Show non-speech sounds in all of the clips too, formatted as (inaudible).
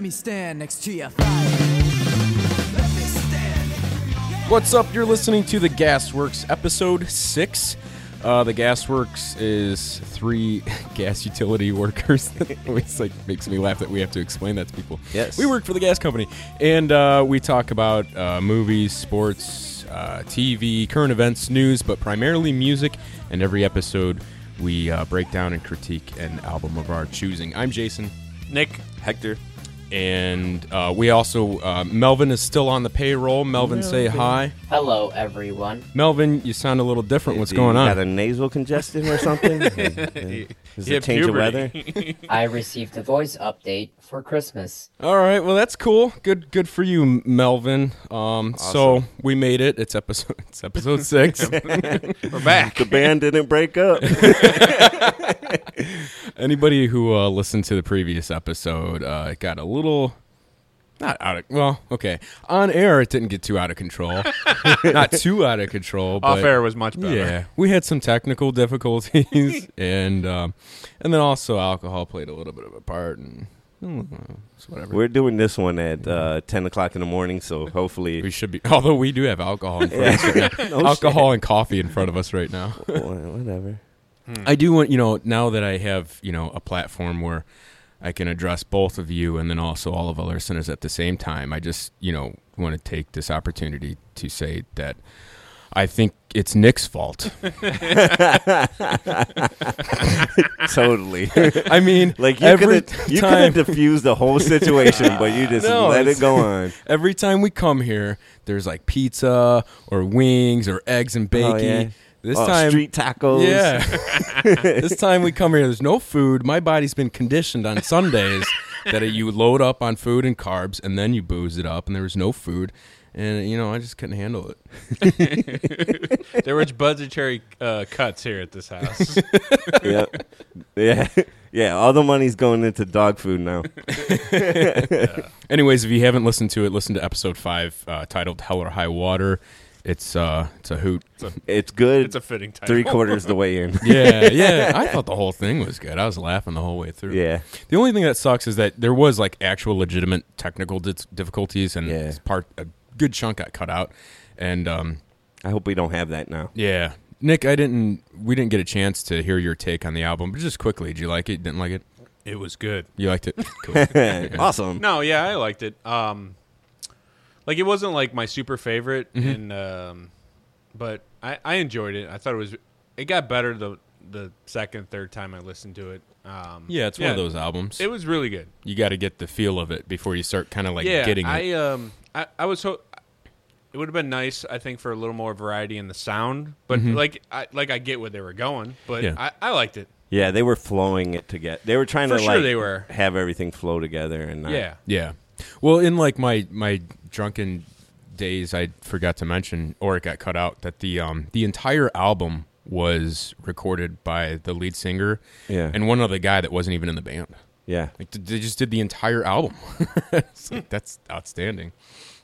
me stand next to you. What's up? You're listening to The Gasworks, episode six. Uh, the Gasworks is three (laughs) gas utility workers. (laughs) It always like makes me laugh that we have to explain that to people. Yes. we work for the gas company, and uh, we talk about uh, movies, sports, uh, TV, current events, news, but primarily music. And every episode, we uh, break down and critique an album of our choosing. I'm Jason Nick, Hector, and uh, we also uh, Melvin is still on the payroll. Melvin, say hi. Hello, everyone. Melvin, you sound a little different. What's You going Got a on? nasal congestion or (laughs) something? Is it change of weather? I received a voice update for Christmas. All right, well that's cool. Good, good for you, M- Melvin. Um, so we made it. It's episode. (laughs) It's episode (laughs) six. We're back. The band didn't break (laughs) up. Anybody who uh, listened to the previous episode, uh, it got a little. Not out of well, okay. On air, it didn't get too out of (laughs) control. Not too out of control. Off but- air was much better. (laughs) Yeah, we had some technical difficulties, and um, and then also alcohol played a little bit of a part, and mm, it's whatever. We're doing this one at uh, 10 o'clock in the morning, so hopefully. we should be, (laughs) although we do have (laughs) alcohol, in front of us right now. No alcohol and coffee in front of us right now. shit. Whatever. Hmm. I do want you know now that I have you know a platform where I can address both of you and then also all of our listeners at the same time. I just you know want to take this opportunity to say that I think it's Nick's (laughs) fault. (laughs) Totally. I mean, like you every could you could time- have diffused the whole situation, but you just No, let it's- it go on. Every time we come here, there's like pizza or wings or eggs and bacon. Oh, yeah. (laughs) This Oh, time, street tacos. yeah. (laughs) this time we come here, there's no food. My body's been conditioned on Sundays that you load up on food and carbs, and then you booze it up, and there was no food. And you know, I just couldn't handle it. (laughs) There were budgetary uh, cuts here at this house. (laughs) Yep. Yeah. (laughs) Yeah. All the money's going into dog food now. Anyways, if you haven't listened to it, listen to episode five uh, titled "Hell or High Water." It's uh, it's a hoot. It's good. (laughs) it's a fitting title. three quarters the way in. (laughs) yeah, yeah. I thought the whole thing was good. I was laughing the whole way through. Yeah. The only thing that sucks is that there was like actual legitimate technical dis- difficulties, and Yeah. part a good chunk got cut out. And um, I hope we don't have that now. yeah, Nick, I didn't. We didn't get a chance to hear your take on the album, but just quickly, did you like it? Didn't like it? It was good. You liked (laughs) it? Cool. awesome. No, yeah, I liked it. Um, like it wasn't like my super favorite, Mm-hmm. and um, but I, I enjoyed it. I thought it was. It got better the the second, third time I listened to it. Um, yeah, it's one of those albums. It was really good. you got to get the feel of it before you start kind of like yeah, getting I it. um I, I was so it would have been nice I think for a little more variety in the sound, but like I like I get where they were going, but Mm-hmm. Yeah. I, I liked it. Yeah, they were flowing it together. They were trying For to sure like they were. have everything flow together and not, Yeah. Yeah. Well, in like my my drunken days, I forgot to mention, or it got cut out, that the um the entire album was recorded by the lead singer, Yeah. and one other guy that wasn't even in the band. Yeah. Like th- they just did the entire album. (laughs) It's like, that's outstanding.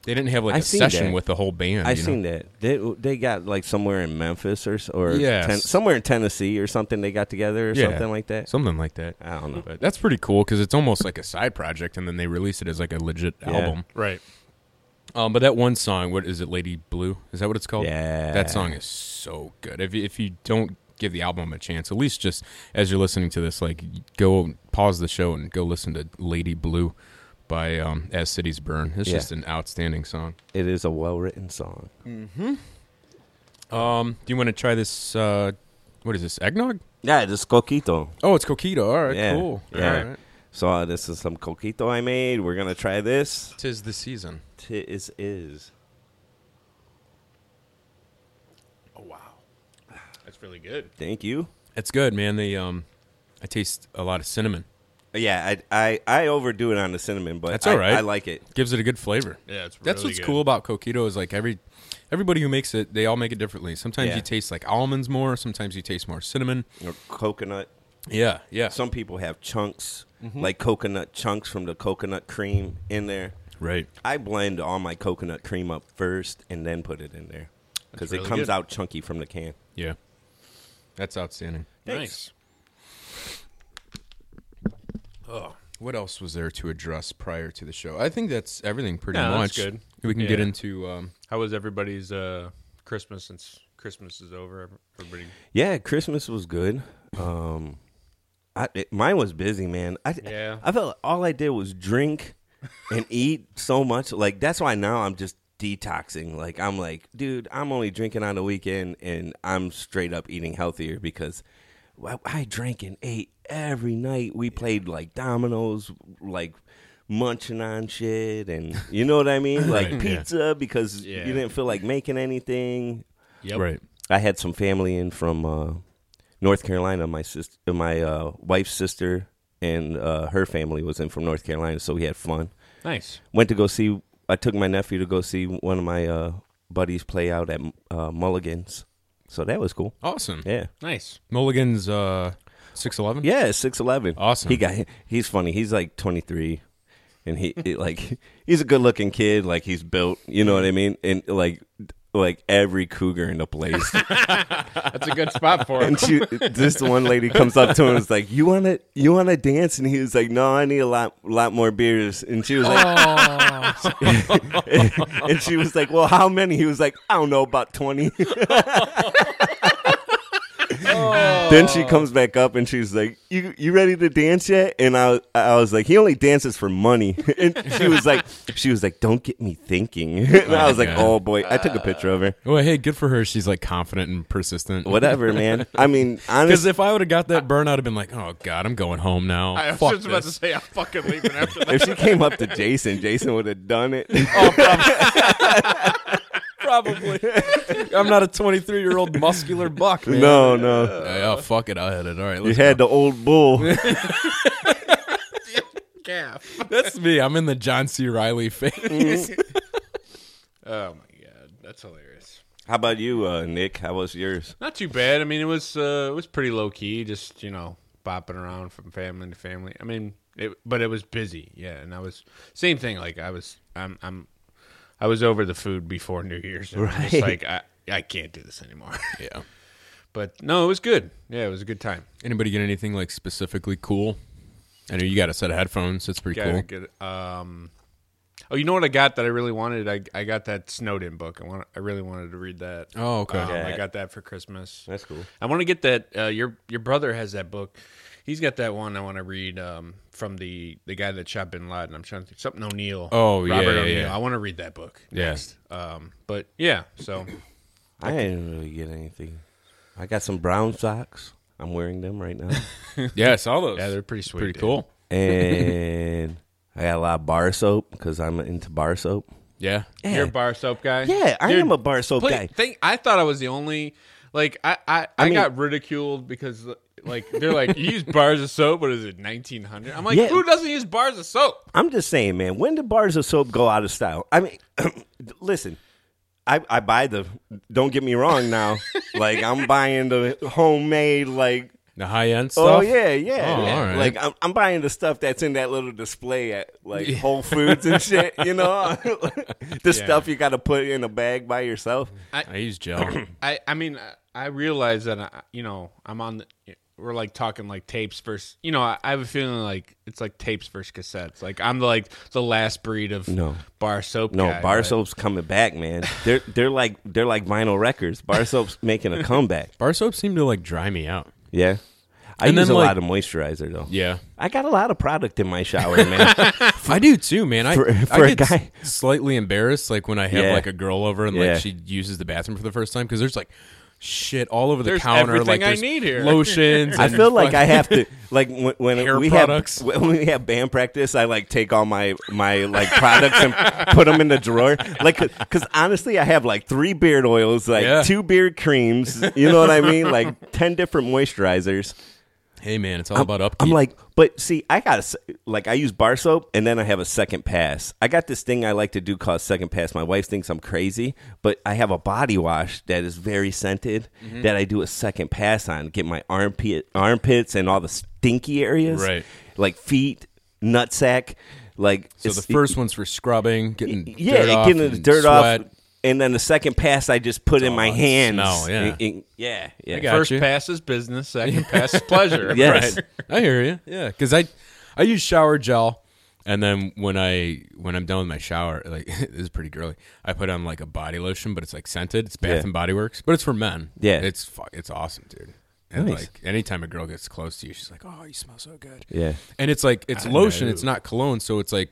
They didn't have like I a seen session that. with the whole band. I you know? seen that. They they got like somewhere in Memphis or s- or Yes. ten, somewhere in Tennessee or something they got together or something like that. Something like that. I don't know. But that's pretty cool because it's almost like a side project, and then they release it as like a legit Yeah. album. Right. Um, but that one song, what is it, Lady Blue? Is that what it's called? Yeah. that song is so good. If you- if you don't give the album a chance, at least just as you're listening to this, like go pause the show and go listen to Lady Blue by um, As Cities Burn. It's Yeah. just an outstanding song. It is a well-written song. Um, do you want to try this? Uh, what is this eggnog? Yeah, this coquito. Oh, it's coquito. All right, Yeah. cool. Yeah. All right. So uh, this is some coquito I made. We're going to try this. Tis the season. Tis is. Oh wow. That's really good. Thank you. It's good, man. They um, I taste a lot of cinnamon. Yeah, I I, I overdo it on the cinnamon, but That's all I- right. I like it. Gives it a good flavor. Yeah, it's That's really what's good. cool about coquito is like every everybody who makes it, they all make it differently. Sometimes Yeah. you taste like almonds more, sometimes you taste more cinnamon. Or coconut. Yeah, yeah. Some people have chunks, Mm-hmm. like coconut chunks from the coconut cream in there. right. I blend all my coconut cream up first and then put it in there because really it comes good. out chunky from the can. Yeah. That's outstanding. Nice. Oh, What else was there to address prior to the show? I think that's everything pretty No, much. that's good. We can get Yeah. into um, How was everybody's uh, Christmas since Christmas is over? Everybody, Yeah, Christmas was good. Um, I it, mine was busy, man. I Yeah. I felt like all I did was drink and eat so much. Like that's why now I'm just detoxing. Like I'm like, dude, I'm only drinking on the weekend, and I'm straight up eating healthier because I, I drank and ate every night. We played like dominoes, like munching on shit, and you know what I mean, like Right, yeah. pizza because Yeah. you didn't feel like making anything. Yep. right. I had some family in from uh, North Carolina. My sister, my uh, wife's sister, and uh, her family was in from North Carolina, so we had fun. nice. Went to go see. I took my nephew to go see one of my uh, buddies play out at uh, Mulligan's, so that was cool. Awesome. Yeah, Nice. Mulligan's uh, six eleven. yeah, six eleven. Awesome. He got. He's funny. He's like twenty three. And he (laughs) it, like he's a good looking kid, like he's built, you know what I mean? And like like every cougar in the place (laughs) That's a good spot for and she, this one lady comes up to him and is like, "You wanna, you wanna dance?" And he was like, "No, I need a lot, lot more beers." And she was like, (laughs) and she was like, "Well, how many?" He was like, "I don't know, about 20. (laughs) Then she comes back up and she's like, "You, you ready to dance yet?" And I, I was like, "He only dances for money." (laughs) and she was like, "She was like, don't get me thinking." (laughs) and I was like, Okay. "Oh boy!" I took a picture of her. Well, Oh, hey, good for her. She's like confident and persistent. (laughs) Whatever, man. I (laughs) mean, Because honestly, if I would have got that burn, I'd have been like, "Oh God, I'm going home now." I was Fuck just about to this. say I'm fucking leaving after (laughs) that. if she came up to Jason, Jason would have done (laughs) it. Probably. (laughs) I'm not a 23 year old muscular buck. Man. No, no. Yeah, fuck it. I had it. All right. You Let's had the old bull. Calf. go. That's me. I'm in the John C. Riley Mm-hmm. phase. Oh my god, that's hilarious. (laughs) How about you, uh, Nick? How was yours? Not too bad. I mean, it was uh, it was pretty low key, just you know, bopping around from family to family. I mean, it, but it was busy, yeah. And I was same thing. Like I was, I'm, I'm, I was over the food before New Year's. And I was Right. like I, I can't do this (laughs) anymore. (laughs) yeah. but no, it was good. Yeah, it was a good time. Anybody get anything like specifically cool? I know you got a set of headphones. That's pretty Got cool. good. Um, oh, you know what I got that I really wanted? I I got that Snowden book. I want. I really wanted to read that. Oh, okay. Um, Yeah. I got that for Christmas. That's cool. I want to get that. Uh, your your brother has that book. He's got that one I want to read um, from the the guy that shot Bin Laden. I'm trying to think something O'Neill. Oh, yeah, Robert yeah, O'Neill. yeah. I want to read that book. Yeah. next. Um, but yeah, so I didn't really get anything. I got some brown socks. I'm wearing them right now. (laughs) (laughs) Yeah, Uh, I saw those. yeah, they're pretty sweet. pretty dude. cool. And I got a lot of bar soap because I'm into bar soap. Yeah. You're a bar soap guy. Yeah, I Dude, am a bar soap pla- guy. Think, I thought I was the only. Like I, I, I, mean- got ridiculed because like they're like you use bars of soap. What is it, nineteen hundred? I'm like, Yeah. who doesn't use bars of soap? I'm just saying, man, when did bars of soap go out of style? I mean, (clears throat) listen, I, I buy the, don't get me wrong (laughs) now. like, I'm buying the homemade, like, The high end stuff. Oh yeah, yeah. Oh, all right. Like I'm, I'm buying the stuff that's in that little display at like Whole Foods and shit. (laughs) You know, (laughs) the stuff you got to put in a bag by yourself. I use gel. (clears throat) I, I mean, I- I realize that, I, you know, I'm on the, we're like talking like tapes versus, you know, I, I have a feeling like it's like tapes versus cassettes. Like I'm the, like the last breed of No. bar soap. No, guy, bar but- soap's coming back, man. They're they're like they're like vinyl records. Bar soap's making a comeback. Bar soap seemed to like dry me out. Yeah, I And use then, a like- lot of moisturizer though. Yeah. I got a lot of product in my (laughs) shower, man. I do too, man. I, For- for I a get s- guy- slightly embarrassed, like when I have Yeah. like a girl over and Yeah. like she uses the bathroom for the first time because there's like shit all over the There's counter. everything like I there's need here. lotions. (laughs) I and feel like fuck- I have to like when, when Hair we products. have when we have band practice, I like take all my my like products and put them in the drawer. Like because honestly, I have like three beard oils, like Yeah. two beard creams. You know what I mean? Like ten different moisturizers. Hey man, it's all about upkeep. I'm like, but see, I got a s like I use bar soap and then I have a second pass. I got this thing I like to do called second pass. My wife thinks I'm crazy, but I have a body wash that is very scented Mm-hmm. that I do a second pass on, get my armpit armpits and all the stinky areas, Right. Like feet, nutsack, like so the first one's for scrubbing, getting yeah, dirt off getting the and dirt sweat. off. And then the second pass, I just put in my all hands. smell, yeah. And- and- yeah, yeah. got First you. (laughs) pass is business, second pass is pleasure. Yes. Right. I hear you. Yeah, because I, I use shower gel, and then when I when I'm done with my shower, like (laughs) this is pretty girly. I put on like a body lotion, but it's like scented. It's Bath Yeah. and Body Works, but it's for men. Yeah. it's fu- it's awesome, dude. And Nice. like anytime a girl gets close to you, she's like, "Oh, you smell so good." Yeah. and it's like it's I lotion. know. It's not cologne, so it's like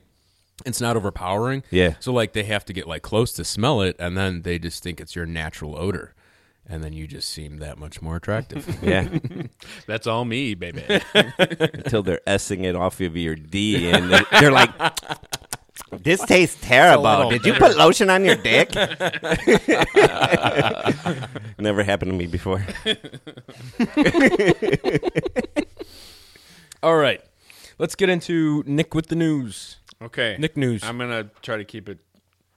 it's not overpowering. Yeah. So like they have to get like close to smell it, and then they just think it's your natural odor, and then you just seem that much more (laughs) attractive. Yeah. That's all me, baby. Until they're S-ing it off of your D and they're, they're like, this tastes terrible. little Did you bitter." put lotion on your dick? (laughs) Never happened to me before. All right, let's get into Nick with the news. Okay. Nick News. I'm gonna try to keep it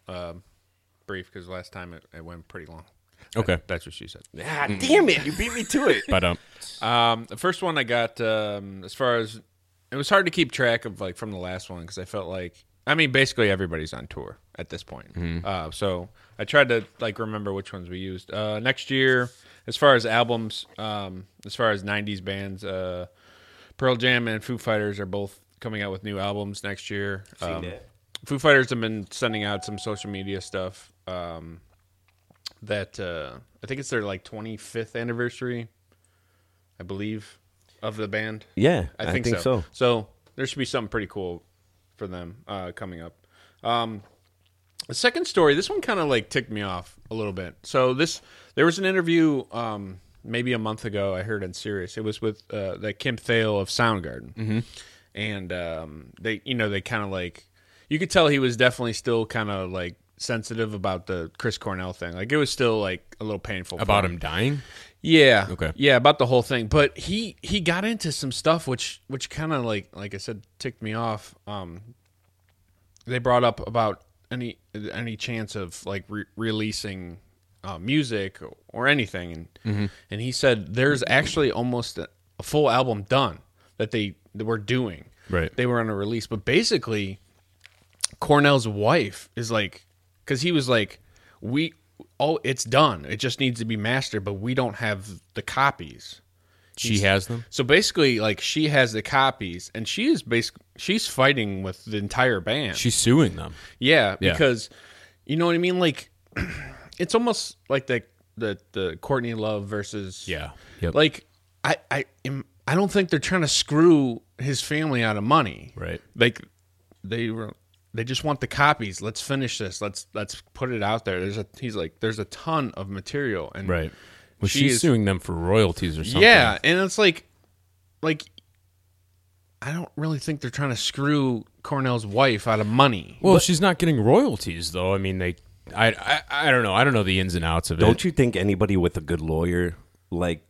um, brief because last time it, it went pretty long. Okay. That- that's what she said. Ah, damn it. You beat me to it. But um, Um, the first one I got, um, as far as it was hard to keep track of, like from the last one, because I felt like I mean, basically everybody's on tour at this point. Uh, so I tried to like remember which ones we used. Uh, next year, as far as albums, um, as far as '90s bands, uh, Pearl Jam and Foo Fighters are both coming out with new albums next year. Um, that. Foo Fighters have been sending out some social media stuff. Um, that uh, I think it's their like 25th anniversary, I believe, of the band. Yeah, I think, so. so. there should be something pretty cool for them uh, coming up. Um, the second story, this one kind of like ticked me off a little bit. So this, there was an interview um, maybe a month ago I heard on Sirius. It was with uh, the Kim Thale of Soundgarden, mm-hmm. and um, they, you know, they kind of like you could tell he was definitely still kind of like sensitive about the Chris Cornell thing. Like it was still like a little painful (laughs) for about him dying. yeah. Okay. Yeah, about the whole thing. But he he got into some stuff which which kind of like like I said ticked me off. Um they brought up about any any chance of like re- releasing uh, music or, anything and and he said there's actually almost a, a full album done that they that were doing. Right. They were on a release, but basically Cornell's wife is like, because he was like, we, oh, it's done. It just needs to be mastered, but we don't have the copies. She has them. So basically, like she has the copies, and she is basically she's fighting with the entire band. She's suing them. yeah, Yeah. because you know what I mean. Like (clears throat) it's almost like the the the Courtney Love versus Yep. Like I I am I don't think they're trying to screw his family out of money. Right. Like they were they just want the copies. Let's finish this. Let's let's put it out there. There's a he's like there's a ton of material and right. Well, She she's is- suing them for royalties or something. Yeah, and it's like like I don't really think they're trying to screw Cornell's wife out of money. Well, she's not getting royalties though. I mean, they. I, I I don't know. I don't know the ins and outs of Don't it. you think anybody with a good lawyer, like,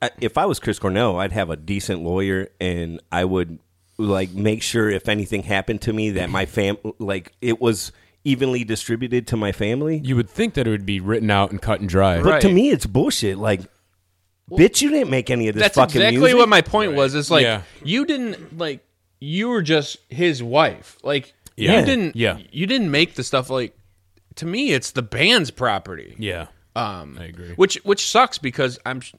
I- if I was Chris Cornell, I'd have a decent lawyer, and I would like make sure if anything happened to me that my fam, like, it was evenly distributed to my family. You would think that it would be written out and cut and dry. but to Right. me, it's bullshit. Like, bitch, you didn't make any of this That's fucking exactly music. what my point was. It's like Yeah. you didn't like you were just his wife. Like Yeah. you didn't Yeah. you didn't make the stuff like to me it's the band's property. Yeah. Um I agree. Which which sucks because I'm sh-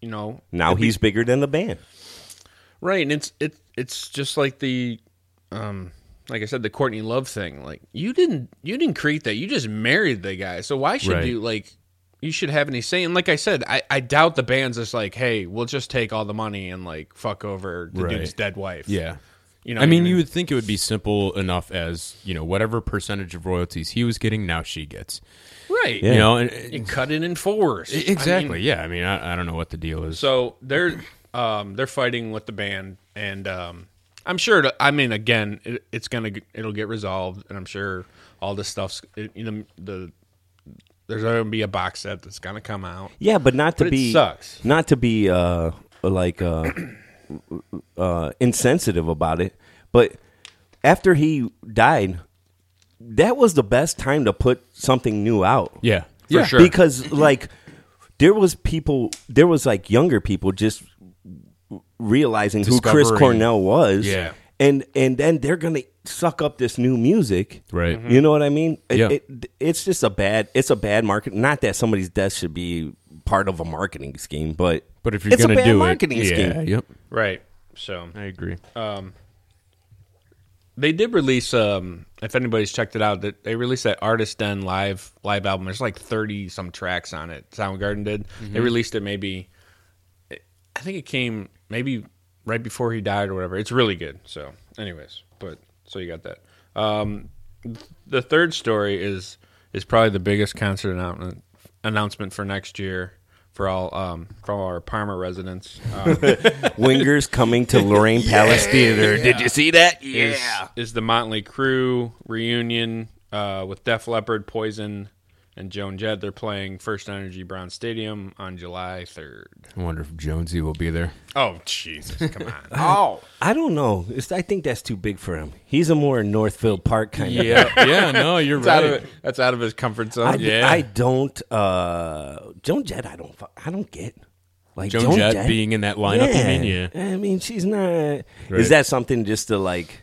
you know now he's bigger than the band. Right, and it's it it's just like the um like I said the Courtney Love thing. Like you didn't you didn't create that. You just married the guy. So why should Right. you like you should have any say? And like I said, I, I doubt the band's just like, hey, we'll just take all the money and like fuck over the Right. dude's dead wife. Yeah. You know I what mean, you would think it would be simple enough as you know whatever percentage of royalties he was getting, now she gets. right. You know, and, You cut it in fours. E, exactly. yeah. I mean, I, I don't know what the deal is. So they're um, they're fighting with the band, and um, I'm sure. it- I mean, again, it, it's gonna g- it'll get resolved, and I'm sure all this stuff's it, you know the there's gonna be a box set that's gonna come out. Yeah, but not to But it be sucks. Not to be uh like uh, uh insensitive about it, but after he died, that was the best time to put something new out. yeah. For yeah. sure. Because like there was people there was like younger people just realizing who Chris Discovering. Cornell was. Yeah. And and then they're going to suck up this new music. Right. You know what I mean? It, Yeah. it- it's just a bad it's a bad market. Not that somebody's death should be part of a marketing scheme, but But if you're it's going a to (laughs) bad do marketing it, scheme. yeah. Yep. Right. So I agree. They did release, um, if anybody's checked it out, that they released that Artist Den live live album. There's like thirty some tracks on it. Soundgarden did. They released it maybe, I think it came maybe right before he died or whatever. It's really good. So, anyways, but so you got that. Um, th- the third story is is probably the biggest concert announcement announcement for next year for all um, for all our Parma residents. Um, Wingers coming to (laughs) Lorraine Palace Theater. Did you see that? is is the Motley Crue reunion uh, with Def Leppard, Poison, and Joan Jett. They're playing First Energy Brown Stadium on July third. I wonder if Jonesy will be there. Oh Jesus, come on! oh I don't know. It's, I think that's too big for him. He's a more Northfield Park kind of. yeah, (laughs) Yeah, no, you're that's out right. of it. That's out of his comfort zone. I, yeah, I don't. Uh, Joan Jett, I don't. fu- I don't get. Like Joan Jett being in that lineup, you mean? Yeah. I mean, she's not. Right. Is that something just to like?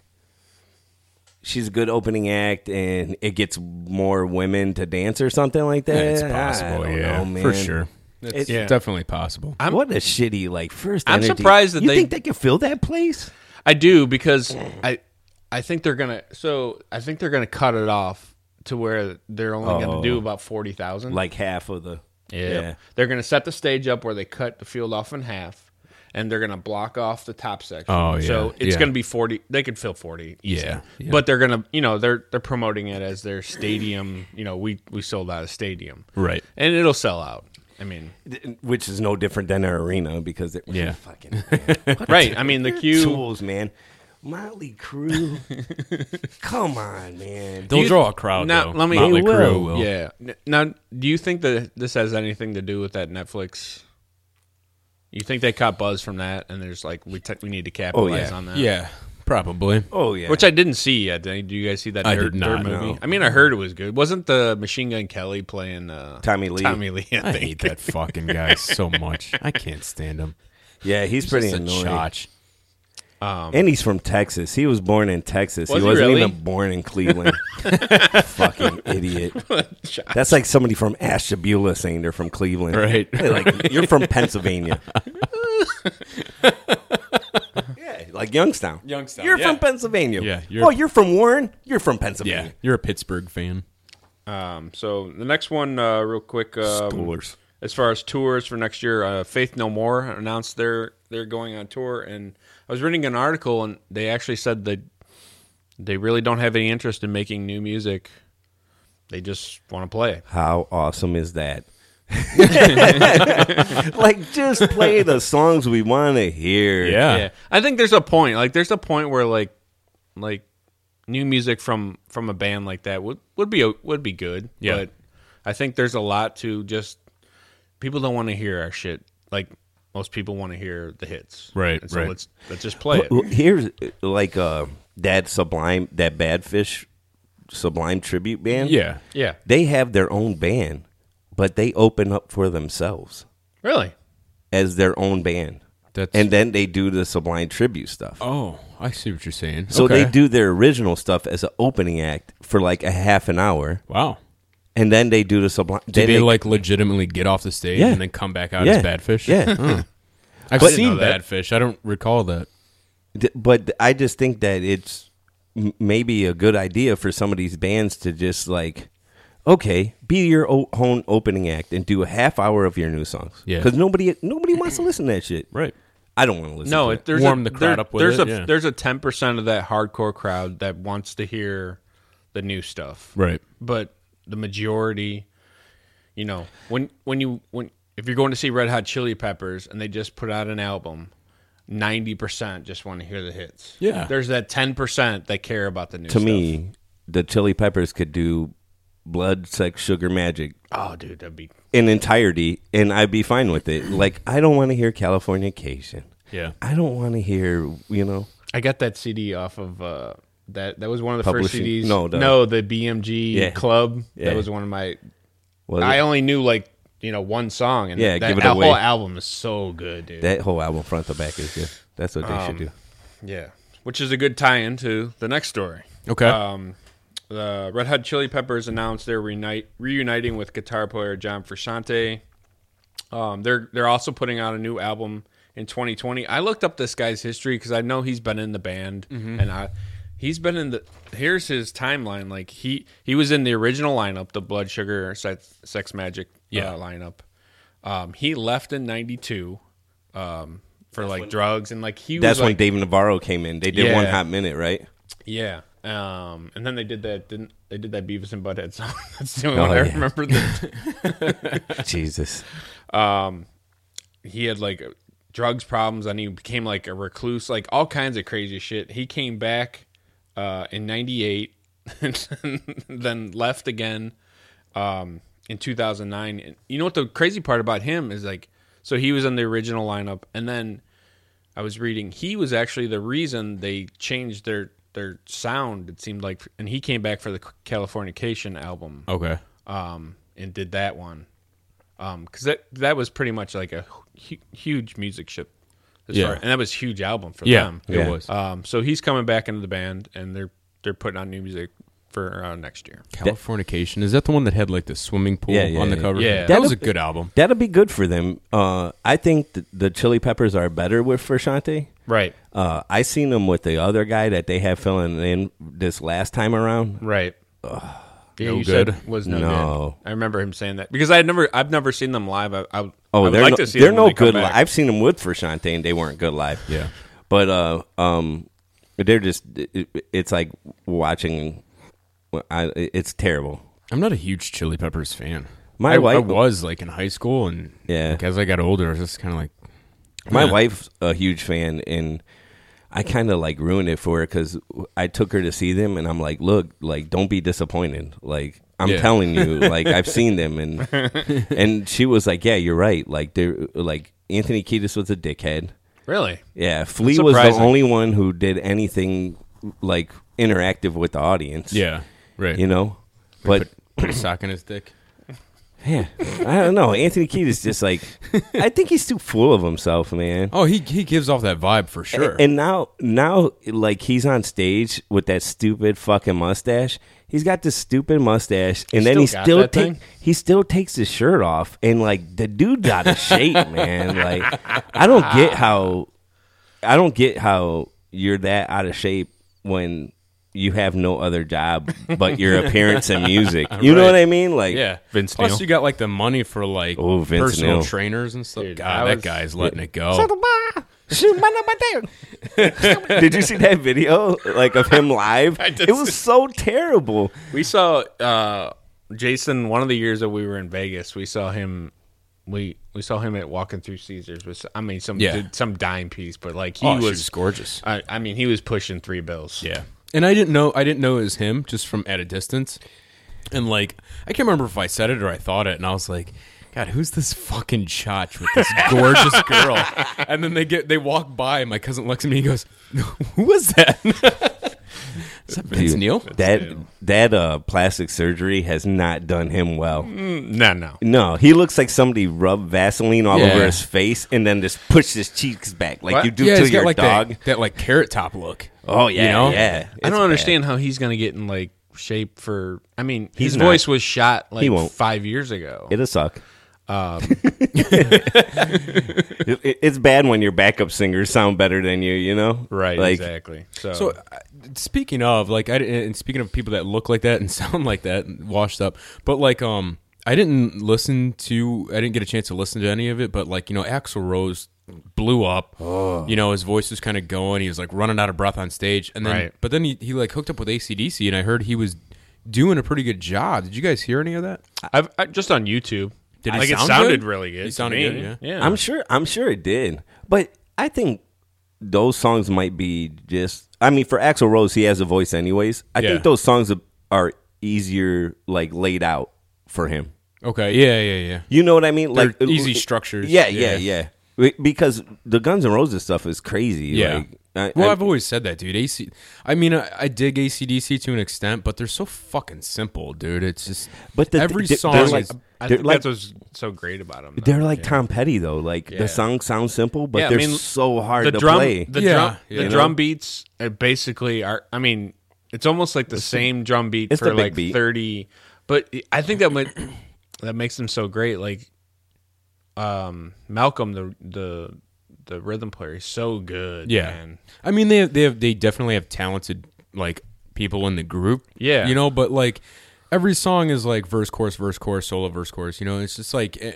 She's a good opening act, and it gets more women to dance or something like that. it's I possible, don't yeah, know, man. for sure. It's- It's yeah. definitely possible. what a shitty like first. I'm energy. surprised that you they- think they can fill that place. I do because I I think they're gonna. So I think they're gonna cut it off to where they're only Oh. gonna do about forty thousand. Like half of the Yeah. They're going to set the stage up where they cut the field off in half and they're going to block off the top section. Oh, yeah, So it's yeah. going to be 40 they could fill 40. easy. Yeah, yeah. But they're going to, you know, they're they're promoting it as their stadium, you know, we we sold out a stadium. Right. And it'll sell out. (laughs) I mean, yeah, which is no different than their arena because it Yeah. (laughs) fucking right. I mean, the queue tools, man. Motley (laughs) Crue, come on, man. They'll you- draw a crowd. Now, though. let me- Motley They will. Crue will. Yeah. N- Now, do you think that this has anything to do with that Netflix you think they caught buzz from that, and there's like we te- we need to capitalize on that. Oh, Yeah, probably. Oh yeah, Which I didn't see yet. Did do you guys see that I dirt, did not, dirt movie? no. I mean, I heard it was good. Wasn't the Machine Gun Kelly playing uh, Tommy Lee. Tommy Lee, I I think. hate that fucking guy so much. I can't stand him. yeah, he's pretty Just a annoying. Chotch. And he's from Texas. He was born in Texas. Was he he wasn't really? even born (laughs) in Cleveland. Fucking idiot. That's like somebody from Ashtabula saying they're from Cleveland. Right. (laughs) They're like, (laughs) you're from Pennsylvania. yeah, like Youngstown. Youngstown, You're yeah. from Pennsylvania. Yeah, You're you're- oh, you're from Warren? You're from Yeah, Pennsylvania. you're a Pittsburgh fan. Um, so the next one, uh, real quick, um, Schoolers. as far as tours for next year, uh, Faith No More announced they're they're going on tour, and I was reading an article, and they actually said that they really don't have any interest in making new music. They just want to play. How awesome (laughs) is that? (laughs) like, just play the songs we want to hear. Yeah. yeah i think there's a point like there's a point where like like new music from from a band like that would would be would be good Yeah. but i think there's a lot to just people don't want to hear our shit like most people want to hear the hits Right, And so right. let's let's just play it Well, here's uh, like uh, that sublime that bad fish sublime tribute band Yeah. yeah they have their own band but they open up for themselves really as their own band That's and then they do the sublime tribute stuff oh, I see what you're saying. so Okay. they do their original stuff as an opening act for like a half an hour Wow. and then they do the sublime Do they, like legitimately get off the stage Yeah. and then come back out yeah as Badfish? yeah (laughs) Mm. I've But- seen Didn't know that. Badfish. I don't recall that. D- but I just think that it's m- maybe a good idea for some of these bands to just like, okay, be your o- own opening act and do a half hour of your new songs. Yeah. because nobody nobody wants to listen to that shit. Right. I don't want to listen. no to it, there's Warm a, the crowd there- up with there's it, a yeah. there's a 10% of that hardcore crowd that wants to hear the new stuff Right. but the majority you know when when you when if you're going to see red hot chili peppers and they just put out an album 90% just want to hear the hits Yeah. there's that 10% that care about the new to me. The Chili Peppers could do Blood, Sex, Sugar, Magic oh dude that'd be in entirety, and I'd be fine with it. Like I don't want to hear Californication. Yeah. I don't want to hear you know. i got that cd off of uh that that was one of the Publishing- first cds no, the- no the bmg Yeah. club Yeah. that was one of my what is i it? only knew like you know one song and Yeah, that give it al- away. whole album is so good dude that whole album front to back is good. That's what they should do. yeah which is a good tie-in to the next story Okay. Um, the Red Hot Chili Peppers announced they're reunite, reuniting with guitar player John Frusciante. Um, they're they're also putting out a new album in 2020. I looked up this guy's history because I know he's been in the band, and I he's been in the here's his timeline. Like he he was in the original lineup, the Blood Sugar Sex, Sex Magic uh, Yeah. lineup. Um, he left in '92 um, for like drugs and like he That's was when like, David Navarro came in. They did one Yeah. hot minute, (laughs) right? yeah. Um, and then they did that didn't they did that Beavis and Butthead song? (laughs) That's the only Oh, one I yeah. remember. That Jesus. he had like drugs problems and he became like a recluse, like all kinds of crazy shit. He came back uh, in '98, and (laughs) then left again um, in 2009. And you know what the crazy part about him is like, so he was in the original lineup, and then I was reading he was actually the reason they changed their their sound. It seemed like, and he came back for the Californication album Okay. um, and did that one because that that was pretty much like a hu- huge music ship, as Yeah. far, and that was a huge album for Yeah, them. it Yeah. was. Um, so he's coming back into the band, and they're they're putting out new music for uh, next year. Californication. Is that the one that had like the swimming pool Yeah, yeah, on the yeah. cover? Yeah. That That was a good album. That'll be good for them. Uh, I think th- the Chili Peppers are better with Frashante. Right, Uh, I seen them with the other guy that they had filling in this last time around. right. yeah, No you said good. was no, No. good. I remember him saying that because I had never I've never seen them live. I, I, I Oh, would they're like no, to see they're them when no they come good. Li- back. I've seen them with Frashante and they weren't good live. Yeah. but uh, um, they're just it, it- it's like watching. I, it's terrible. I'm not a huge Chili Peppers fan. My I, wife- I was like in high school, and Yeah. like, as I got older, I was just kind of like, My Yeah. wife's a huge fan, and I kind of like ruined it for her because I took her to see them, and I'm like, look, like don't be disappointed. Like I'm Yeah. telling (laughs) you, like I've seen them, and and she was like, yeah, you're right. Like they are like Anthony Kiedis was a dickhead. really. Yeah, Flea was the Surprising. only one who did anything like interactive with the audience. yeah, right. you know, but. put a sock in his dick. Yeah, I don't know. Anthony Kiedis just like I think he's too full of himself, man. Oh, he he gives off that vibe for sure. And now, now, like he's on stage with that stupid fucking mustache. He's got this stupid mustache, and then still he got still that take thing? he still takes his shirt off, and like the dude's out of shape, man. Like I don't get how I don't get how you're that out of shape when you have no other job but your appearance and music. You know Right. what I mean? Like yeah, Vince Plus, Neil. you got like the money for like Oh, Vince personal Neil. trainers and stuff. Dude, God, I that was- guy's letting it Oh. go. (laughs) Did you see that video like of him live? (laughs) I did It was so terrible. We saw uh, Jason one of the years that we were in Vegas. We saw him. We we saw him at Walking Through Caesars. Was I mean some Yeah. dude- some dime piece, but like he Oh, she was, was gorgeous. I, I mean he was pushing three bills. Yeah. And I didn't know I didn't know it was him just from at a distance. And like I can't remember if I said it or I thought it and I was like, God, who's this fucking chotch with (laughs) this gorgeous girl? And then they get they walk by and my cousin looks at me and he goes, (laughs) Who was that? (laughs) Is that Vince Dude, Neil? That that uh, plastic surgery has not done him well. no, no. No, he looks like somebody rubbed Vaseline all Yeah. over his face and then just pushed his cheeks back like What? you do yeah, to he's got your like dog. That, that like carrot top look. Oh yeah, You know? yeah. I It's don't bad. understand how he's gonna get in like shape for. I mean his He's not. voice was shot He like won't. five years ago. It'll suck. Um, (laughs) It- it- it's bad when your backup singers sound better than you. You know, right, Like exactly. So, So, uh, speaking of like, I didn't- and speaking of people that look like that and (laughs) sound like that, and washed up, but like, um, I didn't listen to, I didn't get a chance to listen to any of it, but like, you know, Axl Rose blew up. You know, his voice was kind of going. He was like running out of breath on stage, and then, Right. but then he, he like hooked up with ACDC, and I heard he was doing a pretty good job. Did you guys hear any of that? I've I, just on YouTube. Did he like it sound sounded good? really good. He to sounded me. good, yeah. yeah. I'm sure. I'm sure it did. But I think those songs might be just. I mean, for Axl Rose, he has a voice anyways. I Yeah. think those songs are easier, like laid out for him. Okay, yeah, yeah, yeah. You know what I mean? Like easy structures. Yeah, yeah, Yeah. yeah. Be- Because the Guns N' Roses stuff is crazy. Yeah. Like, I, well, I- I've always said that, dude. AC. I mean, I, I dig ACDC to an extent, but they're so fucking simple, dude. It's just. but the, every they're song like, is. I they're think like that's what's so great about him. though. they're like Tom Petty though. Like Yeah. the songs sound simple, but Yeah, I they're mean, so hard the to drum, play. (laughs) The Yeah, drum, yeah. the You drum beats are basically are. I mean, it's almost like the same drum beat it's for the big like beat. thirty. But I think that might, that makes them so great. Like, um, Malcolm, the the the rhythm player, is so good. Yeah. man. (laughs) I mean, they have, they have, they definitely have talented like people in the group. Yeah. You know, but like every song is like verse, chorus, verse, chorus, solo, verse, chorus. You know, it's just like, eh,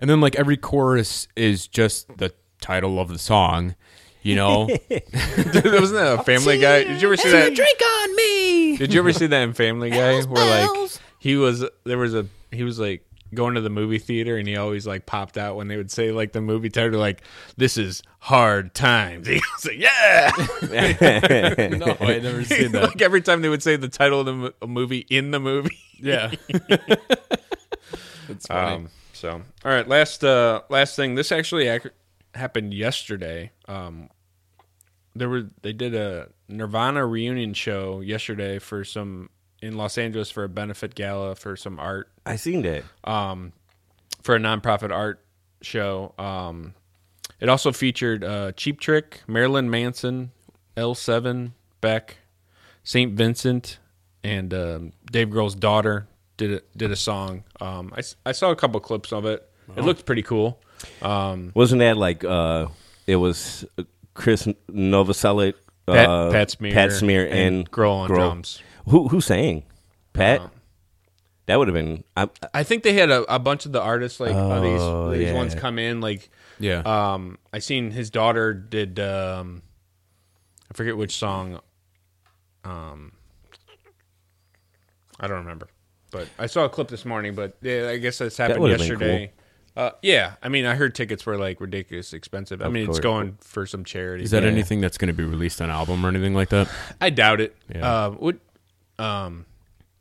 and then like every chorus is just the title of the song. You (laughs) know, Wasn't that a Family Guy? Did you ever see that? drink on me. (laughs) Did you ever see that in Family Guy where like he was there was a he was like going to the movie theater and he always like popped out when they would say like the movie title like this is hard times. (laughs) He was like yeah. No, I never seen that. (laughs) like every time they would say the title of the mo- a movie in the movie. (laughs) yeah. Um so all right, last uh last thing this actually ac- happened yesterday. Um there were they did a Nirvana reunion show yesterday for some in Los Angeles for a benefit gala for some art (laughs) I seen that. for a nonprofit art show. Um, it also featured uh, Cheap Trick, Marilyn Manson, L7, Beck, St. Vincent, and um, Dave Grohl's daughter did a, did a song. Um, I, s- I saw a couple clips of it. It looked pretty cool. Wasn't that like uh it was uh, Chris Novoselic, uh, Pat, Pat Smear, Pat Smear, and, Grohl on drums. Uh-huh. Who who sang? Pat. that would have been. I, I think they had a, a bunch of the artists like uh, these these yeah. ones come in like Yeah. um I seen his daughter did um I forget which song um I don't remember but I saw a clip this morning but yeah, I guess this happened would've been yesterday uh yeah I mean I heard tickets were like ridiculous expensive I mean it's going for some charity Is that but anything that's going to be released on album or anything like that? I doubt it Yeah. uh would um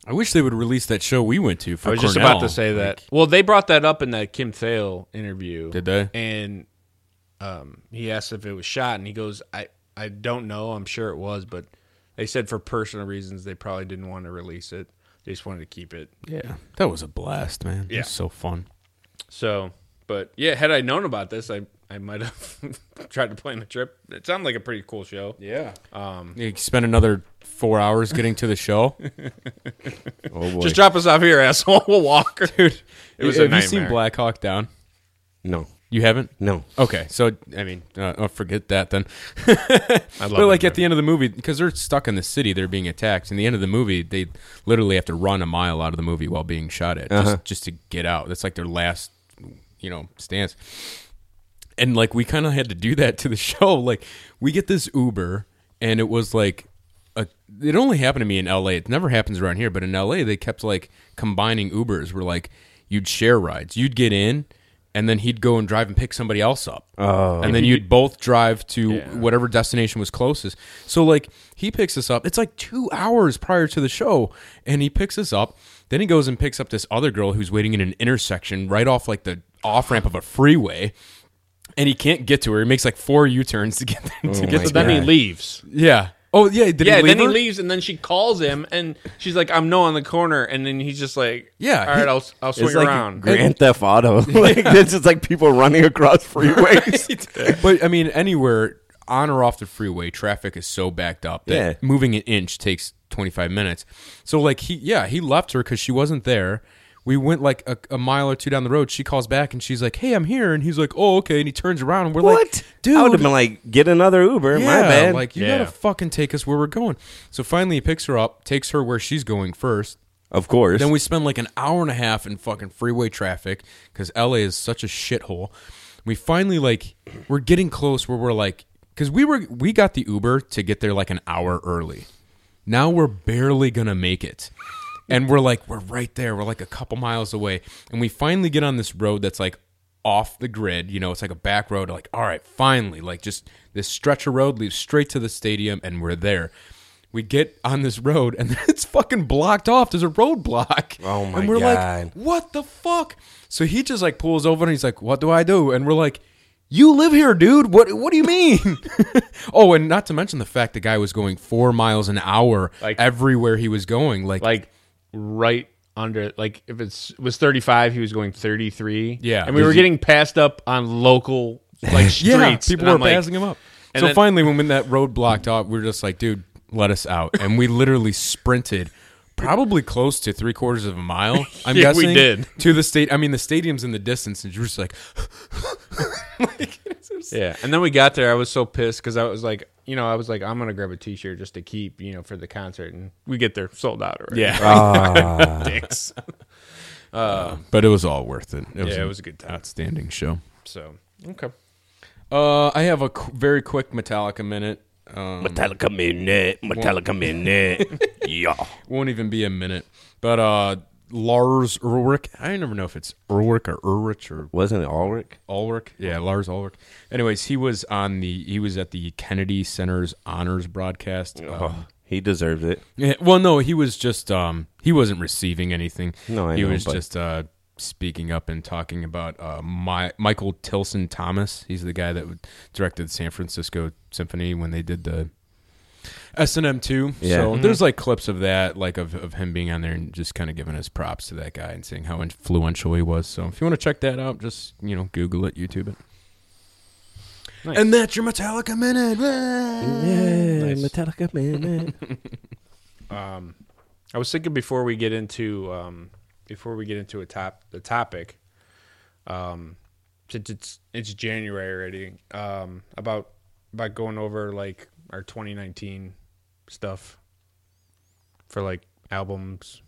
I wish they would release that show we went to for I was just Cornell. about to say that. well, they brought that up in that Kim Thale interview. Did they? And um, he asked if it was shot, and he goes, "I I don't know. I'm sure it was, but they said for personal reasons they probably didn't want to release it. They just wanted to keep it. Yeah. That was a blast, man. It Yeah. was so fun. So, but yeah, had I known about this, I I might have (laughs) tried to plan the trip. It sounded like a pretty cool show. Yeah. Um, you spend another four hours getting to the show. oh boy. Just drop us off here, (laughs) asshole. We'll walk, (laughs) dude. It was Have a nightmare. you seen Black Hawk Down? no, You haven't? no. Okay, so I mean, uh, oh, forget that then. I (laughs) love But like it, at the end of the movie, because they're stuck in the city, they're being attacked. In the end of the movie, they literally have to run a mile out of the movie while being shot at, Uh-huh. just, just to get out. That's like their last, you know, stance. And like we kind of had to do that to the (laughs) show. Like we get this Uber, and it was like, a, it only happened to me in L.A. It never happens around here, but in L.A. they kept like combining Ubers. Where like you'd share rides, you'd get in. And then he'd go and drive and pick somebody else up. Oh. And then you'd both drive to whatever destination was closest. So like he picks us up. It's like two hours prior to the show, and he picks us up. Then he goes and picks up this other girl who's waiting in an intersection right off like the off ramp of a freeway, and he can't get to her. He makes like four U turns to get (laughs) Oh to get So to then that. he leaves. Yeah. Oh yeah. Did Yeah, he leave then he her? leaves, and then she calls him, and she's like, "I'm no on the corner," and then he's just like, Yeah, all right, he- I'll I'll swing It's like around." Grand Theft (laughs) Auto. (laughs) like this is like people running across freeways. (laughs) but I mean, anywhere on or off the freeway, traffic is so backed up that Yeah. moving an inch takes 25 minutes. So, like, he, yeah, he left her because she wasn't there. We went like a, a mile or two down the road. She calls back and she's like, "Hey, I'm here," and he's like, "Oh, okay." And he turns around and we're (laughs) What, like, "Dude, I would have been like, get another Uber. yeah, my bad. Like, you Yeah. gotta fucking take us where we're going." So finally, he picks her up, takes her where she's going first. of course. (laughs) Then we spend like an hour and a half in fucking freeway traffic because LA is such a shithole. We finally like we're getting close where we're like because we were we got the Uber to get there like an hour early. Now we're barely gonna make it. And we're like, we're right there. We're like a couple miles away. And we finally get on this road that's like off the grid. You know, it's like a back road. Like, all right, finally, like just this stretch of road leads straight to the stadium and we're there. We get on this road and (laughs) it's fucking blocked off. There's a roadblock. Oh my And we're God. like, what the fuck? So he just like pulls over and he's like, what do I do? And we're like, you live here, dude. What what do you mean? (laughs) oh, and not to mention the fact the guy was going four miles an hour Like- everywhere he was going. Like, Like right under, like if it's it was 35, he was going 33. Yeah. and we were Did getting passed up on (laughs) local like streets. yeah, and people were I'm like, passing him up. and So then- finally, when, when that road blocked off, we were just like, dude, let us out. And we literally sprinted probably close to three quarters of a (laughs) mile, I'm Yeah, we guessing. did. To the state. I mean, the stadium's in the distance, and you're just like, Yeah, and then we got there. I was so pissed because I was like, you know, I was like, I'm gonna grab a T-shirt just to keep, you know, for the concert, and we get there sold out already. Yeah. Ah. (laughs) dicks. (laughs) but it was all worth it. it Yeah, it an was a good time. Outstanding show. So okay, Uh, I have a qu- very quick Metallica minute. Um, Metallica minute, Metallica minute, (laughs) yeah. won't even be a minute. But uh, Lars Ulrich, I never know if it's Ulrich or Ulrich or Wasn't it Ulrich? Ulrich. Yeah, Lars Ulrich. Anyways, he was on the he was at the Kennedy Center's honors broadcast. Um, Uh-huh. Oh, he deserves it. yeah, well, no, he was just um he wasn't receiving anything. No, I he know, was but- just uh speaking up and talking about uh my Michael Tilson Thomas. He's the guy that directed the San Francisco Symphony when they did the S and M two. Yeah. Mm-hmm. So there's like clips of that, like of, of him being on there and just kind of giving his props to that guy and seeing how influential he was. So if you want to check that out, just you know Google it, YouTube it. Nice. And that's your Metallica minute. Metallica minute. I was thinking before we get into um, before we get into a top the topic, um, since it's it's January already, um, about about going over like our 2019 stuff for like albums,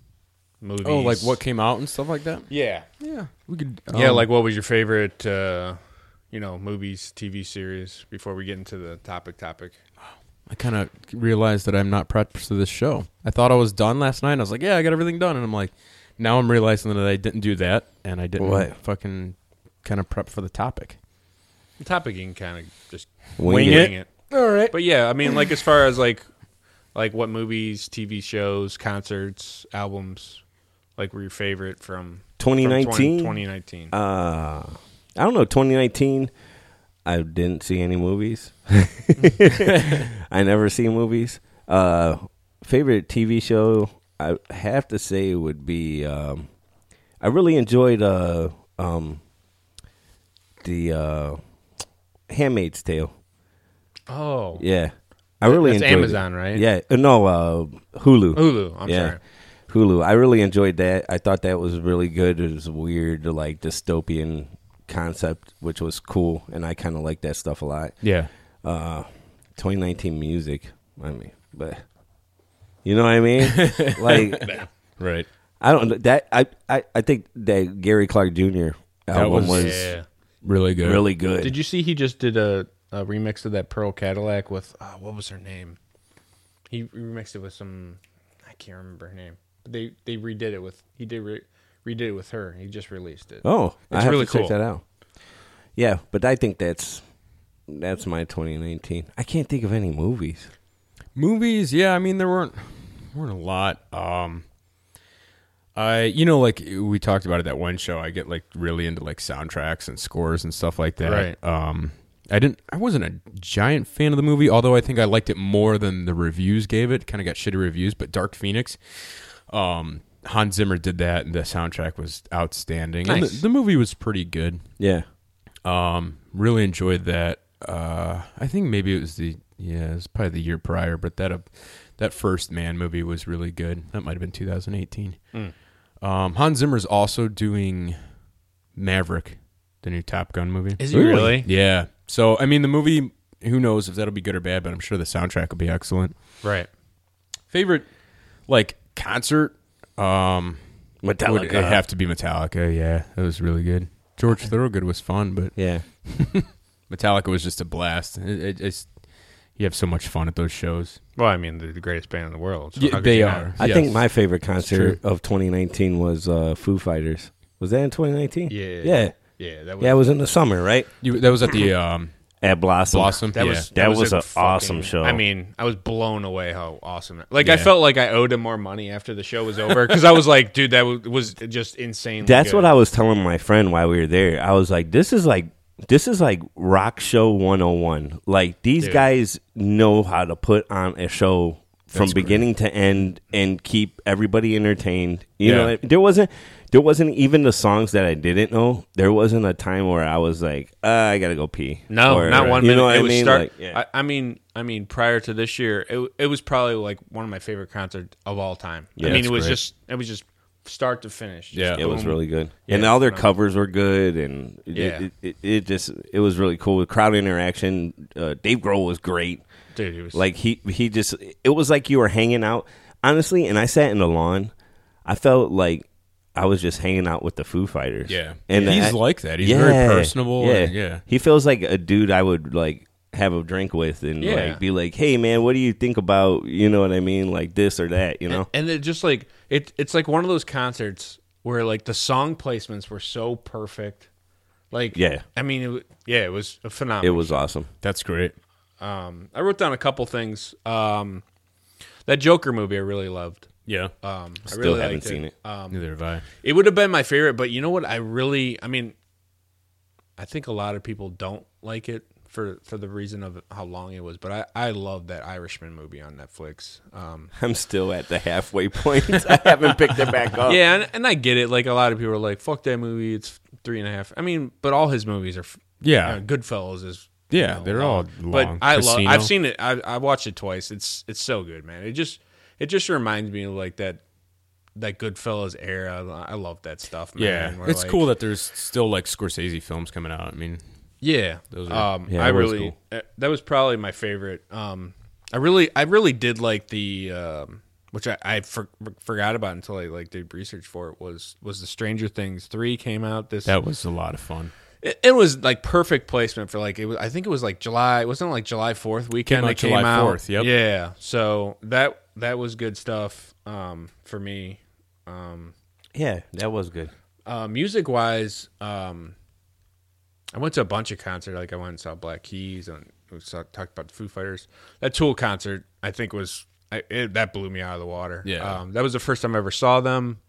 movies. Oh, like what came Oh. out and stuff like that. Yeah, Yeah, we could. um, yeah. Like what was your favorite? Uh, you know, movies, TV series. Before we get into the topic, topic. I kind of realized that I'm not prepped for this show. I thought I was done last night. And I was like, yeah, I got everything done, and I'm like, now I'm realizing that I didn't do that, and I didn't What? fucking kind of prep for the topic. The topic you can kind of just Wing wing it. it. All right. But yeah, I mean, like as far as like like what movies, TV shows, concerts, albums, like were your favorite from 2019? Twenty nineteen. Uh, I don't know. 2019, I didn't see any movies. (laughs) I never see movies. Uh, favorite TV show, I have to say, would be. Um, I really enjoyed uh, um, the uh, Handmaid's Tale. Oh, Yeah, I really That's enjoyed it. Amazon, right? Yeah, uh, no, uh, Hulu. Hulu. I'm yeah. sorry. Hulu. I really enjoyed that. I thought that was really good. It was weird, like dystopian concept, which was cool, and I kind of like that stuff a lot. Yeah. Uh, 2019 music. I mean, but you know what I (laughs) mean? like, Right. I don't that I, I I think that Gary Clark Jr. album was- was, Yeah. Really good. really good. Did you see he just did a, a remix of that Pearl Cadillac with uh, what was her name? He remixed it with some I can't remember her name. But they they redid it with he did re, redid it with her. He just released it. Oh, I It's have really to check cool. that out. Yeah, but I think that's that's my 2019. I can't think of any movies. Movies, yeah. I mean, there weren't weren't a lot. Um, I you know, like we talked about it that one show. I get like really into like soundtracks and scores and stuff like that. Right. Um, I didn't. I wasn't a giant fan of the movie, although I think I liked it more than the reviews gave it. Kind of got shitty reviews, but Dark Phoenix. Um, Hans Zimmer did that, and the soundtrack was outstanding. And Nice. the, the movie was pretty good. Yeah. Um, really enjoyed that. Uh, I think maybe it was the yeah, it was probably the year prior, but that uh, that first Man movie was really good. That might have been 2018. Hmm. Um, Hans Zimmer's also doing Maverick, the new Top Gun movie. Is he Really? really? Yeah. So I mean, the movie. Who knows if that'll be good or bad? But I'm sure the soundtrack will be excellent. Right. Favorite like concert. Um, would Metallica. it have to be Metallica? Yeah, that was really good. George Thorogood was fun, but yeah. Metallica was just a blast. It, it, it's you have so much fun at those shows. Well, I mean, they're the greatest band in the world. so Yeah, how could they you not? are. I Yes. think my favorite concert of 2019 was uh, Foo Fighters. Was that in 2019? Yeah. Yeah. Yeah, that was Yeah, it was in the summer, right? You, that was at (clears throat) the um, At Blossom. Blossom. that yeah. was That was a a awesome show. I mean, I was blown away how awesome. That, like I Yeah. felt like I owed him more money after the show was over because I was like, dude, that w- was just insane. That's what I was telling my friend while we were there. I was like, this is like this is like rock show 101. Like these Dude. guys know how to put on a show from That's great. beginning to end and keep everybody entertained. You know, Yeah. like, there wasn't there wasn't even the songs that I didn't know. There wasn't a time where I was like, uh, I got to go pee. No, Or- not one you minute. know what it I was mean? start. Like, yeah. I, I mean, I mean, prior to this year, it, it was probably like one of my favorite concerts of all time. Yeah, I mean, that's it was great. just it was just start to finish. Just Yeah. It was boom. really good, Yeah, and all their phenomenal. covers were good, and it, Yeah. it, it, it just it was really cool. The crowd interaction, uh, Dave Grohl was great. dude. It was Like he he just it was like you were hanging out honestly, and I sat in the lawn. I felt like I was just hanging out with the Foo Fighters. Yeah. and He's I- like that. He's very personable Yeah, and- yeah. He feels like a dude I would like have a drink with and Yeah. like be like, hey man, what do you think about you know what I mean, like this or that, you know? and it just like it it's like one of those concerts where like the song placements were so perfect like Yeah. i mean it, wa- yeah it was a It phenomenal was awesome. That's great. um i wrote down a couple things um that joker movie i really loved Yeah. um Still i really haven't liked seen it. um Neither have I. it would have been my favorite but you know what i really i mean i think a lot of people don't like it for for the reason of how long it was but i i love that irishman movie on netflix um I'm still at the halfway point. (laughs) I haven't picked it back up. yeah, and, and I get it. Like a lot of people are like, "Fuck that movie." It's three and a half. I mean, but all his movies are. f- Yeah. you know, Goodfellas is. Yeah, you know, they're all But long. I love. Casino. I've seen it. I I watched it twice. It's it's so good, man. It just it just reminds me of like that that Goodfellas era. I love that stuff, Yeah. man. where, it's like- cool that there's still like Scorsese films coming out. I mean, yeah, Those are- um, Yeah, I that was really cool. uh, that was probably my favorite. Um, I really, I really did like the um, which I, I for, forgot about until I like did research for it was was the Stranger Things three came out this that was a lot of fun. it, it was like perfect placement for like it was I think it was like July wasn't it like July fourth weekend out that came July out 4th, yep. yeah so that that was good stuff um, for me um, Yeah, that was good. uh, music wise, um, I went to a bunch of concerts. Like I went and saw Black Keys and we saw, talked about the Foo Fighters. That Tool concert, I think was I, it, that blew me out of the water. Yeah. um, that was the first time I ever saw them,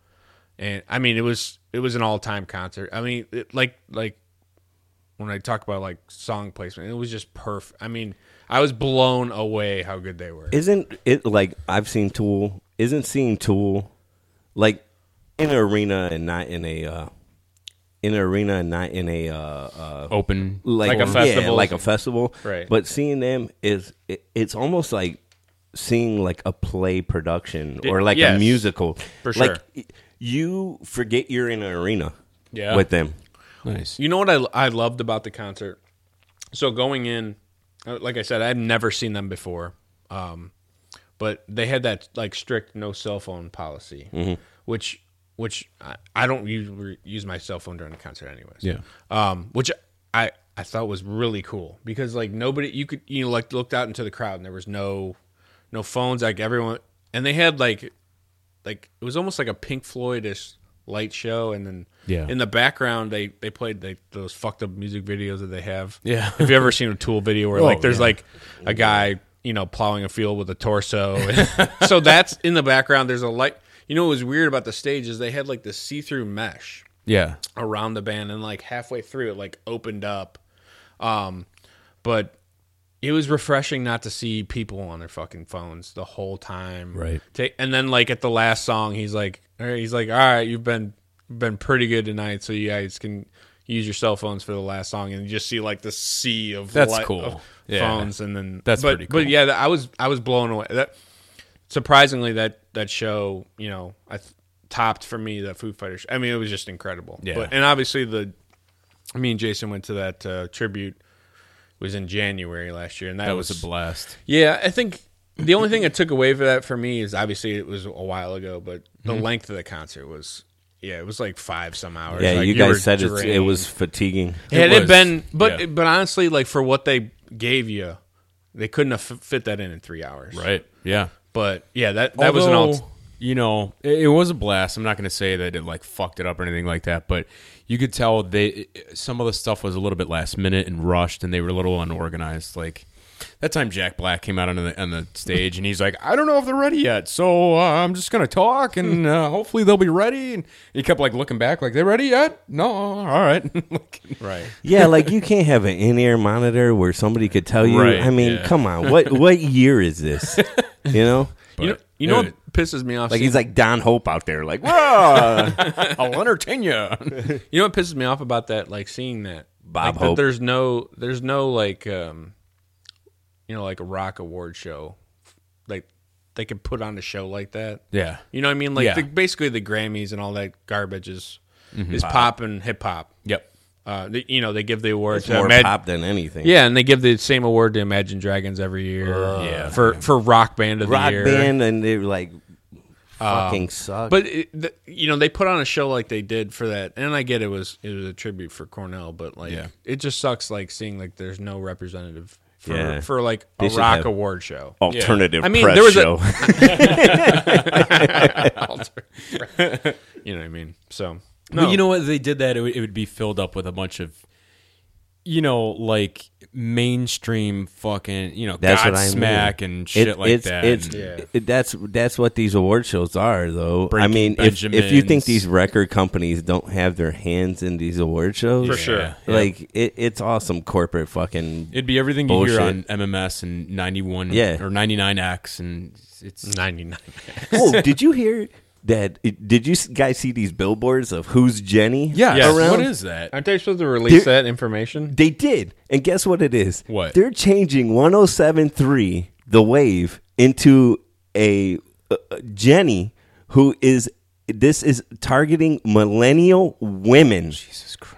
and I mean it was it was an all time concert. I mean it, like like when I talk about like song placement, it was just perfect. I mean I was blown away how good they were. Isn't it like I've seen Tool? Isn't seeing Tool like in an arena and not in a uh, in an arena and not in a uh, uh, Open. Like a festival. yeah, like a festival, Right. But seeing them is it, it's almost like seeing like a play production or like a yes. musical. For Like sure. y- you forget you're in an arena Yeah. with them. Nice. You know what I, I loved about the concert? So going in, uh, like I said, I've never seen them before, um, but they had that like strict no cell phone policy, which which I, I don't use use my cell phone during the concert anyways. Yeah. um, which I I thought was really cool because like nobody you could you know, like looked out into the crowd and there was no no phones like everyone and they had like like it was almost like a Pink Floydish light show, and then Yeah. in the background they they played like those fucked up music videos that they have. Yeah. if you ever seen a Tool video where like Oh, there's yeah. like a guy you know plowing a field with a torso, (laughs) so that's in the background. There's a light. You know what was weird about the stage is they had like this see through mesh Yeah. around the band and like halfway through it like opened up um but it was refreshing not to see people on their fucking phones the whole time Right. Ta- and then like at the last song he's like all right, he's like all right you've been been pretty good tonight so you guys can use your cell phones for the last song and you just see like the sea of That's li- cool. of Yeah. phones and then That's but, pretty but cool. yeah i was i was blown away that surprisingly that that show you know i th- topped for me that Foo Fighters. I mean, it was just incredible. Yeah. But, and obviously the me and Jason went to that uh, tribute was in January last year, and that, That was, was a blast. yeah. I think the only thing I took away for that for me is obviously it was a while ago, but the length of the concert was yeah, it was like five some hours. Yeah, Like, you were guys said it's, it drained. was fatiguing. Had It it, was, been, but yeah. but honestly, like for what they gave you, they couldn't have f- fit that in in three hours. Right. Yeah. But yeah, that that was an Although, all. You know, it, it was a blast. I'm not going to say that it like fucked it up or anything like that, but you could tell they some of the stuff was a little bit last minute and rushed, and they were a little unorganized. Like that time Jack Black came out on the on the stage, and he's like, "I don't know if they're ready yet, so uh, I'm just going to talk, Hmm. and uh, hopefully they'll be ready." And he kept like looking back, like, "They ready yet? No, all right." (laughs) like, Right. Yeah, like you can't have an in-ear monitor where somebody could tell you. Right, I mean, yeah. come on, what what year is (laughs) this? You know, you know, But, you know dude, what pisses me off? like seeing- he's like Don Hope out there, like, whoa, I'll entertain (laughs) you. You know what pisses me off about that, like seeing that Bob like, that Hope. there's no, there's no like, um, you know, like a rock award show, like they could put on a show like that. Yeah. You know what I mean? Like Yeah. the, basically the Grammys and all that garbage is Mm-hmm. is pop and hip hop. Yep. Uh, they, you know they give the award It's to more Imag- pop than anything. Yeah, and they give the same award to Imagine Dragons every year. Yeah. for for rock band of Uh, rock the year. band, and they're like Um, fucking suck. But it, the, you know they put on a show like they did for that, and I get it was it was a tribute for Cornell, but like Yeah. it just sucks like seeing like there's no representative for Yeah. for like a They should rock have- Oh. award show. alternative I mean, press there was a- show. You know what I mean? So No. no, you know what? If they did that. It would, it would be filled up with a bunch of, you know, like mainstream fucking, you know, (laughs) That's what I mean. Godsmack and shit It- like it's, that. It's, and- Yeah. it- that's that's what these award shows are, though. I Breaking mean, if, if you think Benjamins. these record companies don't have their hands in these award shows, For sure. Yeah. like it, it's all some corporate fucking. It'd be everything you hear on Bullshit. MMS and 91 Yeah. or 99X and it's ninety nine. (laughs) oh, did you hear that? Did you guys see these billboards of who's Jenny? Yes. around? What is that? (laughs) Aren't they supposed to release There- that information? They did. And guess what it is? What? They're changing 1073 The Wave into a uh, uh, Jenny who is this is targeting millennial women. Jesus Christ.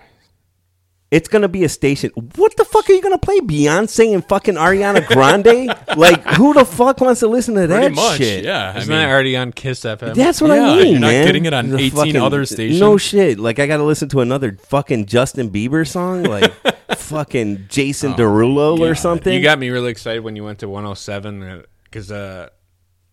It's going to be a station. What the fuck are you going to play Beyonce and fucking Ariana (laughs) Grande? like who the fuck wants to listen to Pretty that much. shit? Yeah. Isn't that already on Kiss FM? That's what Yeah, I mean, you're not man. getting it on The 18 other stations. No shit. Like I got to listen to another fucking Justin Bieber (laughs) song, like fucking Oh Jason Derulo or something. you got me really excited when you went to one hundred seven because uh,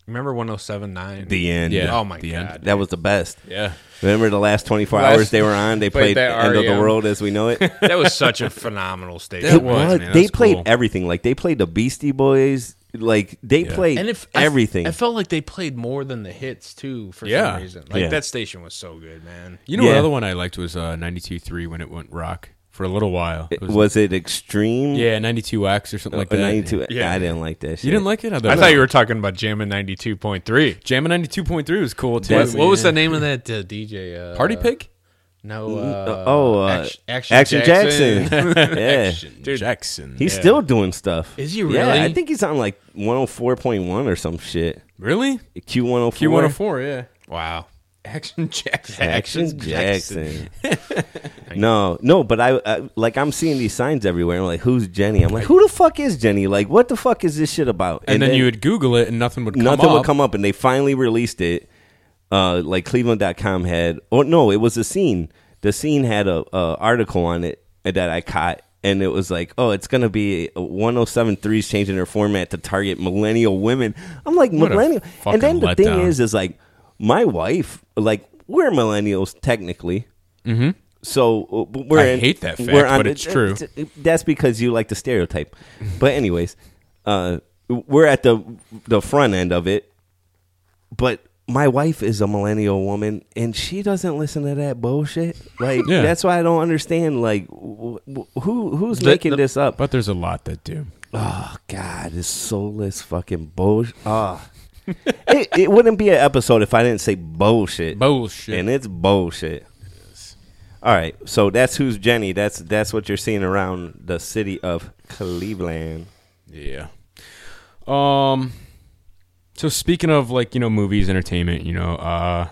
remember one hundred seven nine the end. Yeah. Oh my The end. god. That was the best. yeah. Remember the last 24 Last- hours they were on? They (laughs) played played, that E End of the REM. World as (laughs) we know it. (laughs) That was such a phenomenal station. It was. man, they that's played cool. everything. Like they played the Beastie Boys. Like they played and if everything. I, felt like they played more than the hits too for Yeah. some reason. Like Yeah. that station was so good, man. You know, Yeah. another one I liked was uh, 92.3 when it went rock for a little while. It- was Oh, it extreme? yeah, 92X or something like Or that. 92. Yeah. I didn't like that. Shit. You didn't like it? I thought you were talking about Jammin' ninety two point three. Jammin' 92.3 was cool too. That's- What was the name of that uh, DJ? Uh, Party Pig? No. Uh, oh, uh, Act- Action, Action Jackson. Jackson. (laughs) yeah, Dude. Jackson. he's still doing stuff. Is he Yeah, I really? think he's on like 104.1 or some shit. really? Q104. Q104, yeah. Wow. Action Jackson. Action Jackson. (laughs) no, no, but I, I like I'm seeing these signs everywhere. I'm like, who's Jenny? I'm like, who the fuck is Jenny? Like, what the fuck is this shit about? And, then, you would Google it and nothing would come nothing up. would come up, and they finally released it. Uh, like Cleveland.com had, oh no, it was the scene. The scene had a, a article on it that I caught, and it was like, oh, it's gonna be 107.3's changing their format to target millennial women. I'm like a millennial, fucking and then the thing letdown. is, is like my wife, like we're millennials technically. Mm-hmm. So uh, b- we're I in- hate that fact, we're on but the- it's true. that's because you like the stereotype. But anyways, uh, we're at the the front end of it. But my wife is a millennial woman, and she doesn't listen to that bullshit. Like Yeah. that's why I don't understand. Like wh- wh- who who's The- making the- this up? But there's a lot that do. Oh God, this soulless fucking bullshit. Ah, (laughs) it, it wouldn't be an episode if I didn't say bullshit. Bullshit. and it's bullshit. All right, so that's who's Jenny. That's that's what you're seeing around the city of Cleveland. Yeah. Um. So speaking of like you know movies, entertainment, you know, uh,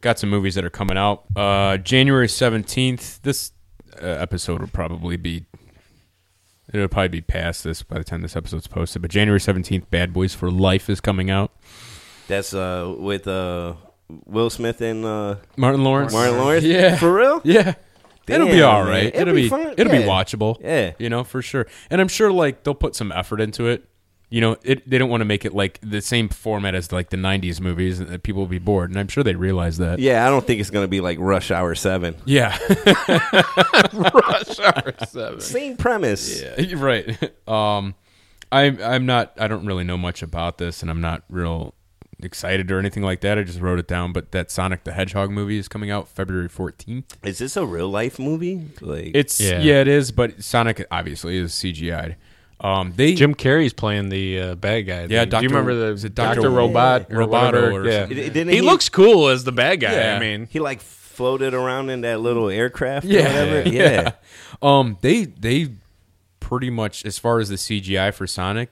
got some movies that are coming out. Uh, January seventeenth. This uh, episode will probably be. It'll probably be past this by the time this episode's posted. But January seventeenth, Bad Boys for Life is coming out. That's uh with uh Will Smith and uh Martin Lawrence. Martin Lawrence. Yeah. for real. Yeah. it'll be Damn, all man. right. It'll It'll, be be, fun. it'll Yeah. be watchable. Yeah. You know, for sure. And I'm sure like they'll put some effort into it. You know, it, they don't want to make it like the same format as like the 90s movies and that people will be bored and I'm sure they realize that. Yeah, I don't think it's gonna be like Rush Hour Seven. Yeah. (laughs) Rush Hour Seven. Same premise. Yeah. You're right. (laughs) Um I'm I'm not I don't really know much about this and I'm not real excited or anything like that. I just wrote it down, but that Sonic the Hedgehog movie is coming out February 14th. Is this a real life movie? Like It's Yeah. yeah, it is, but Sonic obviously is CGI'd. Um they Jim Carrey's playing the uh, bad guy. Yeah, Do Dr. you remember the is it Doctor Dr. Robot or Roboto whatever? or yeah. something. It- it- didn't he, he- looks cool as the bad guy. Yeah. I mean, he like floated around in that little aircraft or Yeah. (laughs) whatever. Yeah. yeah. Um, they they pretty much as far as the CGI for Sonic,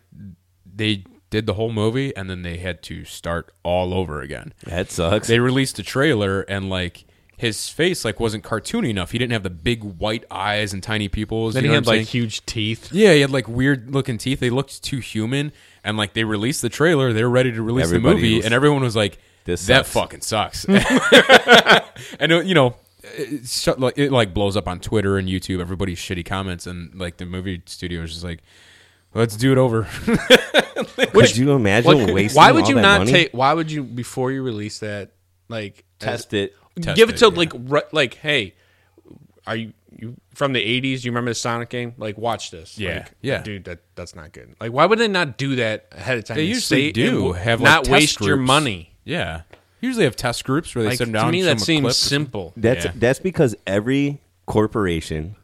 they did the whole movie and then they had to start all over again. That sucks. They released a trailer and like his face like wasn't cartoony enough. He didn't have the big white eyes and tiny pupils. Then you he know had what I'm like saying? huge teeth. Yeah, he had like weird looking teeth. They looked too human. And like they released the trailer, they were ready to release Everybody the movie, was- and everyone was like, This that sucks." fucking (laughs) sucks." and it, you know, it, shut, like, it like blows up on Twitter and YouTube. Everybody's shitty comments, and like the movie studio is just like, "Let's do it (laughs) over." Could you imagine wasting why would all you that not money? take? Why would you before you release that like as- test it? Test give it, it, to yeah. like ri- like hey, are you you from the '80s? You remember the Sonic game? Like watch this. Yeah. Like, Yeah. dude, that that's not good. Like why would they not do that ahead of time? They and usually say- and do w- have like, not test waste your groups. money. Yeah, usually have test groups where they Like sit down. to me, and show that them a seems clip. simple. That's Yeah. that's because every corporation,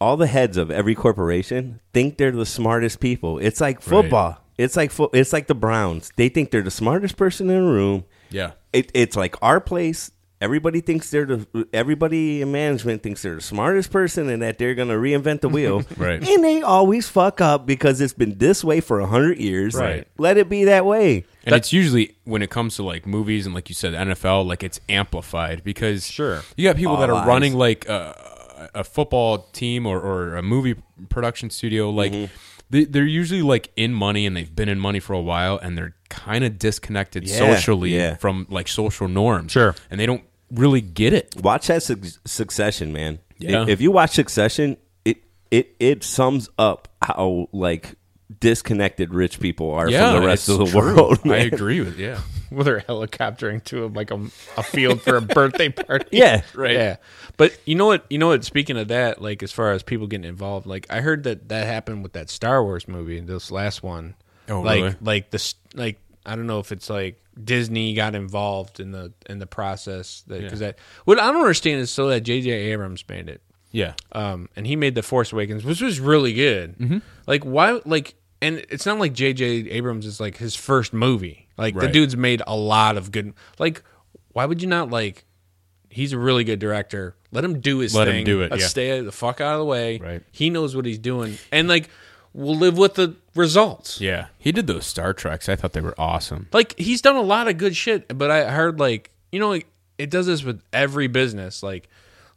all the heads of every corporation think they're the smartest people. It's like football. It's like fo- it's like the Browns. They think they're the smartest person in the room. Yeah, It, it's like our place. Everybody thinks they're the everybody in management thinks they're the smartest person and that they're going to reinvent the wheel. (laughs) Right. And they always fuck up because it's been this way for 100 years. Right. Let it be that way. And it's usually when it comes to like movies and like you said NFL, like it's amplified because Sure. you got people that All are eyes. running like a, a football team or, or a movie production studio. Like Mm-hmm. they, they're usually like in money and they've been in money for a while and they're kind of disconnected Yeah, socially yeah. from like social norms. Sure. and they don't really get it. Watch that suc Succession, man. Yeah. If, if you watch Succession, it it it sums up how like disconnected rich people are from the rest it's of the true. (laughs) world. I man. agree with yeah. Well, they're helicoptering to a, like a, a field (laughs) for a birthday party. Yeah. (laughs) (laughs) right. Yeah, but you know what? You know what? Speaking of that, like as far as people getting involved, like I heard that that happened with that Star Wars movie, this last one. Oh, like, really? Like this, like I don't know if it's like Disney got involved in the in the process that because that what I don't understand is so that J.J. Abrams made it Yeah, Uh, um, and he made the Force Awakens, which was really good. Mm-hmm. Like why? Like, and it's not like J.J. Abrams is like his first movie. Like the Right. dude's made a lot of good. Like, why would you not like? He's a really good director. Let him do his Let him thing. do it, Let's yeah. Stay the fuck out of the way. Right. He knows what he's doing, and like we'll live with the results. yeah. He did those Star Treks. I thought they were awesome. Like he's done a lot of good shit, but I heard like you know like, it does this with every business. Like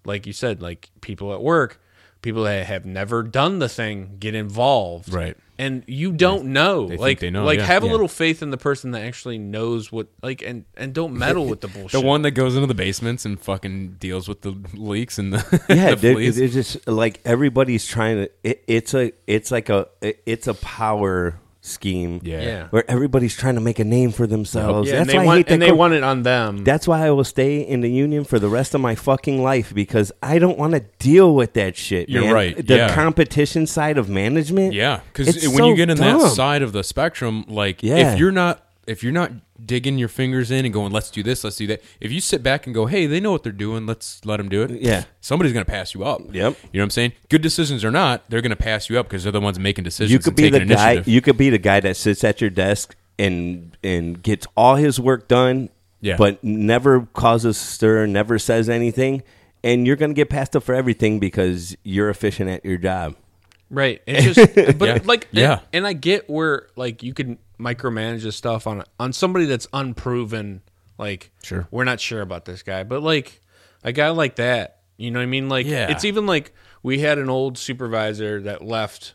like you said, like people at work, people that have never done the thing get involved, Right. And you don't know, think like they know, like yeah. have a Yeah. little faith in the person that actually knows what like and and don't (laughs) meddle with the The bullshit. one that goes into the basements and fucking deals with the leaks and the (laughs) Yeah, the they're, fleas. they're just like everybody's trying to. It, it's a, it's like a, it- it's a power scheme. Yeah. yeah, where everybody's trying to make a name for themselves. yeah. And That's they why I hate want that and they cor- want it on them. That's why I will stay in the union for the rest of my fucking life because I don't want to deal with that shit. You're man. right, The yeah. competition side of management. Yeah, because it's when so you get in that dumb. side of the spectrum, like Yeah. if you're not if you're not digging your fingers in and going, let's do this, let's do that. If you sit back and go, hey, they know what they're doing, let's let them do it. Yeah. somebody's gonna pass you up. Yep. You know what I'm saying? Good decisions or not, they're gonna pass you up because they're the ones making decisions. you could and be the taking guy. initiative. You could be the guy that sits at your desk and and gets all his work done. Yeah. but never causes stir, never says anything, and you're gonna get passed up for everything because you're efficient at your job. (laughs) Right. It's just, but Yeah. like, Yeah. And, and I get where like you can micromanage this stuff on on somebody that's unproven. Like, Sure. we're not sure about this guy, but like a guy like that, you know what I mean? Like, Yeah. it's even like we had an old supervisor that left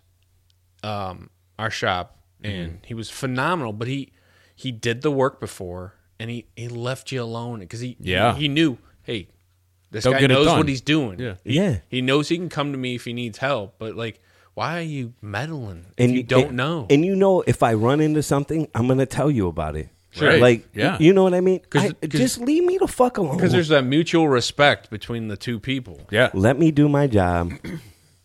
um, our shop, Mm-hmm. and he was phenomenal, but he he did the work before, and he he left you alone because he Yeah. he, knew hey. This They'll guy get it knows done. what he's doing. Yeah. He- Yeah. he knows he can come to me if he needs help, but like, why are you meddling? if and you don't and- know. And you know, if I run into something, I'm going to tell you about it. Sure. Right. Like, Yeah. you know what I mean? 'Cause- I- 'cause- just leave me the fuck alone. Because there's that mutual respect between the two people. yeah, Let me do my job.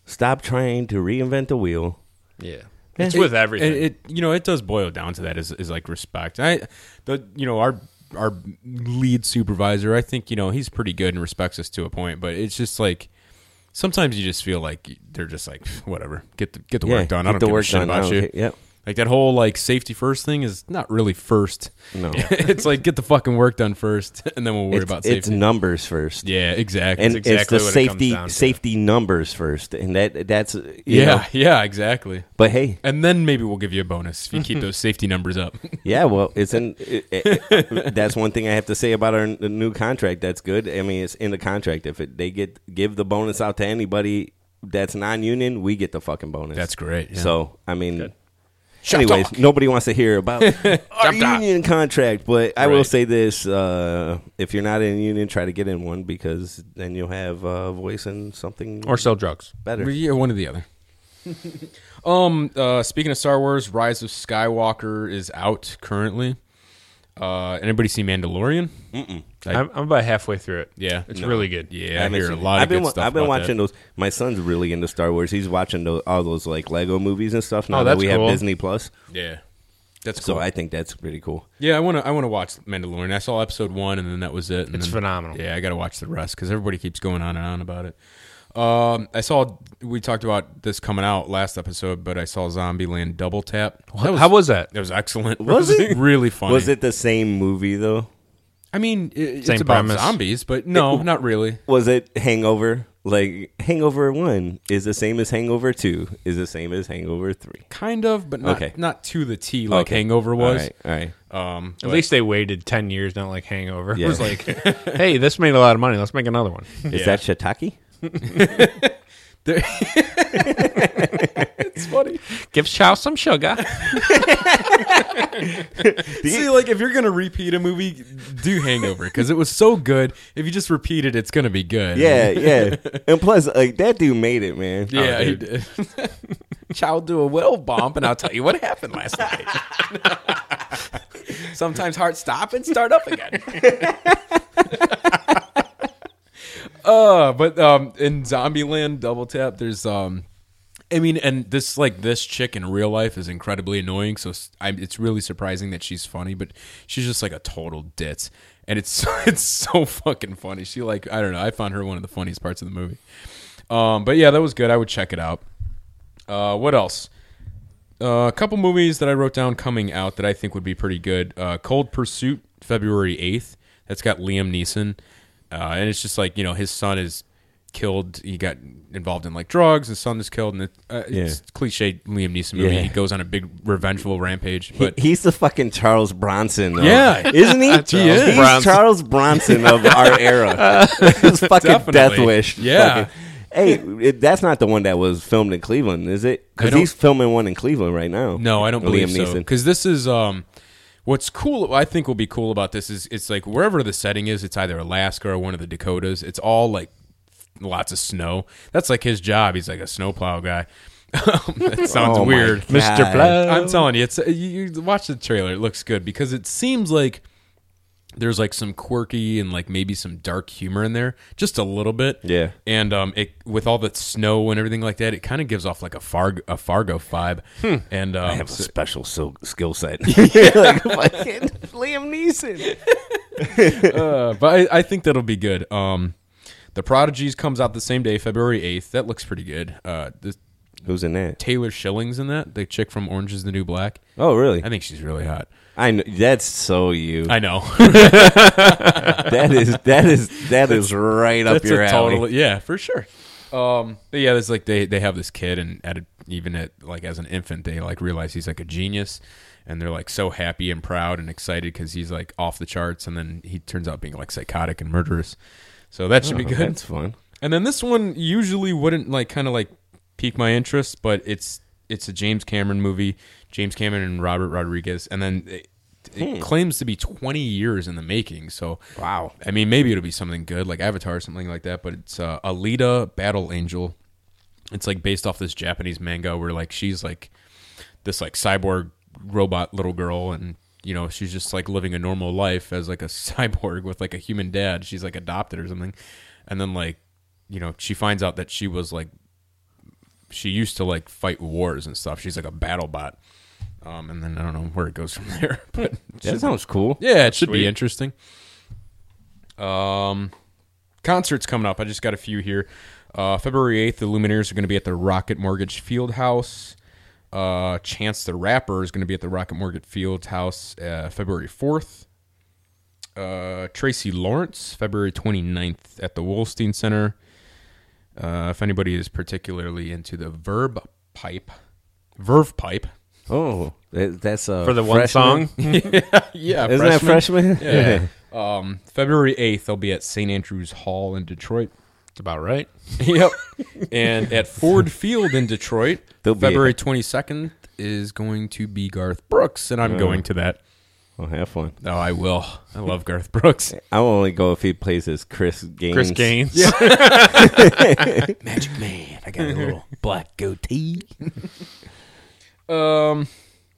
Stop trying to reinvent the wheel. Yeah. It's It- with everything. It, it you know it does boil down to that is is like respect. I the you know our our lead supervisor, I think you know he's pretty good and respects us to a point, but it's just like sometimes you just feel like (laughs) they're just like whatever, get the get the Yeah, work done. get I don't the give a work shit done. I about don't you. care. Yep. Like Like that whole like safety first thing is not really first. No. (laughs) it's like get the fucking work done first, (laughs) and then we'll worry it's, about it's safety. numbers first. yeah, exactly. And exactly it's the what it comes safety down to. safety numbers first, and that that's uh, you yeah, know, yeah, exactly. but hey, And then maybe we'll give you a bonus if you (laughs) keep those safety numbers up. (laughs) Yeah, well, it's in. It, it- that's one thing I have to say about our n- the new contract. That's good. I mean, it's in the contract. If it, they get give the bonus out to anybody that's non-union, we get the fucking bonus. That's great, yeah. So I mean, Shop anyways, talk. nobody wants to hear (laughs) about our talk. union contract. But I will Right. say this: uh, if you're not in a union, try to get in one because then you'll have a voice in something or sell drugs. better. Yeah, one or the other. (laughs) um, uh, speaking of Star Wars, Rise of Skywalker is out currently. Uh, anybody see Mandalorian? I- I'm, I'm about halfway through it. Yeah. it's really good. Yeah, I, haven't hear a seen it. lot of I've been, good wa- stuff. I've been about that. watching those. My son's really into Star Wars. He's watching tho- all those like Lego movies and stuff Oh, now that that's we cool. have Disney Plus. Yeah, that's cool. So I think that's pretty cool. yeah, I want to. I want to watch Mandalorian. I saw episode one, and then that was it. and It's then- phenomenal. Yeah, I got to watch the rest because everybody keeps going on and on about it. Um, I saw we talked about this coming out last episode, but I saw Zombieland Double Tap. That How was that? It was excellent. (laughs) Was (laughs) it? really funny? Was it the same movie though? I mean, i- it's Same about premise. zombies, but no, not really. Was it Hangover? Like Hangover One is the same as Hangover Two is the same as Hangover Three. Kind of, but not Okay. not to the T like Okay. Hangover was. all right, all right. Um, At least they waited ten years, not like Hangover. Yeah. (laughs) It was like, (laughs) hey, this made a lot of money. Let's make another (laughs) one. Is that Shiitake? there- it's funny. Give Chow some sugar. See, like if you're gonna repeat a movie, do Hangover because it was so good. If you just repeat it, it's gonna be good. (laughs) Yeah, yeah. and plus, like that dude made it, man. yeah. he did. Oh, (laughs) Child do a will bump, and I'll tell you what happened (laughs) last night. Sometimes heart stop and start up again. (laughs) uh, but um, in Zombieland Double Tap, there's um, I mean, and this like this chick in real life is incredibly annoying. So s- I'm, it's really surprising that she's funny, but she's just like a total ditz, and it's (laughs) so, it's so fucking funny. She like I don't know. I found her one of the funniest parts of the movie. Um, but yeah, that was good. I would check it out. Uh, what else? Uh, a couple movies that I wrote down coming out that I think would be pretty good. Uh, Cold Pursuit, February eighth. That's got Liam Neeson, uh, and it's just like you know his son is killed. He got involved in like drugs. His son is killed, and it, uh, it's cliche Liam Neeson movie. Yeah. He goes on a big revengeful rampage. He- But he's the fucking Charles Bronson. Though. Yeah. (laughs) isn't he? He is. He's Bronson. Charles Bronson of our era. His fucking death Uh, Definitely. wish. Yeah. Fucking- Hey, it, that's not the one that was filmed in Cleveland, is it? I Because don't- he's filming one in Cleveland right now. No, I don't believe Liam so. Neeson. Because this is um, what's cool. I think will be cool about this is it's like wherever the setting is, it's either Alaska or one of the Dakotas. It's all like lots of snow. That's like his job. He's like a snowplow guy. (laughs) that sounds Oh my weird, God. Mr. Plow. I'm telling you, it's uh, you, you watch the trailer. It looks good because it seems like there's like some quirky and like maybe some dark humor in there, just a little bit. Yeah. And um, it with all the snow and everything like that, it kind of gives off like a Fargo, a Fargo vibe. And um, Hmm. I have a so- special so- (laughs) skill set. (laughs) like fucking Liam Neeson. Uh, but I, I think that'll be good. Um, the Prodigies comes out the same day, February eighth. That looks pretty good. Uh, the Who's in that? Taylor Shillings in that, the chick from Orange Is the New Black. Oh, really? I think she's really hot. I know. That's so you. I (laughs) know. That is that (laughs) is that is right up your alley. totally- yeah, for sure. Um, but yeah, there's like they they have this kid, and at a, even at like as an infant, they like realize he's like a genius, and they're like so happy and proud and excited because he's like off the charts, and then he turns out being like psychotic and murderous. So that should be good. Oh, That's fun. And then this one usually wouldn't like kind of like pique my interest, but it's it's a James Cameron movie, James Cameron and Robert Rodriguez, and then it, it claims to be 20 years in the making. So Wow. I mean, maybe it'll be something good like Avatar or something like that. But it's uh, Alita: Battle Angel. It's like based off this Japanese manga where like she's like this like cyborg robot little girl and you know she's just like living a normal life as like a (laughs) cyborg with like a human dad she's like adopted or something and then like you know she finds out that she was like she used to like fight wars and stuff she's like a battle bot um and then i don't know where it goes from (laughs) there but That sounds cool. yeah it should be interesting um concerts coming up i just got a few here uh february 8th the lumineers are going to be at the rocket mortgage field house Uh, Chance the Rapper is going to be at the Rocket Mortgage Fields House uh, February 4th. Uh, Tracy Lawrence, February 29th at the Wolstein Center. Uh, if anybody is particularly into the Verb Pipe, Verve Pipe. Oh, that, that's uh, for the one freshman? song. yeah, Isn't that freshman? (laughs) Yeah. um, February 8th, they'll be at St. Andrews Hall in Detroit. It's about right. (laughs) yep. And at Ford Field in Detroit, They'll be- February 22nd is going to be Garth Brooks, and I'm going to that. well, have fun. Oh, I will. I love Garth Brooks. I will only go if he plays as Chris Gaines. Chris Gaines. Magic Man. I got a (laughs) little black goatee. um,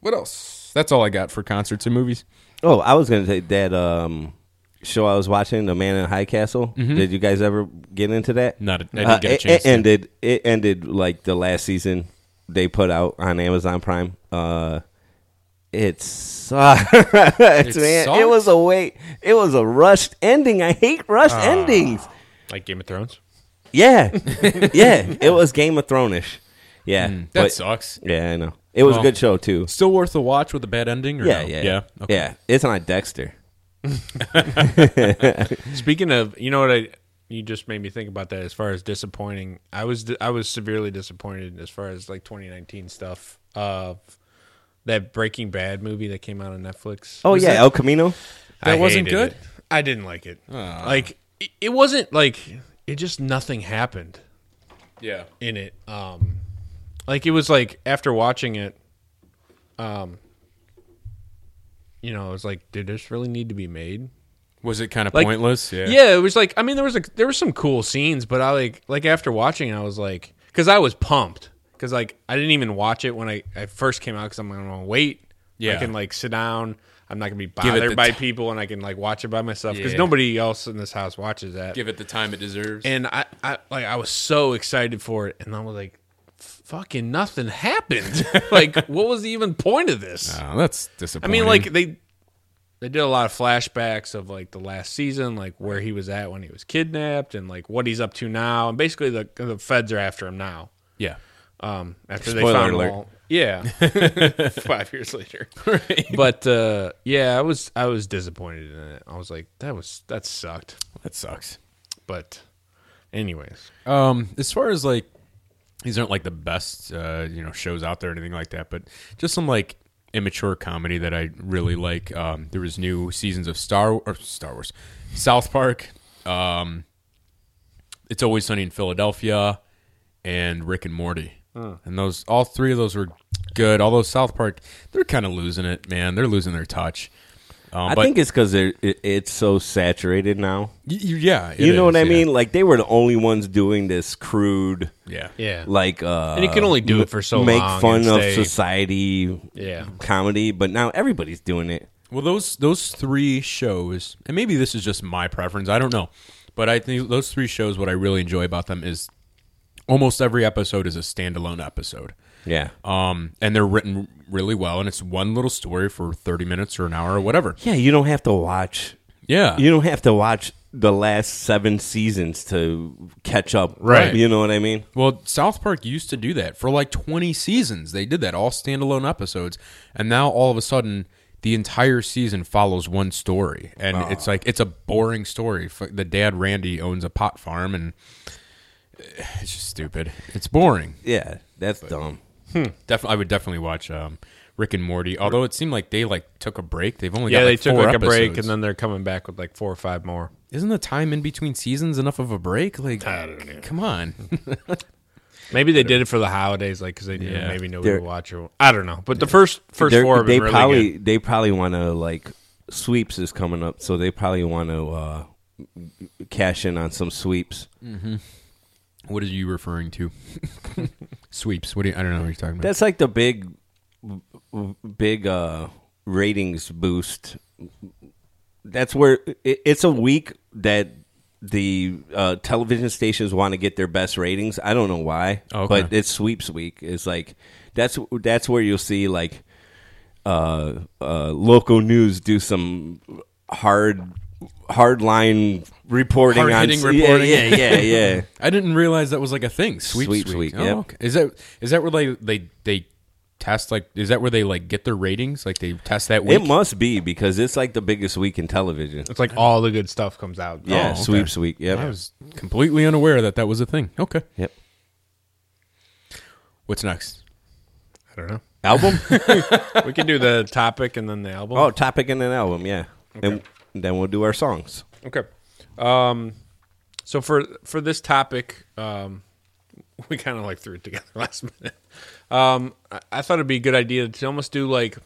what else? That's all I got for concerts and movies. Oh, I was gonna say that um, show I was watching, The Man in High Castle. Did you guys ever get into that? Mm-hmm. Not, I didn't Uh, get a it, chance. it ended. It ended like the last season they put out on Amazon Prime. Uh, it sucks, (laughs) man. sucks? It was a wait. It was a rushed ending. I hate rushed Ah. endings. Like Game of Thrones. Yeah, yeah. It was Game of Thrones. Yeah, that but- sucks. Yeah, I know. It was Well, a good show too. Still worth a watch with a bad ending? Or Yeah, no? yeah, Yeah. Okay. yeah. It's on Dexter. Speaking of, you know what I you just made me think about that as far as disappointing. I was I was severely disappointed as far as like 2019 stuff of that Breaking Bad movie that came out on Netflix. Oh Was yeah, that- El Camino. That I wasn't hated good? it. I didn't like it. Like it, it wasn't like it just nothing happened yeah. in it. Um like it was like after watching it um you know, I was like did this really need to be made? Was it kind of Like- pointless? Yeah. Yeah, it was like I mean there was a, there were some cool scenes, but I like like after watching it, I was like because I was pumped because like I didn't even watch it when I, I first came out because I'm gonna wait. Yeah. I can like sit down. I'm not gonna be it bothered the by ti- people, and I can like watch it by myself because Yeah. nobody else in this house watches that. Give it the time it deserves. And I, I like I was so excited for it, and I was like, "Fucking (laughs) nothing happened. like, what was the even point of this?" Oh, that's I disappointing. mean, like they they did a lot of flashbacks of like the last season, like where he was at when he was kidnapped, and like what he's up to now, and basically the the feds are after him now. yeah. Um, after Spoiler they found alert. him all, yeah, five years later. But uh, yeah, I was I was disappointed in it. I was like, that was that sucked. That sucks. But anyways, Um, as far as like these aren't like the best uh, you know shows out there or anything like that, but just some like immature comedy that I really like. Um, there was new seasons of Star or Star Wars, South Park. Um, it's always sunny in Philadelphia, and Rick and Morty, and those all three of those were good. Although South Park, they're kind of losing it, man. They're losing their touch. Um, I but think it's because it, it's so saturated now. y- y- yeah, it You know is, what I yeah. mean? Like they were the only ones doing this crude, Yeah, yeah, like uh, and you can only do it for so make long. fun and of stay- society, Yeah. comedy. But now everybody's doing it. Well, those those three shows, and maybe this is just my preference. I don't know, but I think those three shows. What I really enjoy about them is almost every episode is a standalone episode, Yeah, um, and they're written really well, and it's one little story for thirty minutes or an hour or whatever. yeah. You don't have to watch. Yeah, You don't have to watch the last seven seasons to catch up. Right. You know what I mean? Well, South Park used to do that for like 20 seasons. They did that all standalone episodes, and now all of a sudden the entire season follows one story, and Ah. it's like it's a boring story. F- The dad Randy owns a pot farm, and eh, it's just stupid. It's boring. Yeah, that's dumb. Def- I would definitely watch um, Rick and Morty, although it seemed like they like took a break. They've only yeah, got, they like, took four like a break, episodes. and then they're coming back with like four or five more. isn't the time in between seasons enough of a break? Like, come (laughs) on. Maybe they did it for the holidays, like because they knew Yeah. maybe nobody They're- would watch it. I don't know, but the first first They're- four have they been really probably good. they probably want to like sweeps is coming up, so they probably want to uh, cash in on some sweeps. what are you referring to? (laughs) Sweeps. What do you? I don't know what you're talking about. That's like the big, big uh, ratings boost. That's where it, it's a week that the uh, television stations want to get their best ratings. I don't know why, Okay. but it's sweeps week. It's like that's that's where you'll see like uh, uh, local news do some hard hard line reporting on Hard-hitting reporting. Yeah, yeah, yeah. yeah. (laughs) I didn't realize that was like a thing. Sweep, Sweep, sweep. sweep, Oh, yep. okay. Is that is that where they they they test like is that where they like get their ratings? Like they test that week? It must be because it's like the biggest week in television. It's like all the good stuff comes out. Yeah, Oh, okay. sweeps week. Yep. I was completely unaware that that was a thing. Okay. Yep. What's next? I don't know. (laughs) Album? We can do the topic and then the album. oh, topic and an album. Yeah. And then we'll do our songs. Okay. Um, so for for this topic, um, (laughs) we kind of like threw it together last minute. Um, I, I thought it'd be a good idea to almost do like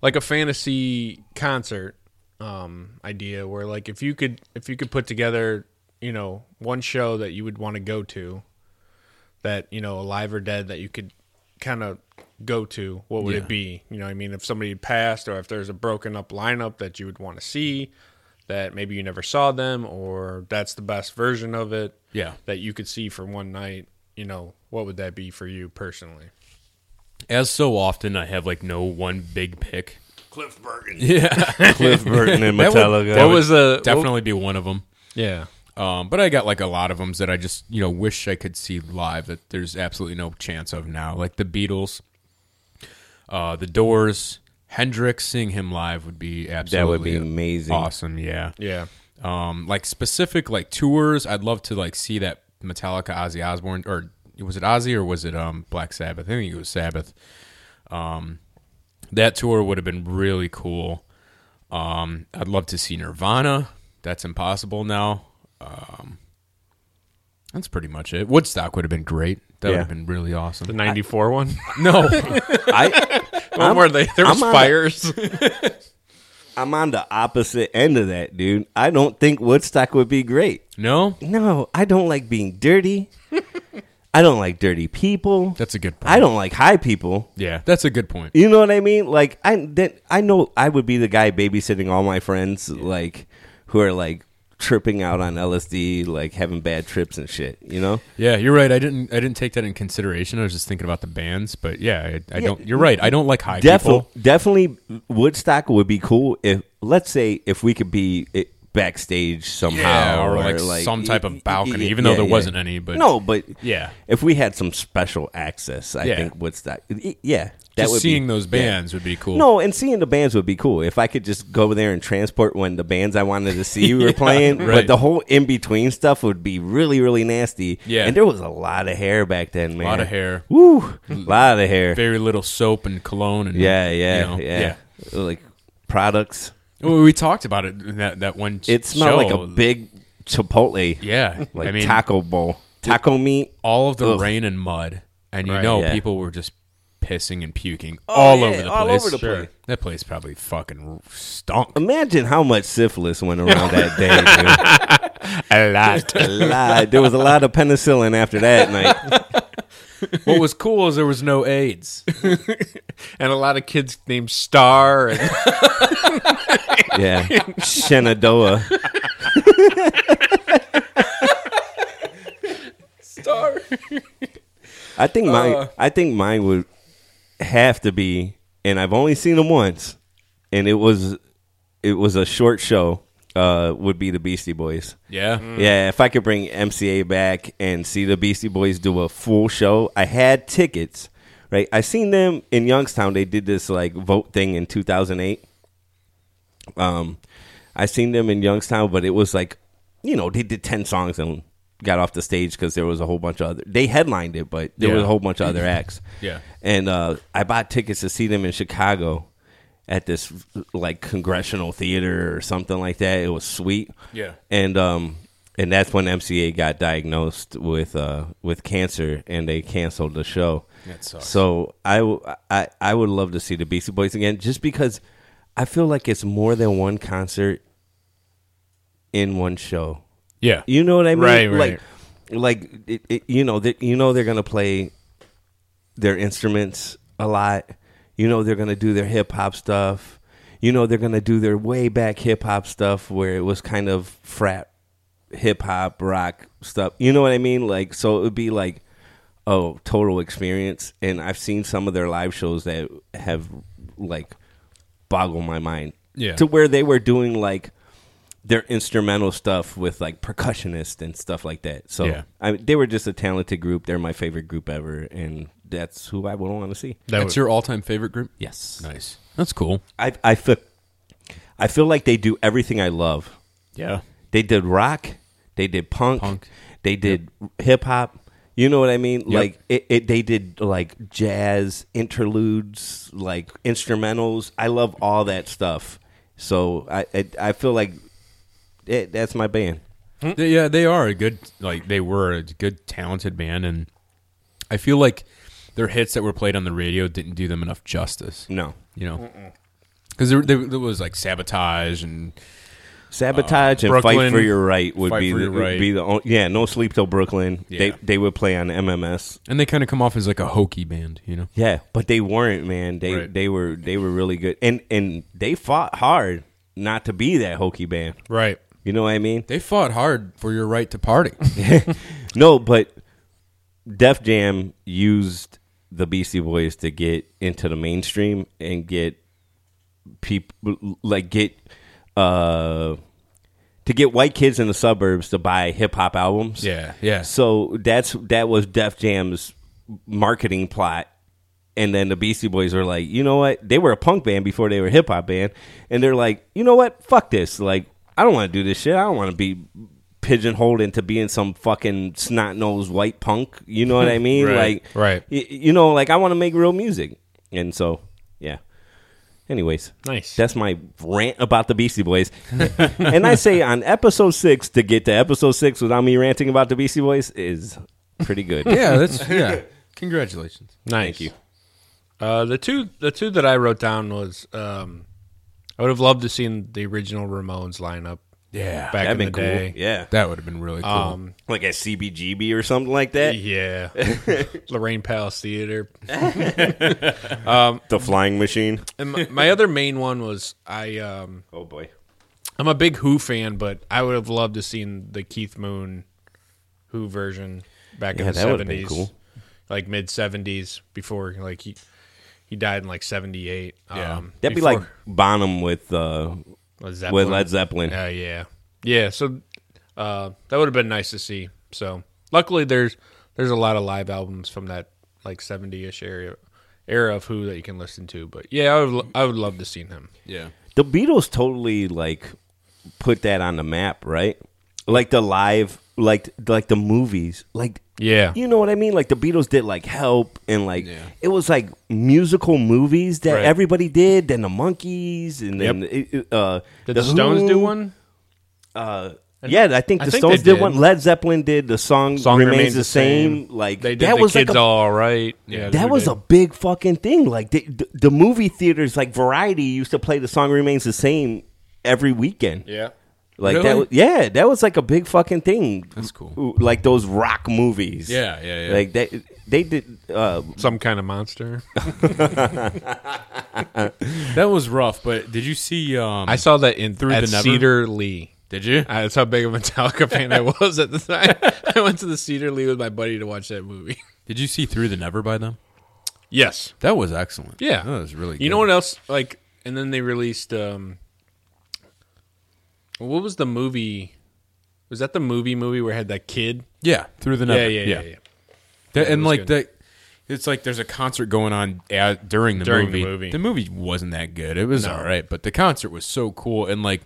like a fantasy concert um, idea, where like if you could if you could put together you know one show that you would want to go to, that you know alive or dead that you could kind of go to what would Yeah. it be you know what i mean if somebody passed or if there's a broken up lineup that you would want to see that maybe you never saw them or that's the best version of it Yeah. that you could see for one night you know what would that be for you personally As so often I have like no one big pick. cliff (laughs) burton Cliff Burton and That would- Metallica. that was a Definitely be one of them. yeah Um, but I got like a lot of them that I just you know wish I could see live that there's absolutely no chance of now. Like the Beatles, uh, the Doors, Hendrix. Seeing him live would be that would absolutely be amazing. awesome. Yeah. yeah Um, like specific like tours. I'd love to like see that Metallica, Ozzy Osbourne, or was it Ozzy or was it um Black Sabbath? I think it was Sabbath. Um, that tour would have been really cool. Um, I'd love to see Nirvana. That's impossible now. Um, that's pretty much it. Woodstock would have been great. That would Yeah. have been really the awesome. 94 one (laughs) No, (laughs) I, one where (laughs) they there I'm was on the- fires I'm on the opposite end of that, dude. I don't think Woodstock would be great. no, No, I don't like being (laughs) dirty. I don't like dirty people. that's a good point. I don't like high people. Yeah, that's a good point. You know what I mean? Like I that I know I would be the guy babysitting all my friends like who are like tripping out on LSD, like having bad trips and shit, you know? Yeah, you're right. I didn't. I didn't take that in consideration. I was just thinking about the bands, but yeah, I, I don't. You're right. I don't like high Definitely people. definitely Woodstock would be cool if let's say if we could be it, backstage somehow Yeah, or, like, some type of balcony, even though there wasn't any, but- No, but Yeah. If we had some special access, I Yeah. think Woodstock y- yeah, that just would seeing be, those yeah. bands would be cool. No, and seeing the bands would be cool. If I could just go there and transport when the bands I wanted to (laughs) see were playing, right. but the whole in between stuff would be really, really nasty. Yeah. and there was a lot of hair back then, man. a lot of hair, Mm. Woo, lot of hair. very little soap and cologne, and yeah, yeah, you know, yeah, Like products. Well, we talked about it in that that one. It smelled like show. a big Chipotle, yeah. like I mean, taco bowl, taco meat. all of the Ugh. rain and mud, and you Right. know Yeah. Oh, people were just pissing and puking all yeah, over the place. all over the Sure. place. Um, That place probably fucking stunk. Imagine how much (laughs) syphilis went around that day. Dude. a (laughs) lot A lot. There was a lot of penicillin after that night. what was cool is there was no (laughs) AIDS. and a lot of kids named star (laughs) and Yeah. Shenandoah. Star. I think mine. I think mine would have to be, and I've only seen them once, and it was it was a short show. Uh, would be the Beastie Boys. Yeah. Yeah, if I could bring MCA back and see the Beastie Boys do a full show, I had tickets. Right, I seen them in Youngstown. They did this like vote thing in 2008. Um, I seen them in Youngstown, but it was like, you know, they did ten songs and got off the stage because there was a whole bunch of other. They headlined it, but there was Yeah. a whole bunch of other acts. Yeah. and uh, I bought tickets to see them in Chicago at this like congressional theater or something like that. It was sweet. Yeah. and um. And that's when MCA got diagnosed with uh, with cancer, and they canceled the show. That sucks. So I, w- I- I would love to see the Beastie Boys again, just because I feel like it's more than one concert in one show. Yeah. You know what I mean? Right, right. Like, like it, it, you know that you know they're gonna play their instruments a lot. You know they're gonna do their hip hop stuff. You know they're gonna do their way back hip hop stuff where it was kind of frat hip hop rock stuff. You know what I mean? Like so it would be like oh total experience. And I've seen some of their live shows that have like boggled my mind. Yeah. To where they were doing like their instrumental stuff with like percussionists and stuff like that. So Yeah. I, they were just a talented group. They're my favorite group ever, and that's who I would want to see. That's your all-time favorite group. Yes, Nice. That's cool. I I feel I feel like they do everything I love. Yeah. They did rock, they did punk, Punk. they did hip hop. You know what I mean? Like it, it, they did like jazz interludes, like instrumentals. I love all that stuff. So I I, I feel like it, that's my band. They- yeah, they are a good like they were a good talented band, and I feel like their hits that were played on the radio didn't do them enough justice. No. You know, because there, there, there was like sabotage and Sabotage and Brooklyn, Fight for Your Right would Fight be for the, Your Right. be the only, yeah, No Sleep Till Brooklyn. They Yeah. they would play on MMS. and they kind of come off as like a hokey band. You know. Yeah, but they weren't, man. They Right. they were they were really good. And and they fought hard not to be that hokey band. right. You know what I mean? They fought hard for your right to party. No, but Def Jam used the Beastie Boys to get into the mainstream and get people like get uh to get white kids in the suburbs to buy hip hop (laughs) albums. yeah, yeah. So that's that was Def Jam's marketing plot. And then the Beastie Boys were like, you know what? They were a punk band before they were a hip hop band. And they're like, you know what? Fuck this. Like, I don't want to do this shit. I don't want to be pigeonholed into being some fucking snot nosed white punk. You know what (laughs) I mean? Right, like, right. y- you know, like, I want to make real music. And so, yeah. Anyways, Nice. That's my rant about the Beastie Boys. (laughs) and I say on episode six to get to episode six without me ranting about the Beastie Boys is pretty (laughs) good. yeah, that's yeah. Congratulations. Nice. Thank you. Uh, the two the two that I wrote down was um, I would have loved to seen the original Ramones lineup Yeah, back That'd in the been cool. day. Yeah, that would have been really cool. Um, like at CBGB or something like that. (laughs) yeah, Lorraine Palace (laughs) Theater. The Flying Machine. And my, my other main one was I um, Oh boy. I'm a big Who fan, but I would have loved to seen the Keith Moon Who version back Yeah, in the that would have been seventies, cool. like mid seventies before like he he died in like seventy eight. Yeah. um, That'd before- be like Bonham with uh, Led with Zeppelin. Led Zeppelin. Yeah, yeah, yeah. So uh, that would have been nice to see. So luckily, there's there's a lot of live albums from that like seventy ish area era of Who that you can listen to. But yeah, I would lo- I would love to seen him. yeah, The Beatles totally like put that on the map, right? Like the live, like like the movies, like Yeah, you know what I mean? Like the Beatles did like Help and like Yeah. it was like musical movies that Right. everybody did. Then the Monkeys and then it- it, uh, did the, Stones Who. do one? Yeah, I think I the think Stones they did, one. did. Led Zeppelin did the song, Song remains, the same. Like They did that the was kids like a, all right. Yeah, that we was did. a big fucking thing. Like the, the, the movie theaters, like Variety used to play the song remains the same every weekend. yeah. Like Really? that, was, yeah, that was like a big fucking thing. That's cool. Ooh, Like those rock movies. yeah, yeah, yeah. Like they they did. Uh, Some kind of monster. that was rough. But did you see? Um, I saw that in Through at the Never? Cedar Lee. did you? Uh, that's how big of a Metallica fan (laughs) I was at the time. I went to the Cedar Lee with my buddy to watch that movie. did you see through the never by them? Yes, That was excellent. Yeah, that was really. You know what else? Like, and then they released. um What was the movie? Was that the movie movie where it had that kid? Yeah, through the never. Yeah, yeah, yeah, yeah. That- and was like good. that, it's like there's a concert going on at, during the During the movie. movie. wasn't that good. It was all right, but the concert was so cool. And like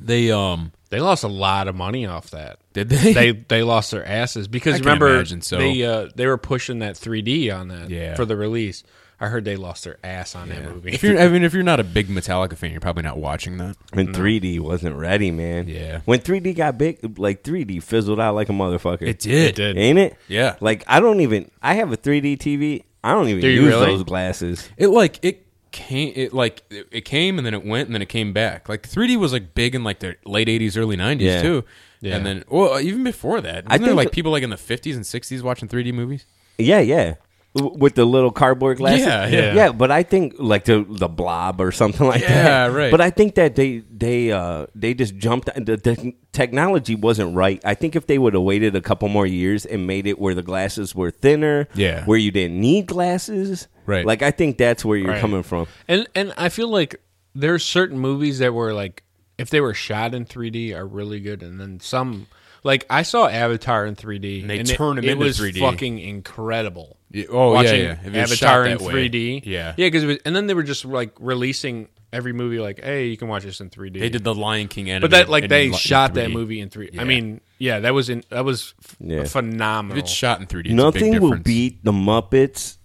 they um They lost a lot of money off that. did they, (laughs) They (laughs) they lost their asses because I can remember imagine so. they uh, they were pushing that 3D on that Yeah. for the release. I heard they lost their ass on that movie. If you're, I mean, if you're not a big Metallica fan, you're probably not watching that. when 3D wasn't ready, man. Mm-hmm. Yeah. When 3D got big, like 3D fizzled out like a motherfucker. did. It did. ain't it? Yeah. Like I don't even. I have a 3D TV. I don't even Do you use really? those glasses. It like it came. It like it, it came and then it went and then it came back. Like 3D was like big in like the late 80s, early 90s Yeah. too. Yeah. And then well, uh, even before that, I I there think- like people like in the 50s and 60s watching 3D movies. Yeah, yeah. W- With the little cardboard glasses. Yeah, yeah. Yeah, but I think like the the blob or something like Yeah, that. right. But I think that they they uh they just jumped the, the technology wasn't right. I think if they would have waited a couple more years and made it where the glasses were thinner, Yeah. where you didn't need glasses. Right. Like I think that's where you're Right. coming from. And and I feel like there's certain movies that were like if they were shot in 3D are really good, and then some like I saw Avatar in 3D And they it- turn 'em it into was 3D. fucking incredible. Y- Oh watching yeah, yeah. If it's shot Avatar in that way. 3D. Yeah. yeah, because and then they were just like releasing every movie like, hey, you can watch this in 3D. They did the Lion King anime, but that like in they li- in shot that 3D. movie in three. Yeah. I mean, yeah, that was in that was f- Yeah. phenomenal. If it's shot in 3D, it's a Nothing big will difference. beat the Muppets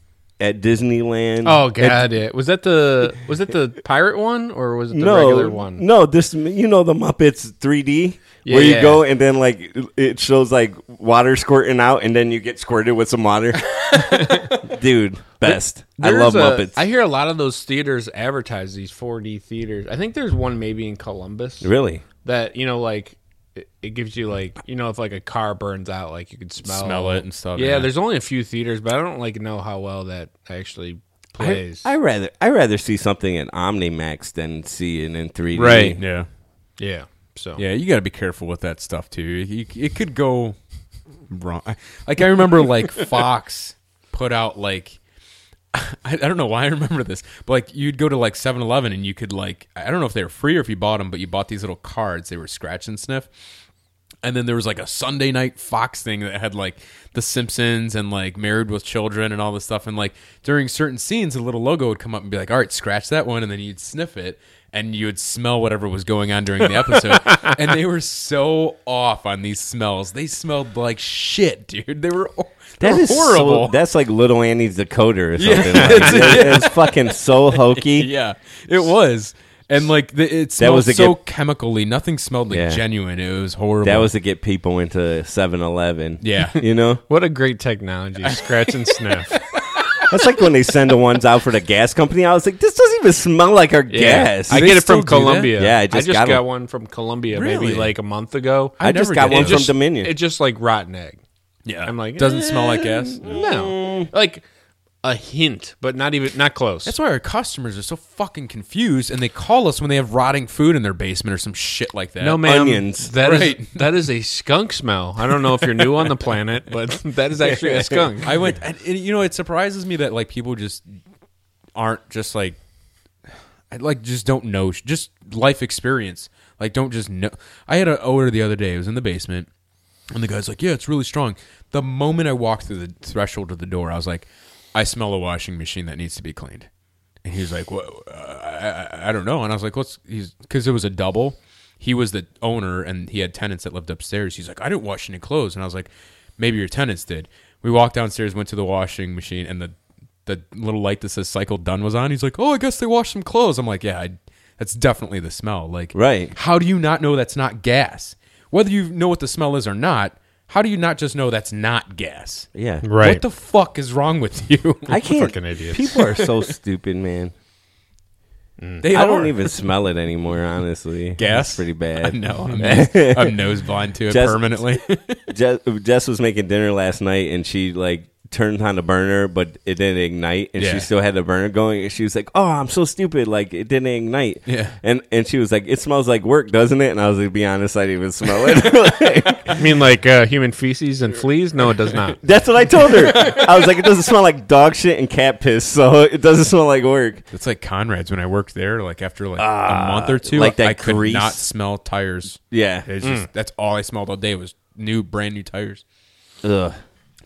at Disneyland. oh At- god, yeah. was that the was that the pirate one or was it the no, regular one? No, this you know the Muppets 3D Yeah, where you yeah. go and then like it shows like water squirting out and then you get squirted with some (laughs) water. Dude, best. I There's love a- Muppets. I hear a lot of those theaters advertise these 4D theaters. I think there's one maybe in Columbus really? that you know like it, it gives you like you know if like a car burns out like you can smell Smell it and stuff, Yeah, yeah. there's only a few theaters, but I don't like know how well that actually plays. I rather I rather see something in OmniMax than see it in 3D. Right. Yeah, yeah, so yeah. You got to be careful with that stuff too. You- it could go wrong. I- Like I remember, like (laughs) Fox put out like. I, I don't know why I remember this, but like you'd go to like 7-Eleven and you could like I don't know if they were free or if you bought them, but you bought these little cards. They were scratch and sniff, and then there was like a Sunday night Fox thing that had like The Simpsons and like Married with Children and all this stuff. And like during certain scenes, a little logo would come up and be like, "All right, scratch that one," and then you'd sniff it and you would smell whatever was going on during the (laughs) episode. and they were so off on these smells; they smelled like shit, dude. They were they That were is so- horrible. that's like Little (laughs) Annie's decoder or something. like. It's fucking so hokey. yeah, it was. And like the, it smelled was to so get- chemically, nothing smelled like Yeah. genuine. It was horrible. That was to get people into 7-Eleven. Yeah. (laughs) You know? What a (laughs) great technology, scratch and sniff. That's like when they send the ones out for the gas company. I was like, this doesn't even smell like our gas. I They get it still do from that? Colombia. Yeah, I just got got, one. one from Colombia Really? maybe like a month ago. I just never got did one that. from just, Dominion. It's just like rotten egg. yeah. I'm like, doesn't smell like eh, gas. No, like a hint, but not even not close. That's why our customers are so fucking confused, and they call us when they have rotting food in their basement or some shit like that. no, ma'am. Onions. That is- Right. that is a skunk smell. I don't know if you're new on the planet, but (laughs) that is actually a skunk. I went, and, and, you know, it surprises me that like people just aren't just like, I, like just don't know, sh- just life experience, like don't just know. I had an odor the other day. It was in the basement, and the guy's like, "Yeah, it's really strong." The moment I walked through the threshold of the door, I was like, "I smell a washing machine that needs to be cleaned." And he was like, "Well, uh, I, I, I don't know." And I was like, "What's?" He's because it was a double. He was the owner, and he had tenants that lived upstairs. He's like, "I didn't wash any clothes," and I was like, "Maybe your tenants did." We walked downstairs, went to the washing machine, and the the little light that says "cycle done" was on. He's like, "Oh, I guess they washed some clothes." I'm like, "Yeah, I, that's definitely the smell." Like, Right. How do you not know that's not gas? Whether you know what the smell is or not, how do you not just know that's not gas? yeah. What the fuck is wrong with you? (laughs) I can't. Fucking idiots. People (laughs) are so stupid, man. they I don't are. even smell it anymore, honestly. gas It's (laughs) pretty I bad. know. (laughs) I'm, nose- I'm nose blind to it Just- (laughs) permanently. Jess, Jess was making dinner last night and she like turned on the burner, but it didn't ignite, and Yeah. she still had the burner going. And she was like, "Oh, I'm so stupid! Like it didn't ignite." Yeah. And and she was like, "It smells like work, doesn't it?" And I was like, "To "Be honest, I didn't even smell it." (laughs) Like, I mean, like uh, human feces and fleas? No, it does not. that's what I told her. I was like, "It doesn't smell like dog shit and cat piss, so it doesn't smell like work." it's like Conrad's when I worked there. Like after like a month or two, Ah, like that I could grease. Mm. not smell tires. Yeah. It's just, that's all I smelled all day was new, brand new tires. Ugh.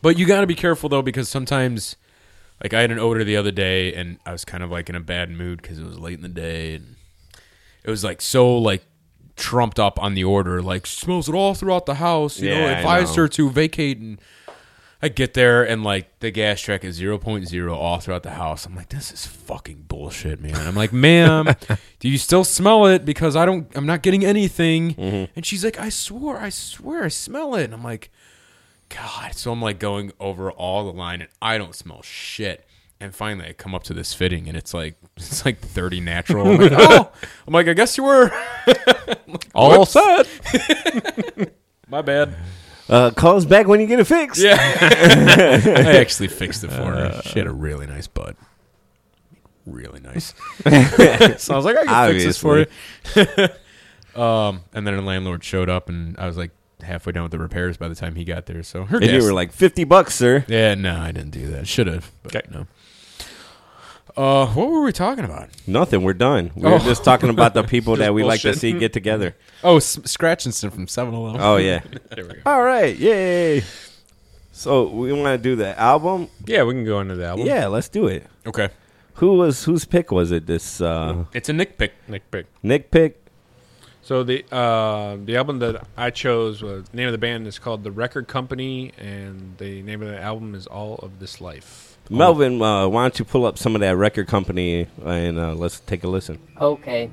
But you got to be careful though, because sometimes, like I had an odor the other day, and I was kind of like in a bad mood because it was late in the day, and it was like so like trumped up on the order, like smells it all throughout the house. You know, Yeah, I advised know. her to vacate and. I get there and like the gas track is 0.0 all throughout the house. I'm like, this is fucking bullshit, man. I'm like, (laughs) ma'am, do you still smell it? Because I don't, I'm not getting anything. Mm-hmm. And she's like, I swore, I swear, I smell it. And I'm like, God. So I'm like going over all the line and I don't smell shit. And finally I come up to this fitting and it's like (laughs) it's like 30 natural. I'm like, (laughs) oh I'm like, I guess you were (laughs) All Whoops. set. (laughs) my bad. Uh, call us back when you get it fixed. Yeah. I actually fixed it for her. Uh. She had a really nice butt. Really (laughs) nice. (laughs) so I was like, I can fix this for you. (laughs) um, and then a landlord showed up and I was like halfway done with the repairs by the time he got there. So her And gas- you were like, 50 bucks, sir. Yeah, no, I didn't do that. Should have. but Okay. No. Uh, what were we talking about? Nothing. We're done. We were Oh. just talking about the people that we like to bullshit. see get together. Oh, S- Scratch and Sniff from 7 Eleven. Oh, yeah. There we go. All right. Yay. So we want to do the album. (laughs) Yeah, we can go into the album. Yeah, let's do it. Okay. Who was whose pick was it? This uh, It's a nick pick. Nick Pick. Nick pick. So the uh, the album that I chose, uh, name of the band is called The Record Company, and the name of the album is All of This Life. Melvin, uh, why don't you pull up some of that record company and uh, let's take a listen. Okay.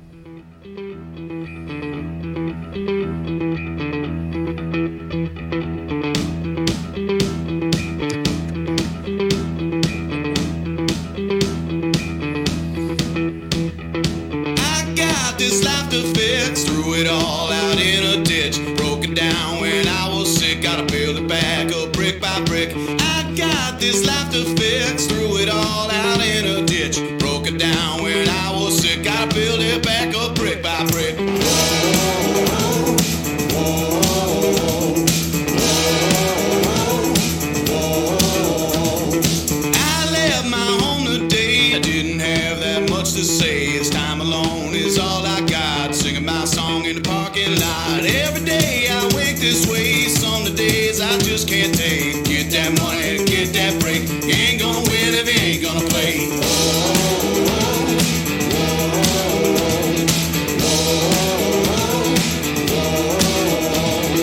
I got this life to fix. Threw it all out in a ditch. Broken down when I was sick. Gotta build it back up brick by brick. I got this life to fix. Threw it all out in a ditch. Broken down when I was sick. Gotta build it back up brick by brick. I left my home today. I didn't have that much to say. This time alone is all I got. Singing my song in the parking lot. Every day I wake this way. Some of the days I just can't take. Get that money, get that break. You ain't gonna win if you ain't gonna play. I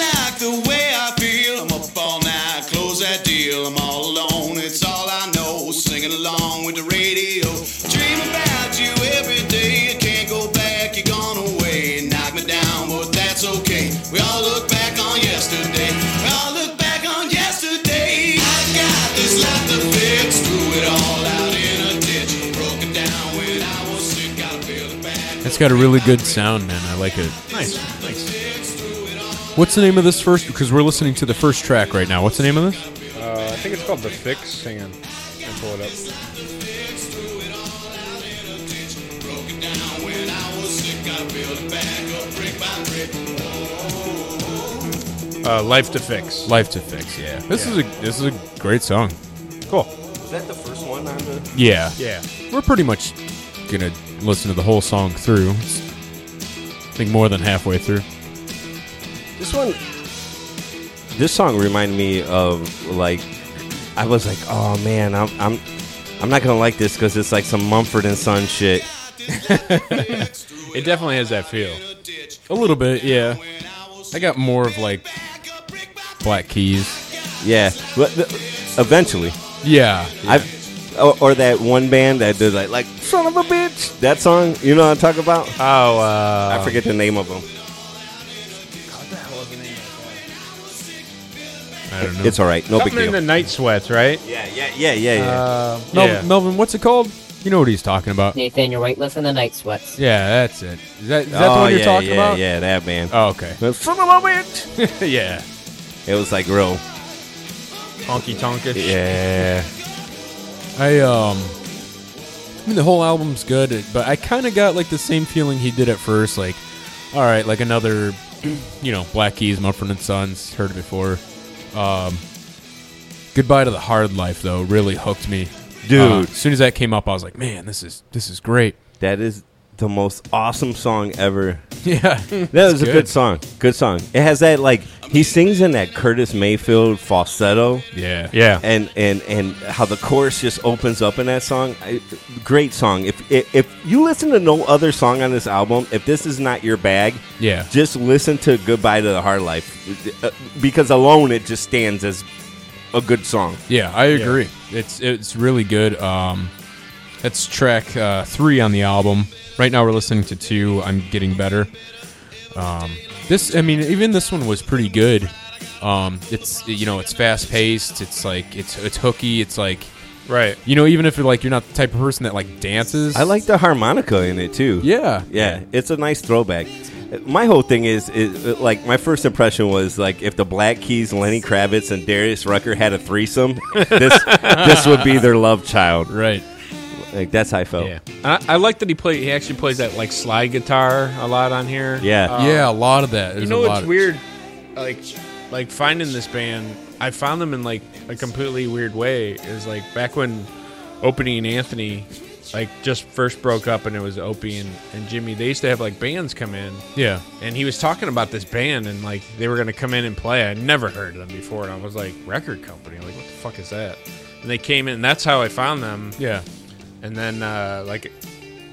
like the way I feel. I'm up all night, close that deal. I'm all alone, it's all I know. Singing along with the radio. Dream about you every day. You can't go back, you're gone away. Knock me down, but that's okay. We all look back on yesterday. We all look back on yesterday. I got this life to fix. Threw it all out in a ditch. Broke it down when I was sick. Gotta build it back. That's got a really good sound, man. I like it. Nice, nice. What's the name of this first? Because we're listening to the first track right now. What's the name of this? Uh, I think it's called The Fix. Hang on, I'll pull it up. Broke it down when I was sick. Gotta build it back up brick by brick. Uh, Life to Fix. Life to Fix. Yeah. This is a this is a great song. Cool. Is that the first one on the? Yeah. Yeah. We're pretty much gonna listen to the whole song through. It's- I think more than halfway through. This one, this song reminded me of like, I was like, oh man, I'm I'm, I'm not gonna like this because it's like some Mumford and Son shit. It definitely has that feel. A little bit, yeah. I got more of like Black Keys. Yeah, but the, eventually, Yeah. I, or, or that one band that did like like son of a bitch that song. You know what I'm talking about? Oh, uh, I forget the name of them. I don't know. It's all right, no big something in deal. the night sweats, (laughs) right? yeah, yeah, yeah, yeah, yeah. Uh, Mel- yeah. Melvin, what's it called? You know what he's talking about. Nathaniel Waitless and the Night Sweats. Yeah, that's it. Is that, is that the Oh, one you're yeah, talking yeah, about? Yeah, that band. Oh, okay. Son of a bitch. yeah. It was like real. Honky tonkish. Yeah. I um I mean the whole album's good, but I kind of got like the same feeling he did at first like all right, like another (clears throat) you know, Black Keys, Mumford and Sons, heard it before. Um Goodbye to the Hard Life though really hooked me. Dude. Uh, as soon as that came up, I was like, "Man, this is this is great." (laughs) That is the most awesome song ever. Yeah. That was a good. good song. Good song. It has that like he sings in that Curtis Mayfield falsetto, yeah. Yeah. and and and how the chorus just opens up in that song. I, great song. If, if if you listen to no other song on this album, if this is not your bag, Yeah. just listen to "Goodbye to the Hard Life" uh, because alone it just stands as a good song. Yeah, I agree. It's it's really good. Um, that's track uh, three on the album. Right now, we're listening to two. I'm getting better. Um, this, I mean, even this one was pretty good. Um, it's you know, it's fast paced. It's like it's it's hooky. It's like Right. you know, even if you're like you're not the type of person that like dances. I like the harmonica in it too. Yeah. Yeah, it's a nice throwback. My whole thing is, is uh, like my first impression was like if the Black Keys, Lenny Kravitz, and Darius Rucker had (laughs) a threesome, this this would be their love child. Right. Like that's how I felt. Yeah. I, I like that he play. He actually plays that like slide guitar a lot on here. Yeah. yeah, a lot of that. There's you know a it's lot of- weird like like finding this band i found them in like a completely weird way is like back when Opie and Anthony, like just first broke up, and it was Opie and, and Jimmy. They used to have like bands come in, Yeah. and he was talking about this band, and like they were gonna come in and play. I never heard of them before, and I was like, record company, like what the fuck is that? And they came in, and that's how I found them. Yeah. And then uh, like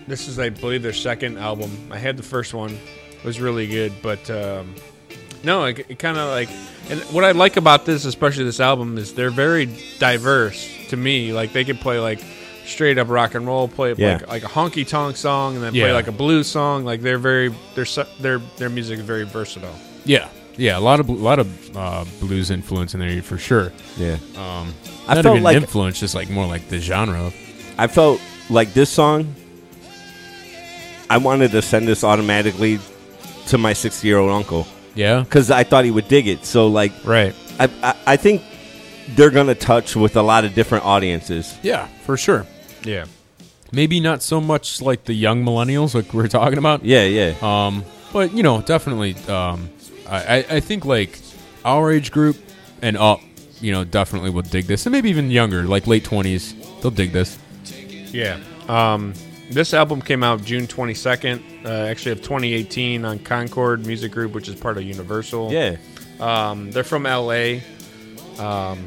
this is I believe their second album. I had the first one. It was really good, but um, no, it, it kind of like and what I like about this, especially this album, is they're very diverse to me. Like they can play like straight up rock and roll, play Yeah. like like a honky tonk song, and then Yeah. play like a blues song. Like they're very their su- their their music is very versatile. Yeah. Yeah. A lot of bl- lot of uh, blues influence in there for sure. Yeah. Um, I not felt even like- influence, just like more like the genre. I felt like this song. I wanted to send this automatically to my sixty-year-old uncle Yeah. because I thought he would dig it. So like, Right. I, I I think they're gonna touch with a lot of different audiences. Yeah, for sure. Yeah. Maybe not so much like the young millennials like we're talking about. Yeah, yeah, Um, but you know, definitely. Um, I, I I think like our age group and up, you know, definitely will dig this, and maybe even younger, like late twenties, they'll dig this. Yeah. Um, this album came out June 22nd, uh, actually of 2018, on Concord Music Group, which is part of Universal. yeah. Um, they're from LA. Um,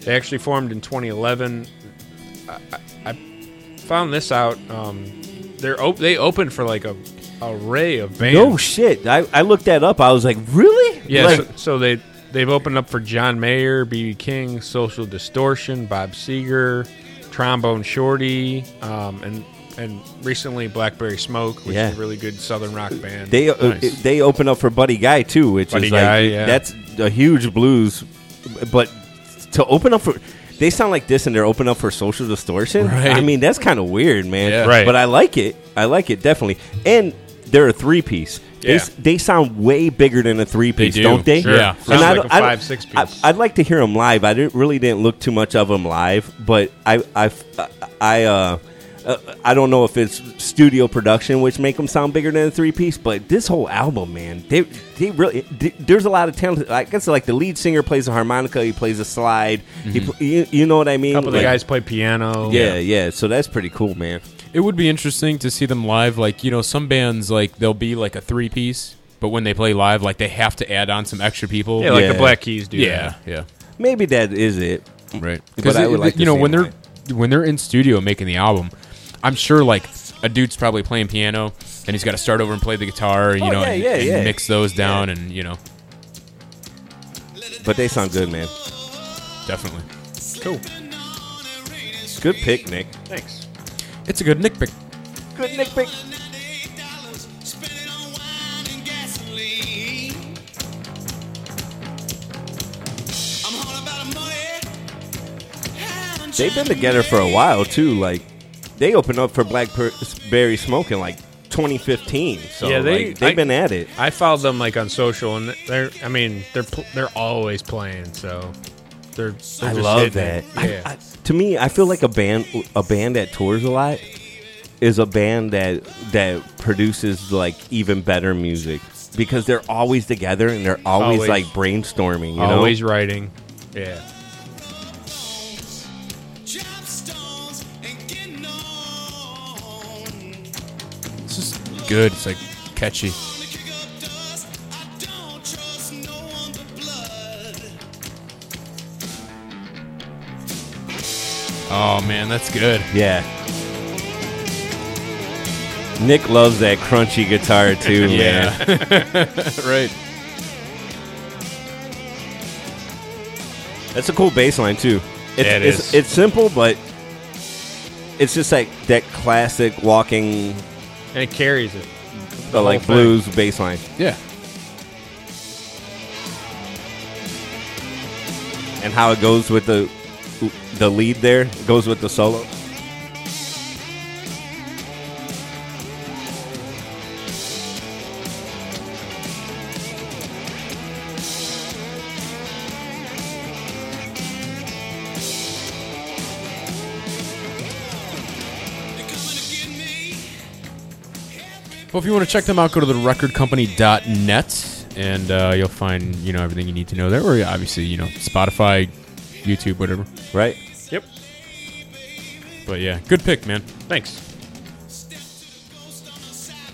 they actually formed in 2011. I, I, I found this out. Um, they're op- they opened for like a array of bands. No shit. I, I looked that up. I was like, really? Yeah, Like, so, so they they've opened up for John Mayer, BB King, Social Distortion, Bob Seger, Trombone Shorty, um, and and recently Blackberry Smoke, which Yeah. is a really good southern rock band. they uh, Nice. they open up for Buddy Guy too, which Buddy is like Guy, yeah. that's a huge blues. But to open up for they sound like this and they're open up for social distortion. Right. I mean, that's kind of weird, man. Yeah. Right. But I like it. I like it definitely. And they're a three piece. They, s- Yeah. they sound way bigger than a three piece, do. not they? Sure. Yeah. Sounds I like don't- a I don't- five, six I- piece. I'd like to hear them live. I didn't really didn't look too much of them live, but I I I uh, uh, I don't know if it's studio production which make them sound bigger than a three piece, but this whole album, man, they they really th- there's a lot of talent. I guess like the lead singer plays a harmonica, he plays a slide, he pl- you, you know what I mean? a Mm-hmm. couple of the Like, guys play piano. yeah, yeah. So that's pretty cool, man. It would be interesting to see them live. Like you know, some bands like they'll be like a three piece, but when they play live, like they have to add on some extra people. Yeah, like Yeah. the Black Keys do. yeah, yeah, Maybe that is it. right. But Because I would like to you know see when them they're when they're in studio making the album, I'm sure like a dude's probably playing piano and he's got to start over and play the guitar. You Oh, know, yeah, and, yeah, and yeah. mix those down, and you know, But they sound good, man. definitely. that. Cool. Good pick, Nick. Thanks. It's a good Nick pick. Good Nick pick. $98, spend it on wine and gasoline. I'm all about the money. I'm They've been trying to together for a make while too. Like they opened up for Blackberry Smoke in like 2015. So Yeah, they- like, they've I- been at it. I followed them like on social, and they're I mean they're pl- they're always playing. So they're, they're I just love hitting that. it. I- Yeah. I- to me, I feel like a band a band that tours a lot is a band that that produces like even better music because they're always together and they're always, Always. like brainstorming. You always know, writing. Yeah. drop stones and getting on. It's just good. It's like catchy. Wanna kick up dust, I don't trust no one but blood. Oh man, that's good. yeah. Nick loves that crunchy guitar (laughs) too, man. right. That's a cool bass line too. It's, Yeah, it it's, is. It's simple, but it's just like that classic walking, And it carries it. uh, like whole blues bass line. Yeah. and how it goes with the the lead there it goes with the solo. They're coming to get me. Well, if you want to check them out, go to therecordcompany.net and uh, you'll find you know everything you need to know there. Or obviously, you know Spotify, YouTube, whatever. Right? Yep. But yeah, good pick, man. Thanks.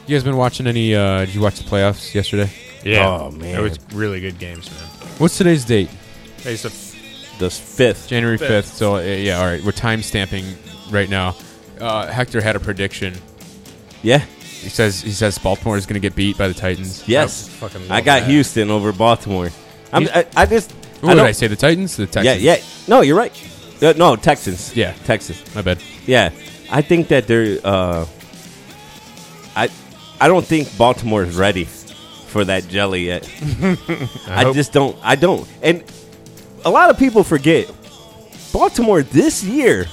You guys been watching any? Uh, did you watch the playoffs yesterday? Yeah. Oh, man. It was really good games, man. What's today's date? Hey, so The fifth. January Fifth. fifth. So uh, yeah, all right. We're time stamping right now. Uh, Hector had a prediction. Yeah. He says he says Baltimore is going to get beat by the Titans. Yes. I fucking love I got that. Houston over Baltimore. I'm, Houston- I, I just. What I did don't- I say? The Titans? The Texans? Yeah, yeah. No, you're right. Uh, no, Texans. Yeah. Texas. My bad. Yeah, I think that they're. Uh, I, I don't think Baltimore is ready for that jelly yet. (laughs) I, hope- just don't. I don't. And a lot of people forget Baltimore this year,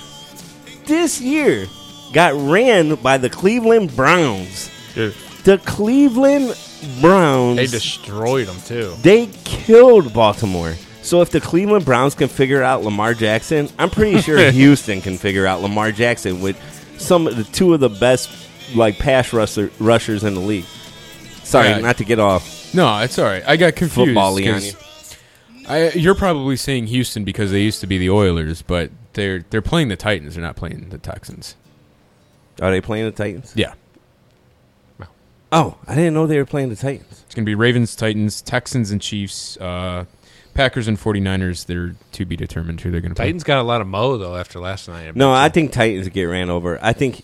this year, got ran by the Cleveland Browns. dude, The Cleveland Browns they destroyed them too. they killed Baltimore. So if the Cleveland Browns can figure out Lamar Jackson, I'm pretty (laughs) sure Houston can figure out Lamar Jackson with some of the two of the best like pass rusher, rushers in the league. Sorry, Yeah. not to get off No, it's all right. I got confused. football on 'cause you. I, you're probably saying Houston because they used to be the Oilers, but they're they're playing the Titans. They're not playing the Texans. Are they playing the Titans? Yeah, Oh, I didn't know they were playing the Titans. it's going to be Ravens, Titans, Texans, and Chiefs. Uh, Packers and 49ers. They're to be determined who they're going to play. Titans got a lot of mo though after last night. No, I think Titans get ran over. I think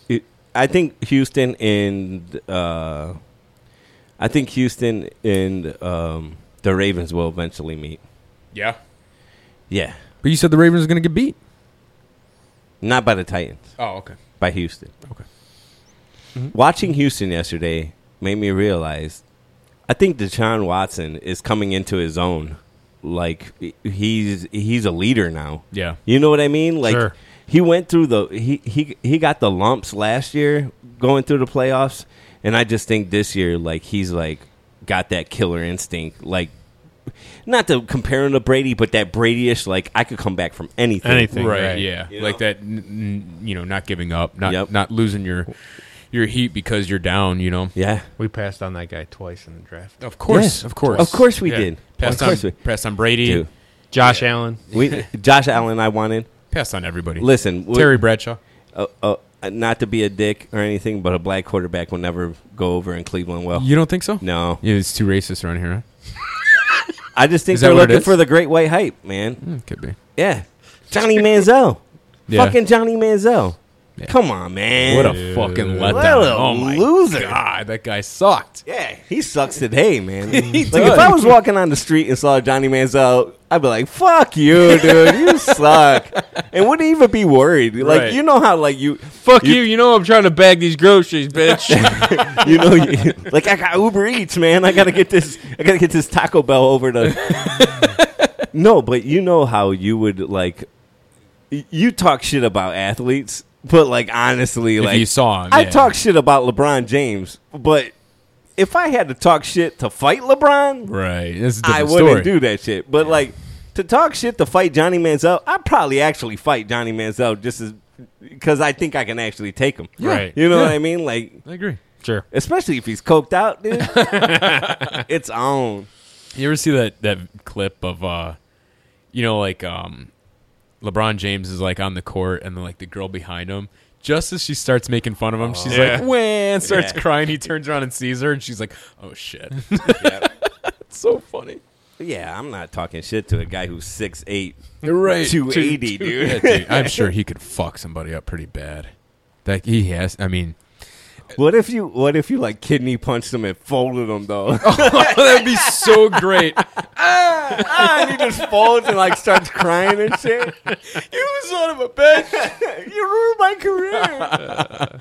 I think Houston and uh, I think Houston and um, the Ravens will eventually meet. Yeah, Yeah, but you said the Ravens are going to get beat. not by the Titans. Oh, okay. by Houston. Okay. Watching Houston yesterday made me realize I think Deshaun Watson is coming into his own. Like he's he's a leader now. Yeah. You know what I mean? Like Sure. he went through the he, he he got the lumps last year going through the playoffs and I just think this year like he's like got that killer instinct like not to compare him to Brady but that Brady-ish like I could come back from anything. Anything. Right. Right. Yeah. You like know? that. N- n- you know, not giving up, not Yep. not losing your your heat because you're down. You know. Yeah. we passed on that guy twice in the draft. Of course. Yeah. Of course. Of course we Yeah. did. Passed of course on. we Passed on Brady. do. Josh Allen. (laughs) We Josh Allen, I wanted. Passed on everybody. Listen, we- Terry Bradshaw. uh, uh, not to be a dick or anything, but a black quarterback will never go over in Cleveland well. You don't think so? No, Yeah, it's too racist around here. I just think Is that they're what it looking is? for the great white hype, man. Huh? Mm, could be. Yeah, Johnny Manziel, Yeah. fucking Johnny Manziel. Come on, man. What a fucking letdown! a oh my loser. god, that guy sucked. yeah, he sucks (laughs) today, man. like if I was walking on the street and saw Johnny Manziel, I'd be like, "Fuck you, dude, (laughs) you suck," and wouldn't even be worried. Like Right. you know how like you Fuck you, you know I'm trying to bag these groceries, bitch. you know, you, (laughs) like I got Uber Eats, man. I gotta get this. I gotta get this Taco Bell over to. (laughs) no, but you know how you would like. y- You talk shit about athletes, but like honestly, If (laughs) like you saw him, I yeah. talk shit about LeBron James, but if I had to talk shit to fight LeBron, Right, that's a different I wouldn't story. do that shit. But like to talk shit to fight Johnny Manziel, I probably actually fight Johnny Manziel just as because I think I can actually take him. Right. You know Yeah. what I mean? Like I agree. sure. especially if he's coked out, (laughs) dude. it's on. You ever see that that clip of uh, you know, like um, LeBron James is like on the court, and then like the girl behind him. Just as she starts making fun of him, she's Yeah. like, "When!" starts Yeah. crying. He turns around and sees her, and she's like, "Oh shit!" it's (laughs) so funny. Yeah, I'm not talking shit to a guy (laughs) who's 6'8", Right, 280, dude. Yeah, dude, I'm sure he could fuck somebody up pretty bad. Like he has. I mean, What if you what if you like kidney punched him and folded (laughs) him though? (laughs) Oh, that would be so great. and he just folds and like starts crying and shit. you son of a bitch! (laughs) you ruined my career.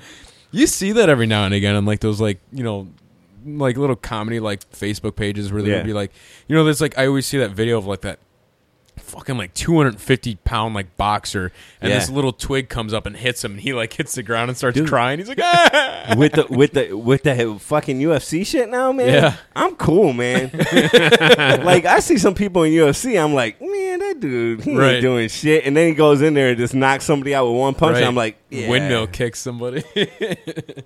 You see that every now and again on like those like you know like little comedy like Facebook pages where they Yeah. would be like you know there's like I always see that video of like that fucking like 250 pound like boxer and Yeah. this little twig comes up and hits him and he like hits the ground and starts crying he's like ah! with the with the with the fucking UFC shit now, man. Yeah. I'm cool, man. like I see some people in UFC, I'm like, man, that dude, he Right. ain't doing shit. And then he goes in there and just knocks somebody out with one punch. Right. And I'm like, yeah. windmill kicks somebody (laughs)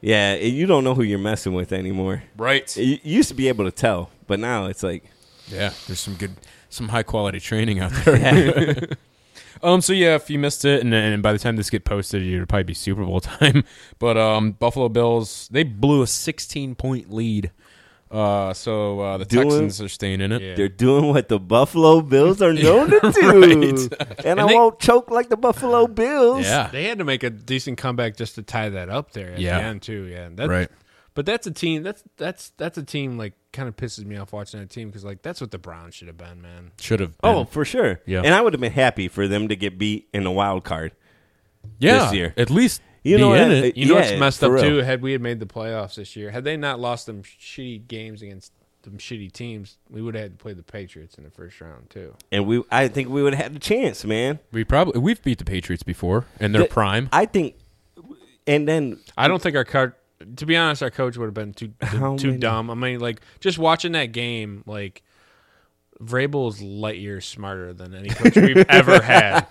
Yeah, and you don't know who you're messing with anymore. right You you used to be able to tell, but now it's like, yeah there's some good some high quality training out there Um. So yeah, if you missed it, and, and by the time this get posted, it'll probably be Super Bowl (laughs) time. But um, Buffalo Bills they blew a 16 point lead. Uh. So uh, the Doing- Texans are staying in it. Yeah. They're doing what the Buffalo Bills are known to do, and, I they- won't choke like the Buffalo Bills. Yeah. They had to make a decent comeback just to tie that up there at Yeah. the end too. Yeah, that's, Right. But that's a team. That's that's that's a team. Like, kind of pisses me off watching that team because like that's what the Browns should have been, man. Should have. Oh, for sure. Yeah. And I would have been happy for them to get beat in the wild card. yeah. this year. At least You be know in what? it. You know Yeah, what's messed for real. up too? Had we had made the playoffs this year, had they not lost them shitty games against them shitty teams, we would have had to play the Patriots in the first round too. And we, I think we would have had a chance, man. We probably we've beat the Patriots before in their The- prime. I think, and then I don't think our coach. To be honest, our coach would have been too (laughs) How too many- dumb. I mean, like just watching that game, like Vrabel is light years smarter than any coach we've (laughs) ever had.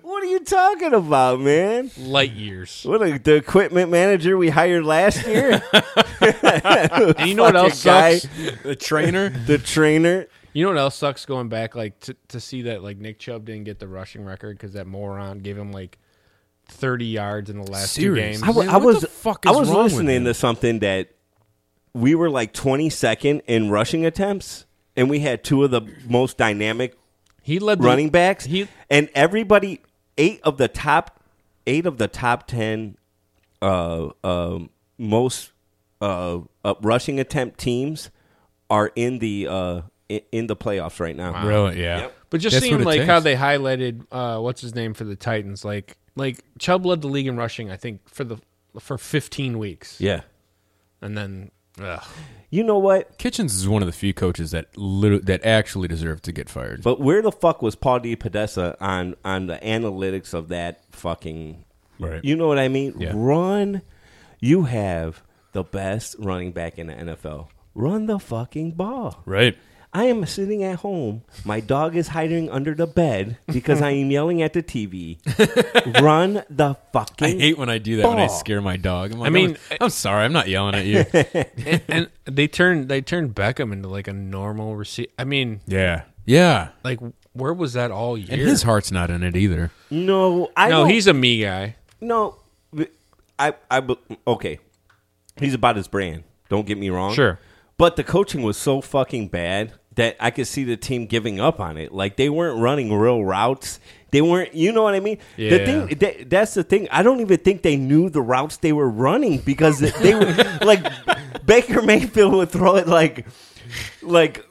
what are you talking about, man? Light years. What a, the equipment manager we hired last year, And (laughs) you know what else guy, sucks? the trainer. the trainer. (laughs) You know what else sucks? Going back, like to, to see that like Nick Chubb didn't get the rushing record because that moron gave him like thirty yards in the last Serious. two I, games. wa- Man, I what the was fuck I is was wrong with listening him? to something that we were like 22nd in rushing attempts, and we had two of the most dynamic He led the, running backs, He and everybody eight of the top eight of the top ten uh, um most uh, uh, rushing attempt teams are in the uh, i- in the playoffs right now. Really? Yeah. But just That's seeing what it like how takes. they highlighted uh, what's his name for the Titans, like like Chubb led the league in rushing, I think for the for 15 weeks, Yeah, and then ugh. you know what? Kitchens is one of the few coaches that literally, that actually deserved to get fired. But where the fuck was Paul D. Podesta on on the analytics of that fucking? Right. You know what I mean? Yeah. Run. You have the best running back in the NFL. Run the fucking ball. right. I am sitting at home. My dog is hiding under the bed because I am yelling at the (laughs) TV. Run the I fucking. hate when I do that when I Ball. scare my dog. I'm like, I mean- I'm, I'm sorry, I'm not yelling at you. and, and they turned they turned Beckham into like a normal receiver. I mean, yeah, yeah. like where was that all year? And his heart's not in it either. no, I no, don't- he's a me guy. no. I I be- okay. He's about his brand. Don't get me wrong. Sure. But the coaching was so fucking bad that I could see the team giving up on it. Like they weren't running real routes. They weren't, you know what I mean? The Yeah. thing that, that's the thing. I don't even think they knew the routes they were running because they were (laughs) like Baker Mayfield would throw it like like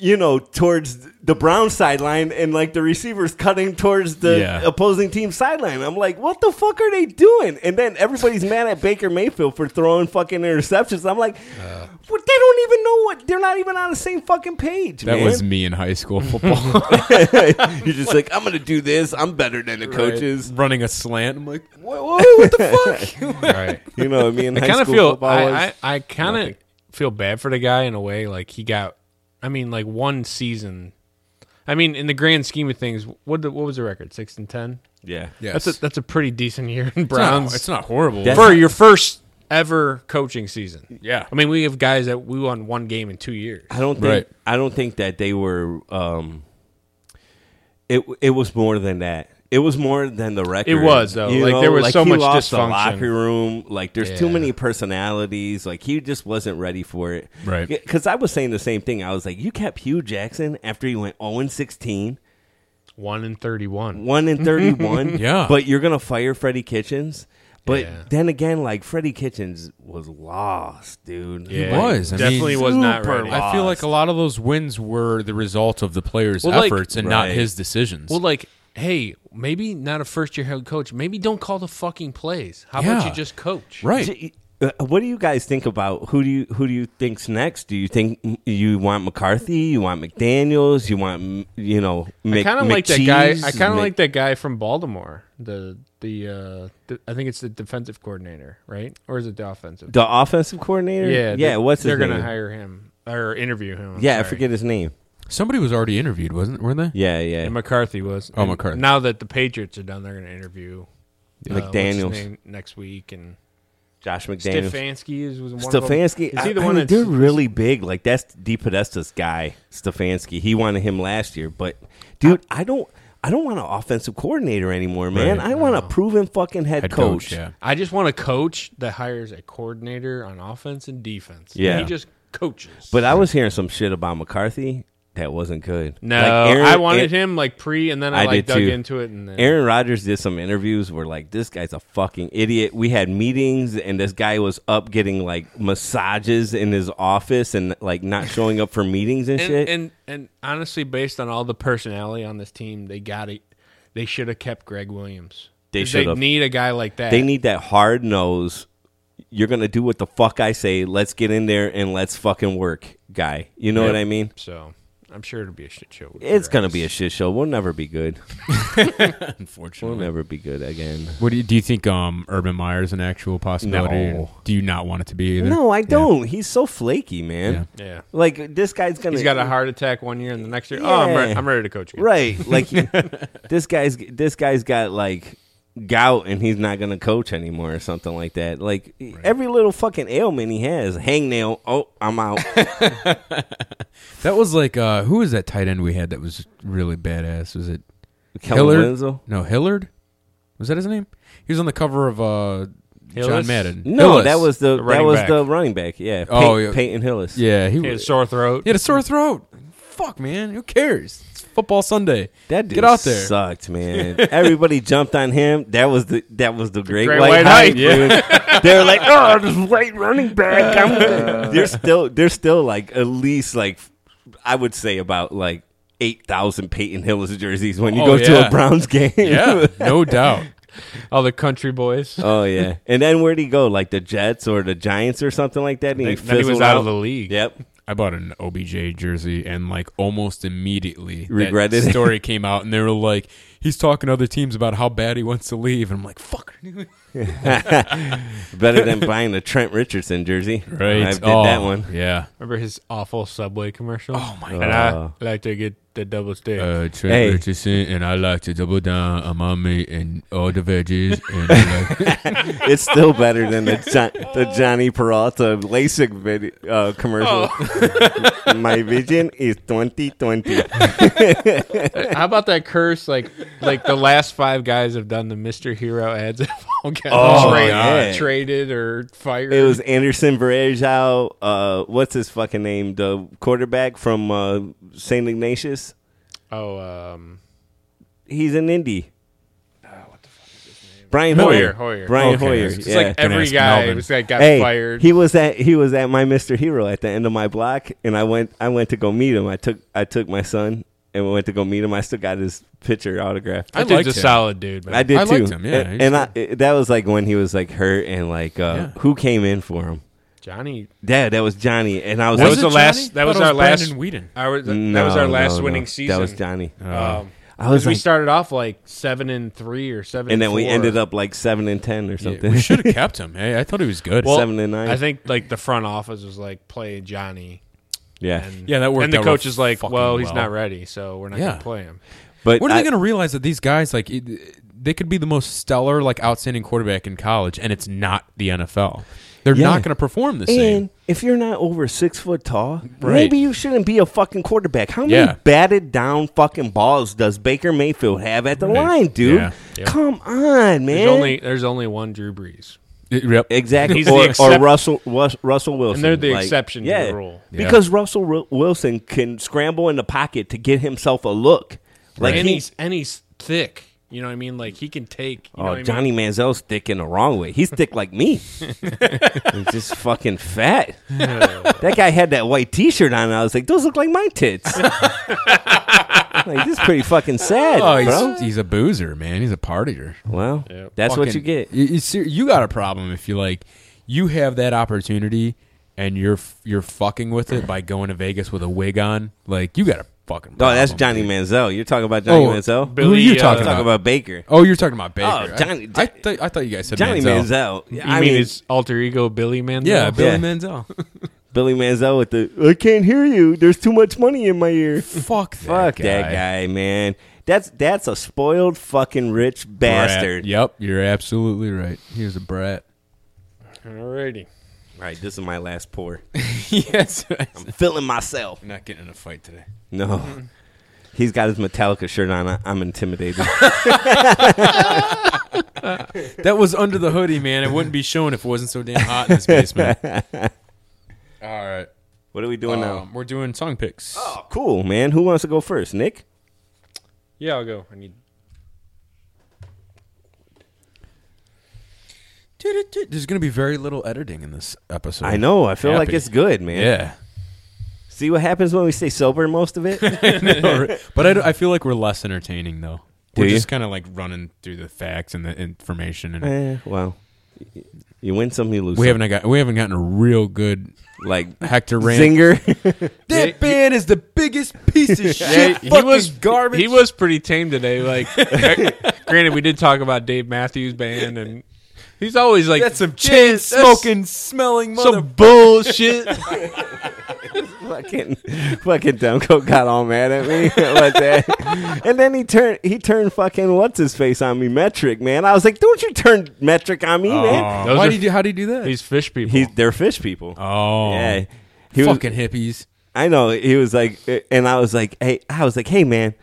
you know towards the Brown sideline and like the receivers cutting towards the Yeah. opposing team sideline. I'm like, what the fuck are they doing? And then everybody's mad at Baker Mayfield for throwing fucking interceptions. I'm like, what? They don't even know what. They're not even on the same fucking page. That man. (laughs) was me in high (laughs) school (laughs) football, You're just like, I'm gonna do this. I'm better than the coaches. running a slant. I'm like, Whoa, whoa, what the fuck? (laughs) Right. you know what I mean? I High kind of school feel football was- I, I, I kind of feel bad for the guy in a way. Like he got, I mean, like one season. I mean, in the grand scheme of things, what the, what was the record? Six and ten. yeah. yes. That's a that's a pretty decent year in It's not- Browns It's not horrible. That's- for your first ever coaching season. yeah. I mean, we have guys that we won one game in two years. I don't think Right. I don't think that they were. Um, it it was more than that. It was more than the record. was, though. Like, there was so he much lost The dysfunction. locker room, like there's too Yeah. many personalities. Like he just wasn't ready for it. Right. Because I was saying the same thing. I was like, you kept Hugh Jackson after he went 0 and 16, One in thirty-one. 1 and (laughs) 31. Yeah. But you're gonna fire Freddie Kitchens. But Yeah. then again, like Freddie Kitchens was lost, dude. Yeah. Like, was. I definitely mean, was not super ready. lost. I feel like a lot of those wins were the result of the players' Well, like- efforts and not Right. his decisions. Well, like, hey, maybe not a first-year head coach. Maybe don't call the fucking plays. How about Yeah. you just coach? right. J- uh, What do you guys think about who do you who do you think's next? Do you think m- you want McCarthy? You want McDaniel's? You want m- you know? Mc, I kind of like that guy. I kind of Mc- like that guy from Baltimore. The the uh, the, I think it's the defensive coordinator, right? Or is it the offensive? the offensive coordinator. yeah, yeah. they- what's his they're name? gonna hire him or interview him? I'm yeah, I sorry. forget his name. Somebody was already interviewed, wasn't were they? Yeah, yeah. And McCarthy was. Oh, And McCarthy. Now that the Patriots are done, they're gonna interview uh, what's his McDaniels. name next week and Josh McDaniels. Stefanski is was one of them. Stefanski. Is I- he the I one mean, that's they're really big. Like that's D Podesta's guy, Stefanski. He wanted him last year, but dude, I, don't. I don't want an offensive coordinator anymore, man. I want a proven fucking head, Head coach. coach, yeah. I just want a coach that hires a coordinator on offense and defense. Yeah. he just coaches. But I was hearing some shit about McCarthy that wasn't good. no, Like, Aaron- I wanted Aaron- him like pre, and then I, I did like dug too. into it, and then Aaron Rodgers did some interviews where like this guy's a fucking idiot. We had meetings and this guy was up getting like massages in his office and like not showing up for meetings and, (laughs) and, shit. and and honestly, based on all the personality on this team, they got it. They should have kept Greg Williams. They 'Cause should've. need a guy like that. they need that hard nose. You're gonna do what the fuck I say. Let's get in there and let's fucking work, guy. You know what I mean? so. I'm sure it'll be a shit show. with It's Greg. gonna be a shit show. We'll never be (laughs) good. We'll Unfortunately, never be good again. what do you, do you think? Um, Urban Meyer is an actual possibility. No. Do you not want it to be either? No, I don't. He's so flaky, man. Yeah. yeah. Like this guy's gonna. (laughs) He's got a heart attack one year, and the next year, oh, I'm, re- Yeah. I'm ready to coach. Again. Right. Like he- this guy's this guy's got like gout and he's not going to coach anymore or something like that. Like every little fucking ailment he has, hangnail, oh, I'm out. That was like uh, who was that tight end we had that was really badass? Was it Kellen Winslow? No, Hillard. Was that his name? He was on the cover of uh, John Hillis? Madden. No, Hillis. that was the, that running was back. the running back. Yeah. Oh, Pey- yeah. Peyton Hillis. yeah. He He had was. sore throat. He had a sore throat. Fuck, man. Who cares? It's football Sunday. That dude Get out there. (laughs) sucked, man. Everybody jumped on him. That was the that was the great, great white, white hype. hype, dude. (laughs) They're like, oh, this white running (laughs) back. I'm-" they're still they're still like at least like I would say about like eight thousand Peyton Hillis jerseys when you go Oh, to a yeah. Browns (laughs) game. (laughs) Yeah, no doubt. All the country boys. oh yeah. And then where'd he go? Like the Jets or the Giants or something like that. And he, Then- then he was fizzled out of the league. (laughs) Yep. (laughs) I bought an OBJ jersey and like almost immediately that Regretted it. story came out and they were like, he's talking to other teams about how bad he wants to leave and I'm like, fuck. Better than buying a Trent Richardson jersey. I did Oh, that one. Yeah. Remember his awful Subway commercial? Oh my And I like to get the double stick. Uh, Trent Hey. Richardson and I like to double down on my meat and all the veggies. And uh, I like- It's still better than the John, the Johnny Peralta LASIK video, uh, commercial. My vision is twenty twenty. How about that curse? Like, like the last five guys have done the Mister Hero ads. Have (laughs) all gotten Oh, trade- yeah. traded or fired. It was Anderson Varejao. Uh, what's his fucking name? The quarterback from uh, Saint Ignatius. oh, um, He's an indie. Brian Hoyer. Hoyer, Hoyer. Brian Okay. Hoyer. It's it's yeah. like Gonna every ask guy Melvin. was like got hey, fired. he was at he was at my Mister Hero at the end of my block, and I went I went to go meet him. I took I took my son and we went to go meet him. I still got his picture autographed. that I dude's liked a him. solid dude. Man. I did I too. liked him, yeah, and he's and I, it- that was like when he was like hurt and like uh, who came in for him? Johnny. Yeah, that was Johnny, and I was, That like, was the it last. Johnny? That was, Thought it our was last. Brandon (laughs) Whedon. Our, that no, was our no, last no. winning season. That was Johnny, Uh, Um, I was we like- started off like seven and three or seven, and then we four. ended up like seven and ten or something. we should have kept him. Hey, I thought he was good. Well, seven and nine. I think like the front office was like play Johnny. (laughs) yeah, And, Yeah, that worked And the out coach real is like, fucking well, he's well. not ready, so we're not Yeah. gonna play him. but When are I- they going to realize that these guys like it- they could be the most stellar, like outstanding quarterback in college, and it's not the NFL. They're Yeah. not going to perform the And same. if you're not over six foot tall, Right. maybe you shouldn't be a fucking quarterback. How many Yeah. batted down fucking balls does Baker Mayfield have at the line, dude? Yeah. Come on, man. There's only there's only one Drew Brees. It- yep. Exactly, He's or, the excep- or Russell Rus- Russell Wilson, they're the exception to the rule. Yeah. Because Russell Ru- Wilson can scramble in the pocket to get himself a look. Like and he- he's and he's thick. You know what I mean? Like he can take. You know oh, what Johnny Manziel's thick in the wrong way. He's thick like (laughs) me. He's just fucking fat. that guy had that white T-shirt on, and I was like, those look like my (laughs) tits. like this is pretty fucking sad, Oh, bro. he's, he's a boozer, man. He's a partier. Well, Yeah. that's what you Fucking- get. You, you ser- you got a problem if you like. You have that opportunity, and you're f- you're fucking with it by going to Vegas with a wig on. Like you got a fucking. No, Oh, that's problem, Johnny dude. Manziel. You're talking about Johnny Oh, Manziel. Who are you Billy, uh, talking Talk about? about Baker. Oh, you're talking about Baker. Oh, Johnny- I, I, thought- I thought you guys said Johnny Manziel. Manziel. I mean? I You mean his alter ego Billy Manziel? Yeah, Billy Yeah. Manziel. (laughs) Billy Manziel with the I can't hear you. There's too much money in my ear. Fuck that Fuck guy. that guy, man. That's that's a spoiled fucking rich Brat. bastard. Yep, you're absolutely right. He was a brat. Alrighty. All right, this is my last pour. (laughs) yes, I'm feeling myself. not getting in a fight today. No. He's got his Metallica shirt on. I- I'm intimidated. That was under the hoodie, man. It wouldn't be shown if it wasn't so damn hot in this (laughs) basement. All right. what are we doing now? Um, we're doing song picks. Oh, cool, man. Who wants to go first? Nick? Yeah, I'll go. I need. There's going to be very little editing in this episode. I know. I feel like Happy. it's good, man. Yeah. See what happens when we stay sober most of it? but (laughs) I, d- I feel like we're less entertaining though. Do we're you? just kind of like running through the facts and the information, and eh, well, y- you win some, you lose We some. haven't got we haven't gotten a real good Like, Hector rant. Zinger. That band is the biggest (laughs) piece of shit. he fucking was garbage. He was pretty tame today. Like, (laughs) uh, granted, we did talk about Dave Matthews Band, and he's always like that's some chain "That's smoking, smelling mother. some (laughs) bullshit. fucking fucking Dumko got all mad at me (laughs) about that. And then he turned he turned fucking what's his face on me, Metric, man. I was like, Don't you turn metric on me, man. Those Why are- do you do, how do you do that? He's fish people. He's they're fish people. oh, Yeah. He was, fucking hippies. I know, he was like and I was like, Hey I was like, Hey man,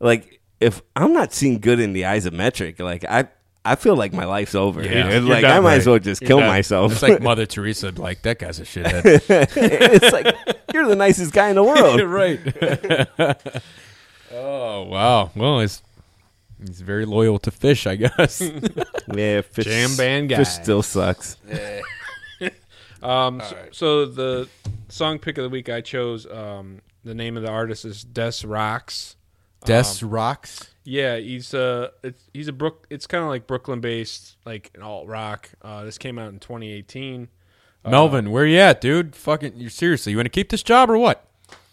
like if I'm not seeing good in the eyes of metric, like I I feel like my life's over. Yeah. It's You're like done, I might as right. well just kill done. myself. it's like Mother Teresa. Like that guy's a shithead. (laughs) it's like you're the nicest guy in (laughs) the world. right. (laughs) oh wow. Well, he's he's very loyal to fish, I guess. Yeah, fish, Jam band guy. Fish still sucks. Um, so, so the song pick of the week I chose. Um, the name of the artist is Des Rocks. Des rocks. Yeah, he's uh, it's, he's a Brook. It's kind of like Brooklyn based, like an alt rock. Uh, this came out in 2018. Melvin, where you at, dude? Fucking, you seriously? You want to keep this job or what?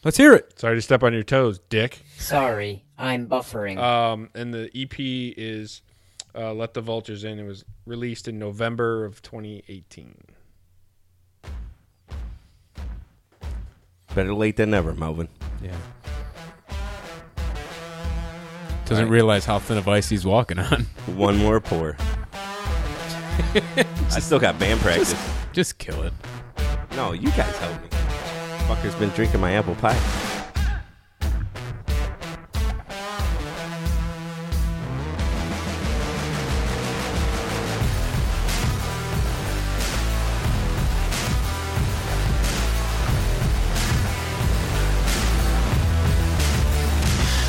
Let's hear it. Sorry to step on your toes, Dick. Sorry, I'm buffering. Uh, Um, and the EP is uh, "Let the Vultures In." It was released in November of 2018. Better late than never, Melvin. Doesn't realize how thin of ice he's walking on. (laughs) One more (laughs) pour. I still got band practice. Just kill it. no, you guys help me. Fucker's been drinking my apple pie.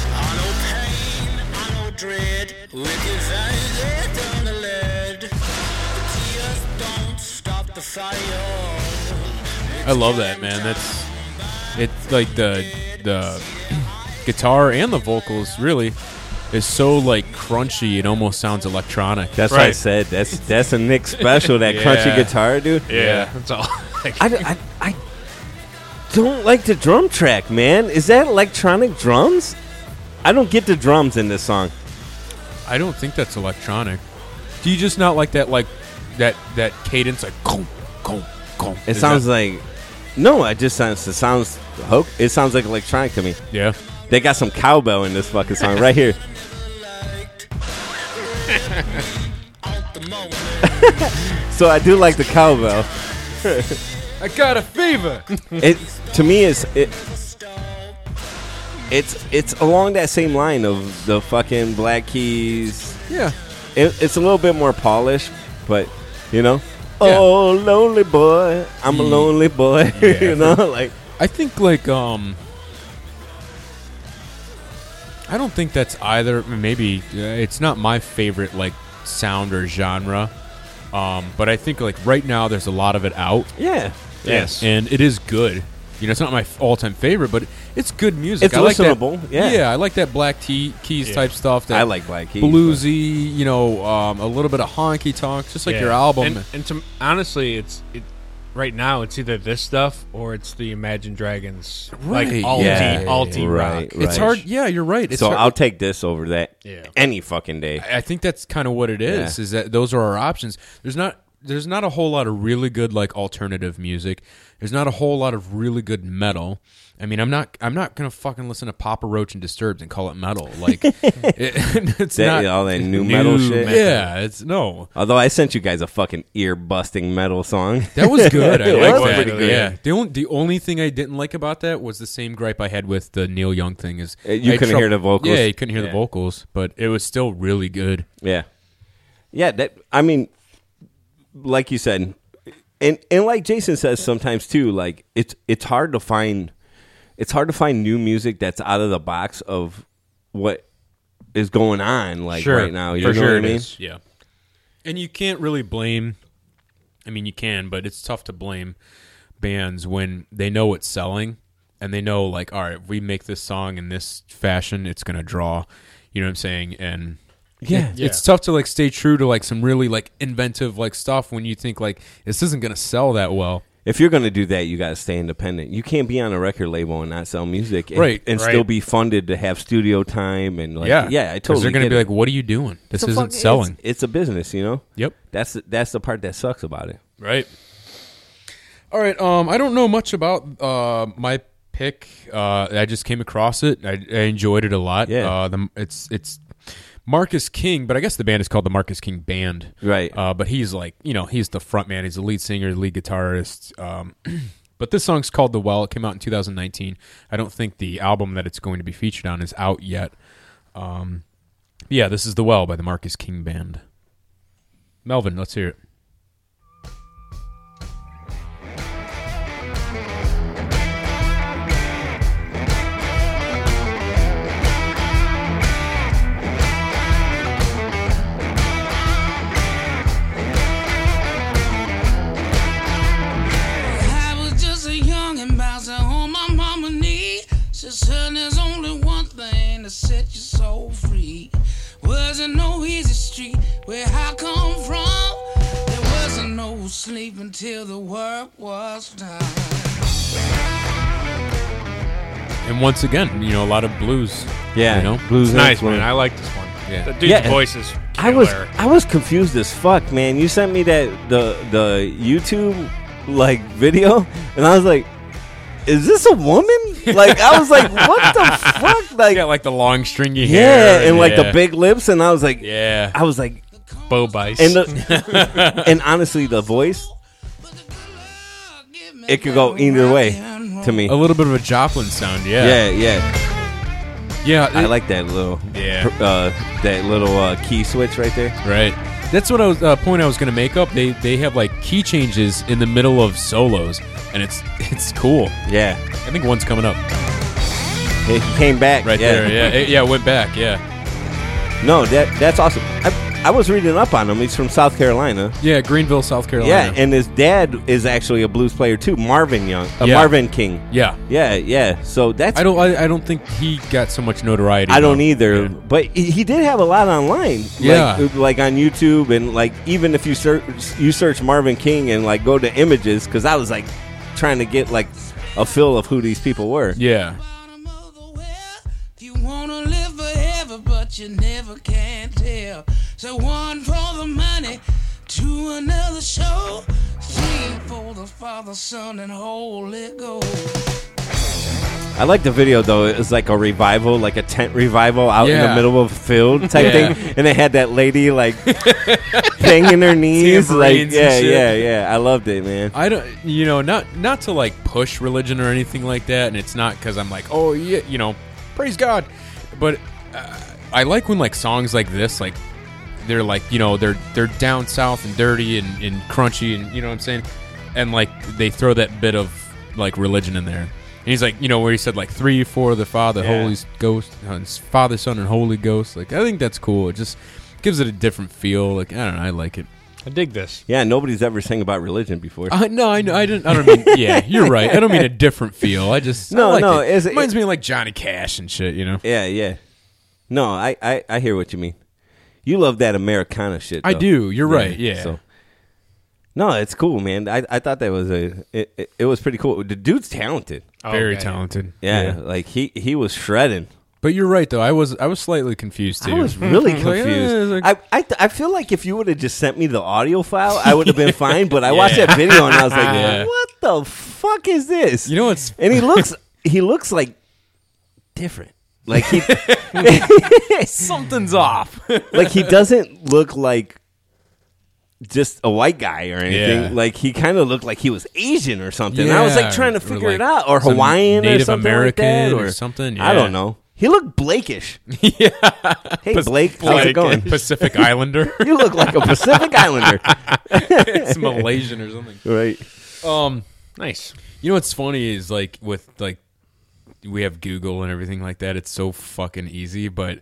I know pain, I know dread. Wicked eyes they're down the lead. The tears don't stop the fire. I love that, man. That's it's like the the (clears throat) guitar and the vocals really is so like crunchy. It almost sounds electronic. That's what I Right. said. That's that's a Nick special. That crunchy Yeah. guitar, dude. Yeah, that's (laughs) all. Like, I, I, I don't like the drum track, man. Is that electronic drums? I don't get the drums in this song. I don't think that's electronic. Do you just not like that like that that cadence like go go go? It sounds like no. It just sounds. It sounds. hoc- It sounds like electronic to me. yeah. They got some cowbell in this fucking song right here. so I do like the cowbell. I got a fever. It to me is it. It's it's along that same line of the fucking Black Keys. (laughs) yeah. It, it's a little bit more polished, but you know. Oh, lonely boy, I'm a lonely boy. (laughs) you know, like I think like um I don't think that's either maybe uh, it's not my favorite like sound or genre. Um but I think like right now there's a lot of it out. yeah, yes. And it is good. You know, it's not my all-time favorite, but it's good music. It's I like that- listenable, yeah. yeah, I like that Black Tea Keys type stuff. That I like Black Keys. bluesy, you know, um, a little bit of honky tonk, just like Yeah. your album. And, and to, honestly, it's it. Right now, it's either this stuff or it's the Imagine Dragons, Right. like alt Yeah. alti Right. rock. it's hard. Yeah, you're right. It's so hard- I'll take this over that Yeah. any fucking day. I think that's kind of what it is. Yeah. Is that those are our options? There's not. there's not a whole lot of really good like alternative music. There's not a whole lot of really good metal. I mean, I'm not I'm not gonna fucking listen to Papa Roach and Disturbed and call it metal. Like (laughs) it, (laughs) it's That- not all that new metal shit. Yeah, it's no. Although I sent you guys a fucking ear busting metal song. (laughs) That was good. I It like was that. pretty good. Yeah. The only, the only thing I didn't like about that was the same gripe I had with the Neil Young thing is Uh, you I had couldn't trou- hear the vocals. Yeah, you couldn't hear the vocals, but it was still really good. Yeah. Yeah, that I mean like you said and and like Jason says sometimes too, like it's it's hard to find it's hard to find new music that's out of the box of what is going on like Sure. right now. You For know sure what I it mean? is. Yeah. And you can't really blame I mean you can, but it's tough to blame bands when they know it's selling and they know like, all right, if we make this song in this fashion, it's gonna draw. You know what I'm saying? And Yeah. it- it's tough to like stay true to like some really like inventive like stuff when you think like this isn't gonna sell that well. If you're gonna do that, you gotta stay independent. You can't be on a record label and not sell music and, Right, and right. still be funded to have studio time and like yeah, I 'Cause totally They're gonna get be it. like, "What are you doing? This It's a isn't fuck- it's- selling." It's, a business, you know. Yep. That's the, that's the part that sucks about it. Right. All right. Um, I don't know much about uh, my pick. Uh, I just came across it. I, I enjoyed it a lot. Yeah. Uh, the, it's it's Marcus King, but I guess the band is called the Marcus King Band. Right. Uh, but he's like, you know, he's the front man. He's the lead singer, the lead guitarist. Um, (clears throat) but this song's called "The Well." It came out in 2019. I don't think the album that it's going to be featured on is out yet. Um, yeah, this is "The Well" by the Marcus King Band. Melvin, let's hear it. I was just a young and bouncing on my mama knee. She said there's only one thing that set you so free. Wasn't no easy street where I come from. There wasn't no sleep until the work was done. And once again, you know, a lot of blues. Yeah. You know? Blues. It's nice, influence. man. I like this one. Yeah. The dude's Yeah, and voice is I was killer. I was confused as fuck, man. You sent me that the the YouTube like video, and I was like, "Is this a woman?" Like I was like, (laughs) "What the fuck?" Like Yeah, yeah, like the long stringy and like the big lips, and I was like, Yeah. (laughs) I was like, Bo Bice. and the, (laughs) and honestly, the voice it could go either way to me. A little bit of a Joplin sound, Oh, yeah. Yeah, yeah. Yeah. I it- like that little Yeah. pr- uh, that little uh, key switch right there. Right. That's what I was uh, point I was gonna make up. They they have like key changes in the middle of solos, and it's (laughs) it's cool. Yeah, I think one's coming up he came back right there. Yeah, it, yeah, it went back. Yeah, No, that that's awesome. I, I was reading up on him. He's from South Carolina. yeah, Greenville, South Yeah, Carolina. and his dad is actually a blues player too, Marvin Young, uh, Yeah. Marvin King. yeah. Yeah, yeah. So that's I don't I, I don't think he got so much notoriety. I don't though. either. Yeah. But he, he did have a lot online. Yeah. like, uh, like on YouTube and like even if you search you search Marvin King and like go to images because I was like trying to get like a feel of who these people were. Yeah. bottom of the well. If you wanna live forever, but you never can tell. So one for the money, two another show, three for the Father, Son, and Holy Ghost. I like the video though. It was like a revival, like a tent revival out in Yeah. the middle of a field type Yeah. thing, and they had that lady like (laughs) banging her knees, like Tambourines and yeah, shit. yeah, yeah. I loved it, man. I don't, you know, not not to like push religion or anything like that, and it's not because I'm like, oh yeah, you know, praise God, but uh, I like when like songs like this, like they're like, you know, they're they're down south and dirty and, and crunchy, and you know what I'm saying, and like they throw that bit of like religion in there, and he's like, you know, where he said like three, four, the Father, Holy Ghost, uh, it's Father, Son, and Holy Ghost, like I think that's cool. It just gives it a different feel. Like I don't know, I like it. I dig this. Yeah, nobody's ever sang about religion before. Uh, no, I, I didn't. I don't (laughs) mean. Yeah, you're right. I don't mean a different feel. I just I No, like no, It. it's- reminds me of like Johnny Cash and shit. You know. yeah, yeah. No, I, I, I hear what you mean. You love that Americana shit. I though. do. You're right. Yeah. No, it's cool, man. I, I thought that was a it, it, it was pretty cool. The dude's talented. Oh, Very okay. talented. Yeah, like he he was shredding. But you're right though. I was I was slightly confused too. I was (laughs) really Like, eh, confused. like- I, I, th- I feel like if you would have just sent me the audio file, I would have (laughs) been fine. But I watched that video and I was like, Yeah. "What the fuck is this?" you know what's and he looks he looks like different. Like he (laughs) something's off. (laughs) like he doesn't look like just a white guy or anything. Yeah. Like he kind of looked like he was Asian or something. I was Yeah, like trying to or figure it like out, or some Hawaiian or Native something like that, American or, or something, I yeah. don't know. He (laughs) looked Blakish. yeah. Hey Blake, (laughs) how's it Like going? (laughs) Pacific Islander. (laughs) (laughs) You look like a Pacific Islander. it's Malaysian or something. right. Um Nice. You know what's funny is like with like we have Google and everything like that. It's so fucking easy, but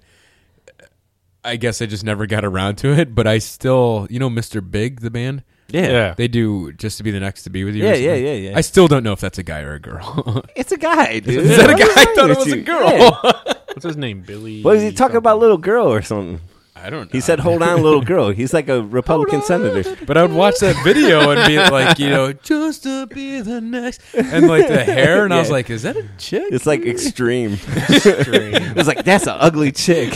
I guess I just never got around to it. But I still, you know, Mr. Big, the band, Yeah. Yeah. they do just to be the next to be with you. or Yeah, yeah, something. yeah, yeah. I still don't know if that's a guy or a girl. It's a guy, dude. is that a What guy? is I wrong thought it with was a you? girl. Yeah. What's his name? Billy. What (laughs) was he talking about, little girl or something? I don't. know. He said, "Hold on, little girl." He's like a Republican senator. But I would watch that video and be like, you know, just to be the next, and like the hair, and I was Yeah. like, is that a chick? It's like extreme. (laughs) it's like that's an (laughs) ugly chick.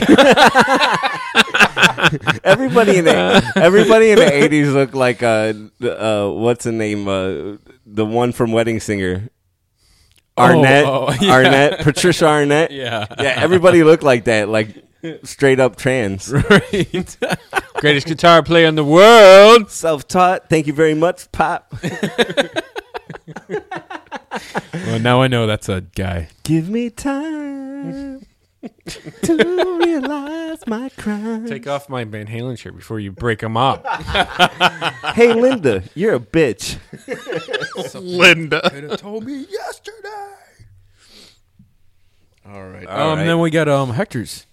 everybody in the everybody in the eighties looked like uh, uh what's the name uh the one from Wedding Singer. Arnett, oh, (laughs) yeah. Arnett, Patricia Arnett. (laughs) Yeah. yeah. Everybody looked like that, like straight (laughs) up trans, Right. Greatest guitar player in the world. self-taught. Thank you very much, Pop. well, now I know that's a guy. Give me time to realize my crime. (laughs) Take off my Van Halen shirt before you break (laughs) them up. hey, Linda, you're a bitch. Linda. told me yesterday. All right. All um, right. Then we got um Hector's.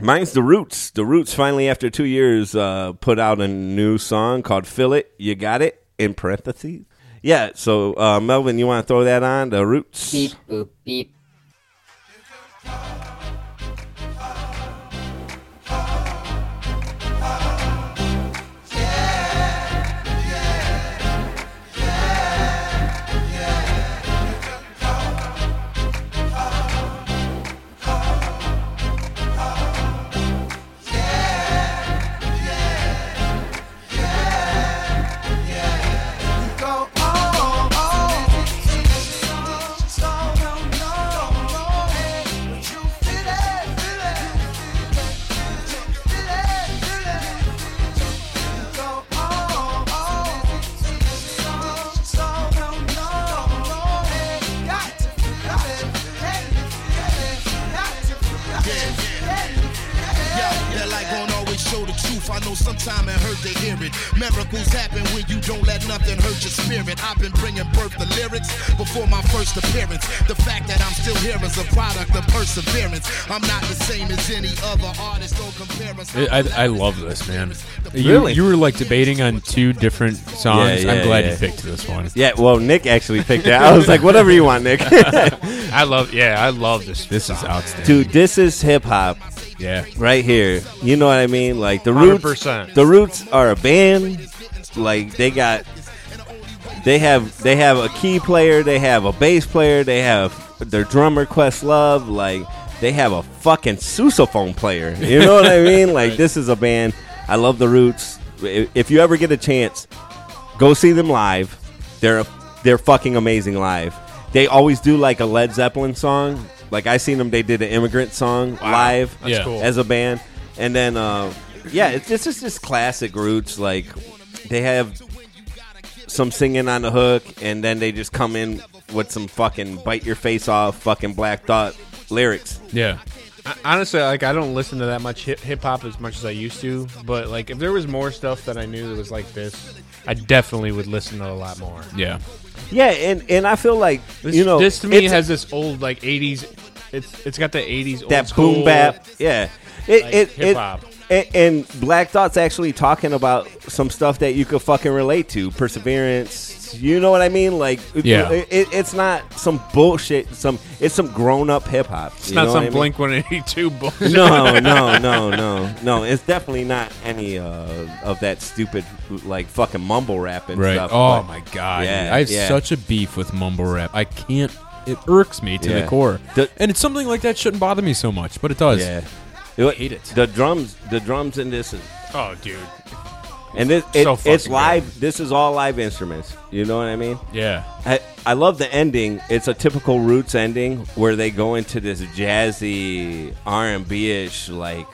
Mine's The Roots. The Roots finally, after two years, uh, put out a new song called Feel It. You got it? In parentheses. Yeah, so uh, Melvin, you want to throw that on? The Roots. Beep, boop, beep. Yeah, that like won't always show the truth. I know sometime it hurt to hear it. Miracles happen when you don't let nothing hurt your spirit. I've been bringing birth to lyrics before my first appearance. The fact that I'm still here is a product of perseverance. I'm not the same as any other artist. Don't compare us. I, I, I love this man. You, Really? You were like debating on two different songs. Yeah, yeah, I'm glad yeah. you picked this one. Yeah, well, Nick actually picked that. I was like, whatever you want, Nick. (laughs) I love. Yeah, I love this. This is outstanding. Dude, this is hip hop Yeah. right here. You know what I mean? Like the roots. 100%. The roots are a band. Like they got, they have they have a key player. They have a bass player. They have their drummer Questlove. Like they have a fucking sousaphone player. You know what (laughs) I mean? Like this is a band. I love the roots. I- If you ever get a chance, go see them live. They're they're fucking amazing live. They always do like a Led Zeppelin song. Like I seen them, they did an Immigrant song live That's Yeah. cool. as a band, and then uh, yeah, it's just it's just classic roots. Like they have some singing on the hook, and then they just come in with some fucking bite your face off, fucking Black Thought lyrics. Yeah. Honestly, like I don't listen to that much hip hip hop as much as I used to, but like if there was more stuff that I knew that was like this, I definitely would listen to a lot more. Yeah. Yeah, and and I feel like This, you know this to me it's- has this old like '80s. It's it's got the '80s old that school- boom bap. Yeah, it like, it, hip hop. it and, and Black Thought's actually talking about some stuff that you could fucking relate to, perseverance. You know what I mean? Like, Yeah. it, it- it's not some bullshit. Some it's some grown up hip hop. It's not some Blink (laughs) 182 bullshit. No, no, no, no, no. It's definitely not any uh, of that stupid like fucking mumble rap and Right. stuff. oh but- my god. Yeah, I have yeah. such a beef with mumble rap. I can't it irks me to Yeah. the core. The- and it's something like that shouldn't bother me so much, but it does. Yeah. hate it. The drums, the drums in this is Oh, dude. And this, it, So it's fucking live. This is all live instruments. You know what I mean? (laughs) Yeah. I, I love the ending. It's a typical Roots ending where they go into this jazzy R and B ish. Like,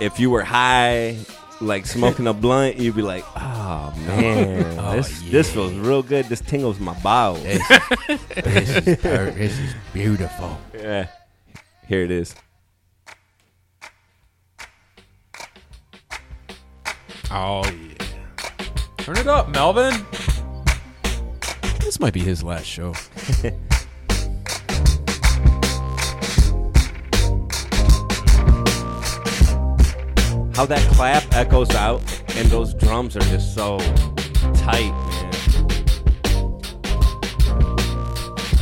if you were high, like smoking a blunt, you'd be like, "Oh man, this this feels real good. This tingles my bowels." this is beautiful. yeah. Here it is. Oh, yeah. Turn it up, Melvin. This might be his last show. How that clap echoes out, and those drums are just so tight, man.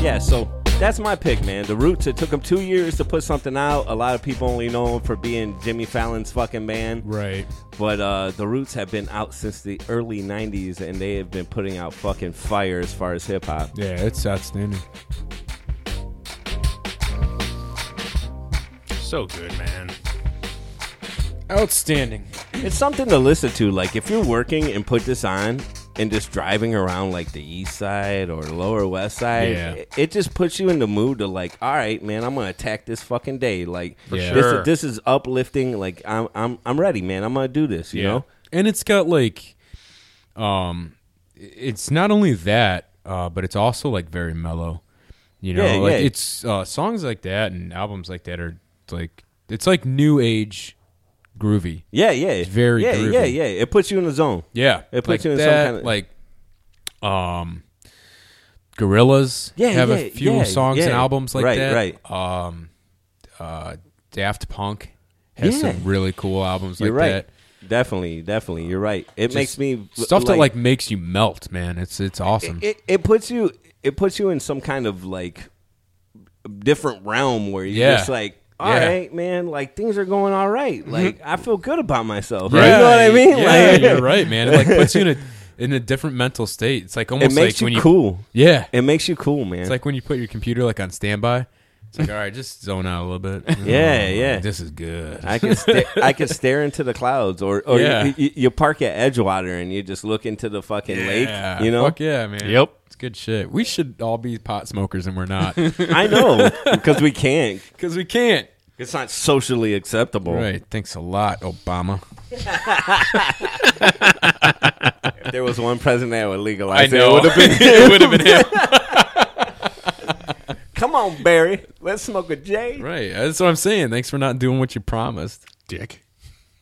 Yeah, so that's my pick, man. The Roots. It took them two years to put something out. A lot of people only know 'em for being Jimmy Fallon's fucking band, Right. but uh, the Roots have been out since the early '90s, and they have been putting out fucking fire as far as hip hop. Yeah, it's outstanding. So good, man. Outstanding. It's something to listen to. Like if you're working and put this on and just driving around like the east side or lower west side, Yeah. it, it just puts you in the mood to like, all right, man, I'm gonna attack this fucking day. Like Yeah. this, sure. this is uplifting. Like I'm I'm I'm ready, man. I'm gonna do this, you know? And it's got like um it's not only that, uh, but it's also like very mellow. You know, Yeah, like yeah. it's uh songs like that and albums like that are like it's like new age groovy. Yeah, yeah. It's very yeah, groovy. yeah, yeah. It puts you in the zone. Yeah. It puts like you in some that, kinda- like um Gorillas Yeah, have yeah, a few yeah, songs and yeah. albums like Right, that. right. Um uh Daft Punk has Yeah. some really cool albums like You're right. that. Definitely, definitely. You're right. It makes Just me stuff that like makes you melt, man. It's it's awesome. it, it puts you it puts you in some kind of like different realm where you're Yeah. just like all right, Yeah. Mm-hmm. man like things are going all right like i feel good about myself Yeah, you know what i mean Yeah, like you're right, man. It like puts you in a in a different mental state. It's like it almost makes like when you you cool Yeah, it makes you cool man it's like when you put your computer like on standby. It's like all right, just zone out a little bit. (laughs) Oh, Yeah, yeah. This is good. I (laughs) can sta- I can stare into the clouds, or or Yeah. you, you, you park at Edgewater and you just look into the fucking Yeah, lake. You know, fuck yeah, man. Yep. it's good shit. We should all be pot smokers, and we're not (laughs) I know because we can't. because we (laughs) can't. It's not socially acceptable. Right. Thanks a lot, Obama. If there was one president that would legalize it, it would (laughs) have been. It would have been (laughs) him. Come on, Barry. Let's smoke a J. Right. That's what I'm saying. Thanks for not doing what you promised. Dick.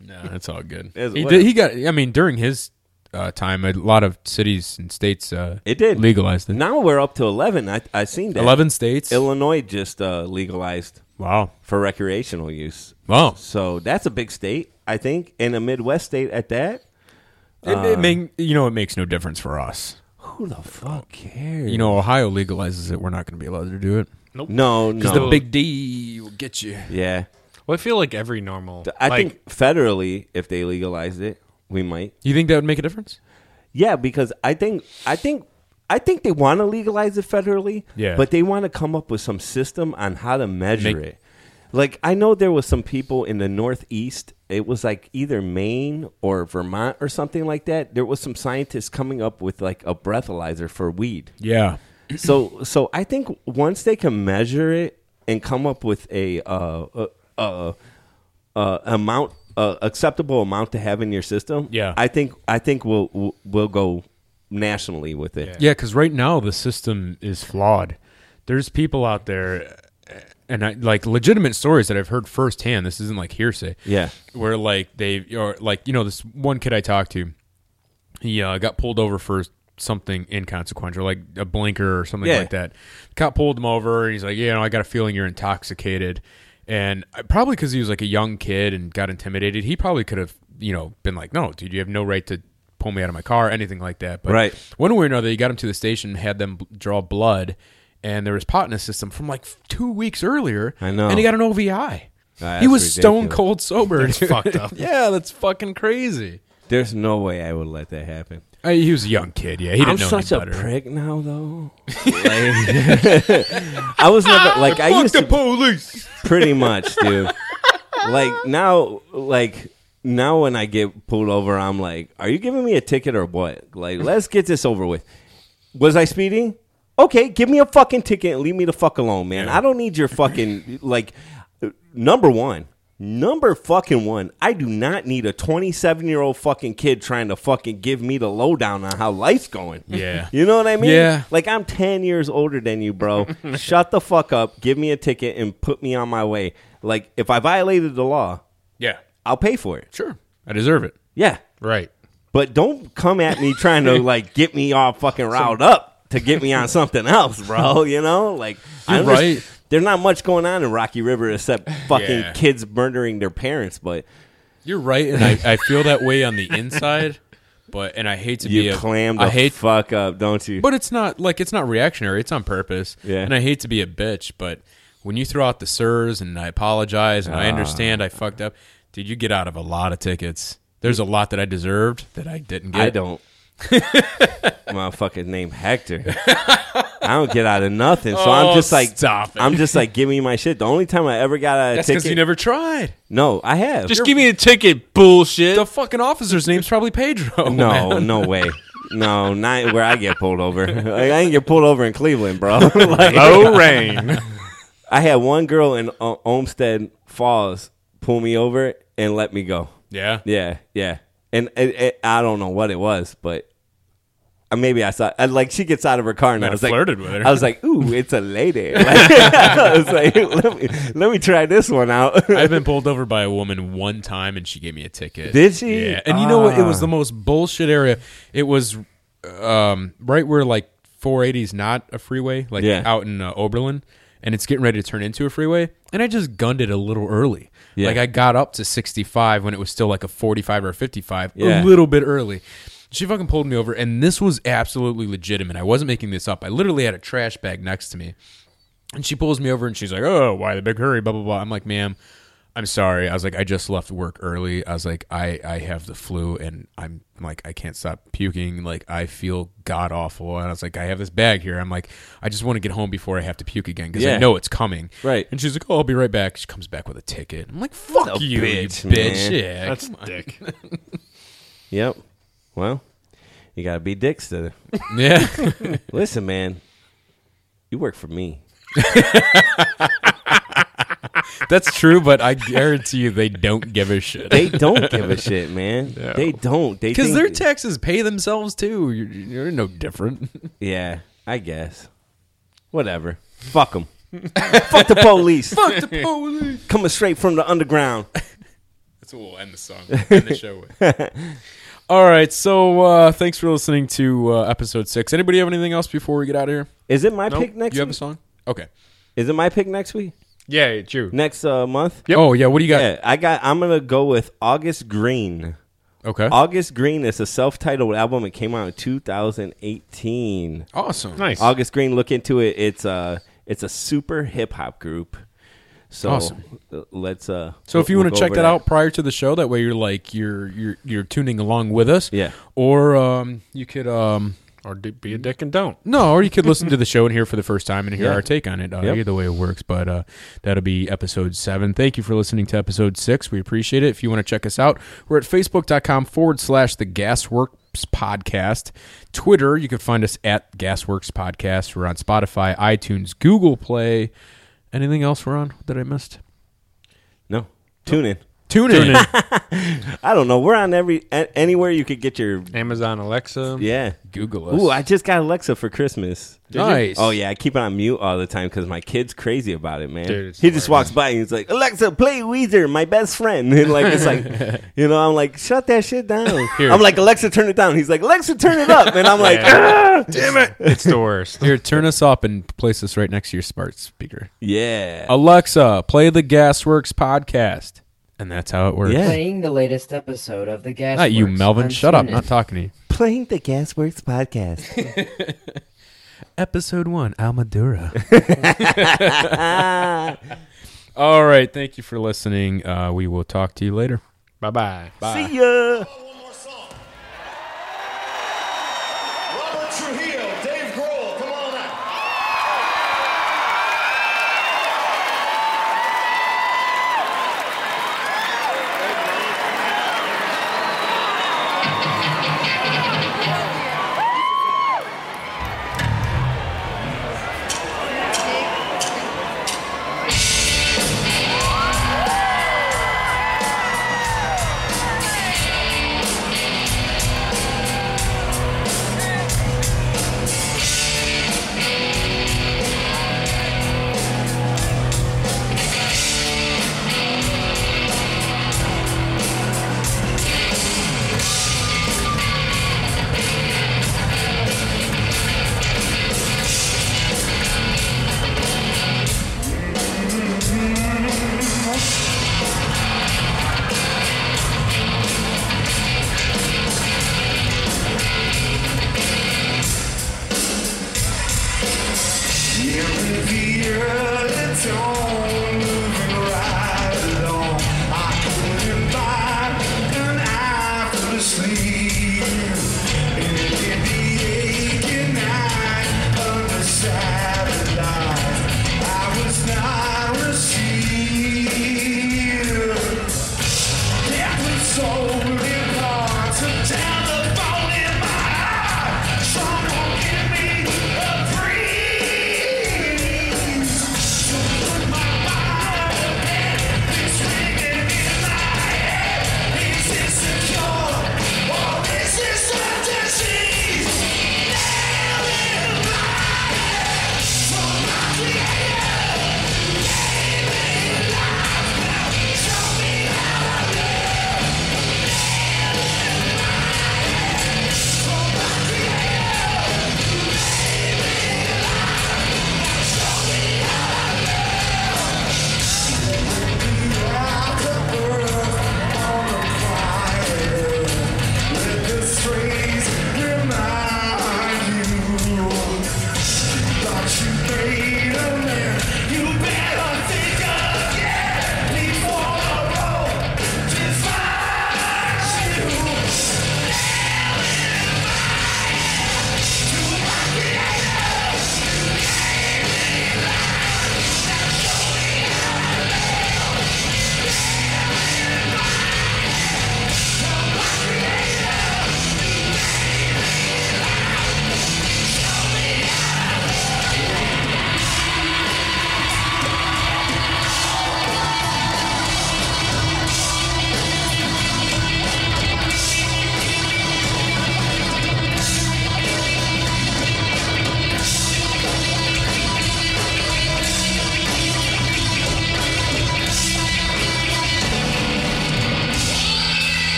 No, that's all good. It's He, whatever. did, he got. I mean, during his uh, time, a lot of cities and states uh, It did. legalized it. Now we're up to 11. I, I seen that. Eleven states. Illinois just uh, legalized wow. for recreational use. Wow. So that's a big state, I think, and a Midwest state at that. It, it make, uh, you know, it makes no difference for us. Who the fuck cares? You know, Ohio legalizes it. We're not going to be allowed to do it. no, no. The big D will get you. yeah. Well, I feel like every normal. I like, think federally, if they legalized it, we might. You think that would make a difference? Yeah, because I think I think I think they want to legalize it federally. Yeah. But they want to come up with some system on how to measure Make- it. Like I know there was some people in the Northeast. It was like either Maine or Vermont or something like that. There was some scientists coming up with like a breathalyzer for weed. Yeah. so so I think once they can measure it and come up with a uh, uh, uh, uh, amount uh, acceptable amount to have in your system, Yeah. I think I think we'll we'll- we'll go nationally with it. Yeah, because right now the system is flawed. There's people out there, uh, and I like legitimate stories that I've heard firsthand. This isn't like hearsay. Yeah. where like they or like you know this one kid I talked to, he uh, got pulled over for something inconsequential, like a blinker or something Yeah. like that. Cop pulled him over, and he's like, "You know, I got a feeling you're intoxicated." And I- probably because he was like a young kid and got intimidated, he probably could have, you know, been like, "No, dude, you have no right to pull me out of my car," anything like that. But Right. one way or another, he got him to the station, had them b- draw blood, and there was pot in his system from like f- two weeks earlier. I know. and he got an OVI. that's he was stone ridiculous. cold sober. It's (laughs) fucked up. yeah, that's fucking crazy. There's no way I would let that happen. Uh, he was a young kid. Yeah, he didn't I'm know such any a better. prick (laughs) now, though. Like, (laughs) I was never like I used to police. pretty much, dude. like now, like now, when I get pulled over, I'm like, "Are you giving me a ticket or what?" Like, let's get this over with. Was I speeding? Okay, give me a fucking ticket and leave me the fuck alone, man. I don't need your fucking like. Number one, number fucking one. I do not need a 27 year old fucking kid trying to fucking give me the lowdown on how life's going. Yeah. You know what I mean? Yeah. Like I'm 10 years older than (laughs) you, bro. Shut the fuck up. Give me a ticket and put me on my way. Like if I violated the law, Yeah. I'll pay for it. Sure. I deserve it. Yeah. Right. But don't come at me (laughs) trying to like get me all fucking riled up to get me on something else, bro. (laughs) You know? Like I You're underst- right. There's not much going on in Rocky River except fucking Yeah. kids murdering their parents, but You're right, (laughs) and I, I feel that way on the inside, but and I hate to you be a clam the I hate fuck up, don't you? But it's not like it's not reactionary. It's on purpose. Yeah. And I hate to be a bitch, but when you throw out the sirs and I apologize and I understand I fucked up, dude, you get out of a lot of tickets. There's a lot that I deserved that I didn't get. I don't. Motherfucker's name Hector. I don't get out of nothing, so I'm Oh, just like, stop it. I'm just like, give me my shit. The only time I ever got out of That's because ticket, you never tried. no, I have. Just give me a ticket, bullshit. The fucking officer's name's probably Pedro. man. no, no way, no, not where I get pulled over. (laughs) Like, I ain't get pulled over in Cleveland, bro. (laughs) like, Low rain. I had one girl in uh, Olmsted Falls pull me over and let me go. Yeah. Yeah, yeah. And it, it, I don't know what it was, but uh, maybe I saw. I, like she gets out of her car and I have was like, flirted with her. I was like, ooh, it's a lady. (laughs) Like, I was like, let me let me try this one out. (laughs) I've been pulled over by a woman one time, and she gave me a ticket. Did she? Ah. Yeah. And you know what? It was the most bullshit area. It was um, right where like 480 is not a freeway, like Yeah. out in uh, Oberlin, and it's getting ready to turn into a freeway. And I just gunned it a little early. Yeah. Like I got up to 65 when it was still like a 45 or a 55, Yeah. a little bit early. She fucking pulled me over, and this was absolutely legitimate. I wasn't making this up. I literally had a trash bag next to me. And she pulls me over and she's like, "Oh, why the big hurry?" Blah blah blah. I'm like, "Ma'am, I'm sorry." I was like, "I just left work early." I was like, "I I have the flu and I'm I'm like I can't stop puking. Like I feel god awful." And I was like, "I have this bag here." I'm like, "I just want to get home before I have to puke again because Yeah. I know it's coming." Right. And she's like, "Oh, I'll be right back." She comes back with a ticket. I'm like, "Fuck you, bitch, bitch, you bitch!" man. Yeah, That's dick. Yep. Well, you gotta be dicks to. (laughs) yeah. Listen, man, you work for me. That's true, but I guarantee you they don't give a shit. (laughs) They don't give (laughs) a shit, man. They don't. They because think- their taxes pay themselves too. You're, you're no different. Yeah, I guess. Whatever. Fuck (laughs) them. Fuck the police. Fuck the police. Coming straight from the underground. That's what we'll end the song, end the show with. (laughs) All right, so uh, thanks for listening to uh, episode six. Anybody have anything else before we get out of here? Is it my pick next you have week? a song? Okay. Is it my pick next week? (laughs) Yeah, true. Next uh, month? Oh yeah, what do you got? Yeah, I got. I'm gonna go with August Green. Okay. August Green is a self-titled album. It came out in 2018. Awesome. Nice. August Green. Look into it. It's a it's a super hip hop group. So Awesome. uh, let's. uh So if you we'll want to go check over that, out prior to the show, that way you're like you're you're you're tuning along with us. Yeah. Or um, you could um, Or d- be a dick and don't. No, or you could listen to the show and hear it for the first time and hear Yeah. our take on it. Uh, Yep. Either way, it works. But uh, that'll be episode seven. Thank you for listening to episode six. We appreciate it. If you want to check us out, we're at facebook.com forward slash the Gasworks Podcast. Twitter, you can find us at Gasworks Podcast. We're on Spotify, iTunes, Google Play. Anything else we're on that I missed? No, tune in. Tune, in. (laughs) I don't know. We're on every a- anywhere you could get your Amazon Alexa. yeah. Google us. Ooh, I just got Alexa for Christmas. nice. Oh yeah, I keep it on mute all the time because my kid's crazy about it, man. Dude, it's he just walks by and he's like, "Alexa, play Weezer, my best friend." (laughs) And like it's (laughs) like, you know, I'm like, "Shut that shit down." Here. I'm like, "Alexa, turn it down." He's like, "Alexa, turn it up," and I'm (laughs) like, "Ah, Damn it. It's the worst. Here, turn us up and place us right next to your smart speaker. "Yeah, Oh. Alexa, play the Gasworks podcast. And that's how it works. Yeah. Playing the latest episode of the Gas. Not you, Works Melvin. on Shut up. TuneIn. Not talking to you. playing the Gasworks podcast." (laughs) Episode one, (laughs) Almadura. All right. Thank you for listening. Uh, we will (laughs) talk to you later. Bye-bye. Bye. See ya. One more song. Trujillo, Dave Grohl, come on up.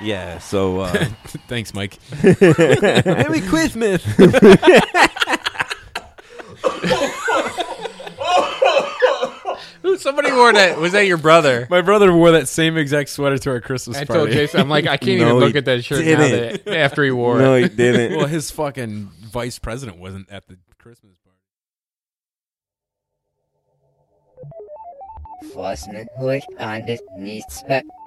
Yeah, (laughs) so uh, Thanks, Mike. Merry Christmas. Somebody wore that. Was that your brother? My brother wore that same exact sweater to our Christmas I told party. Jason, I'm like, I can't No, even he look at that shirt now didn't. that, after he wore no, it. he (laughs) didn't. well, his fucking vice president wasn't at the Christmas party. Vlasne hoek aan dit niet spek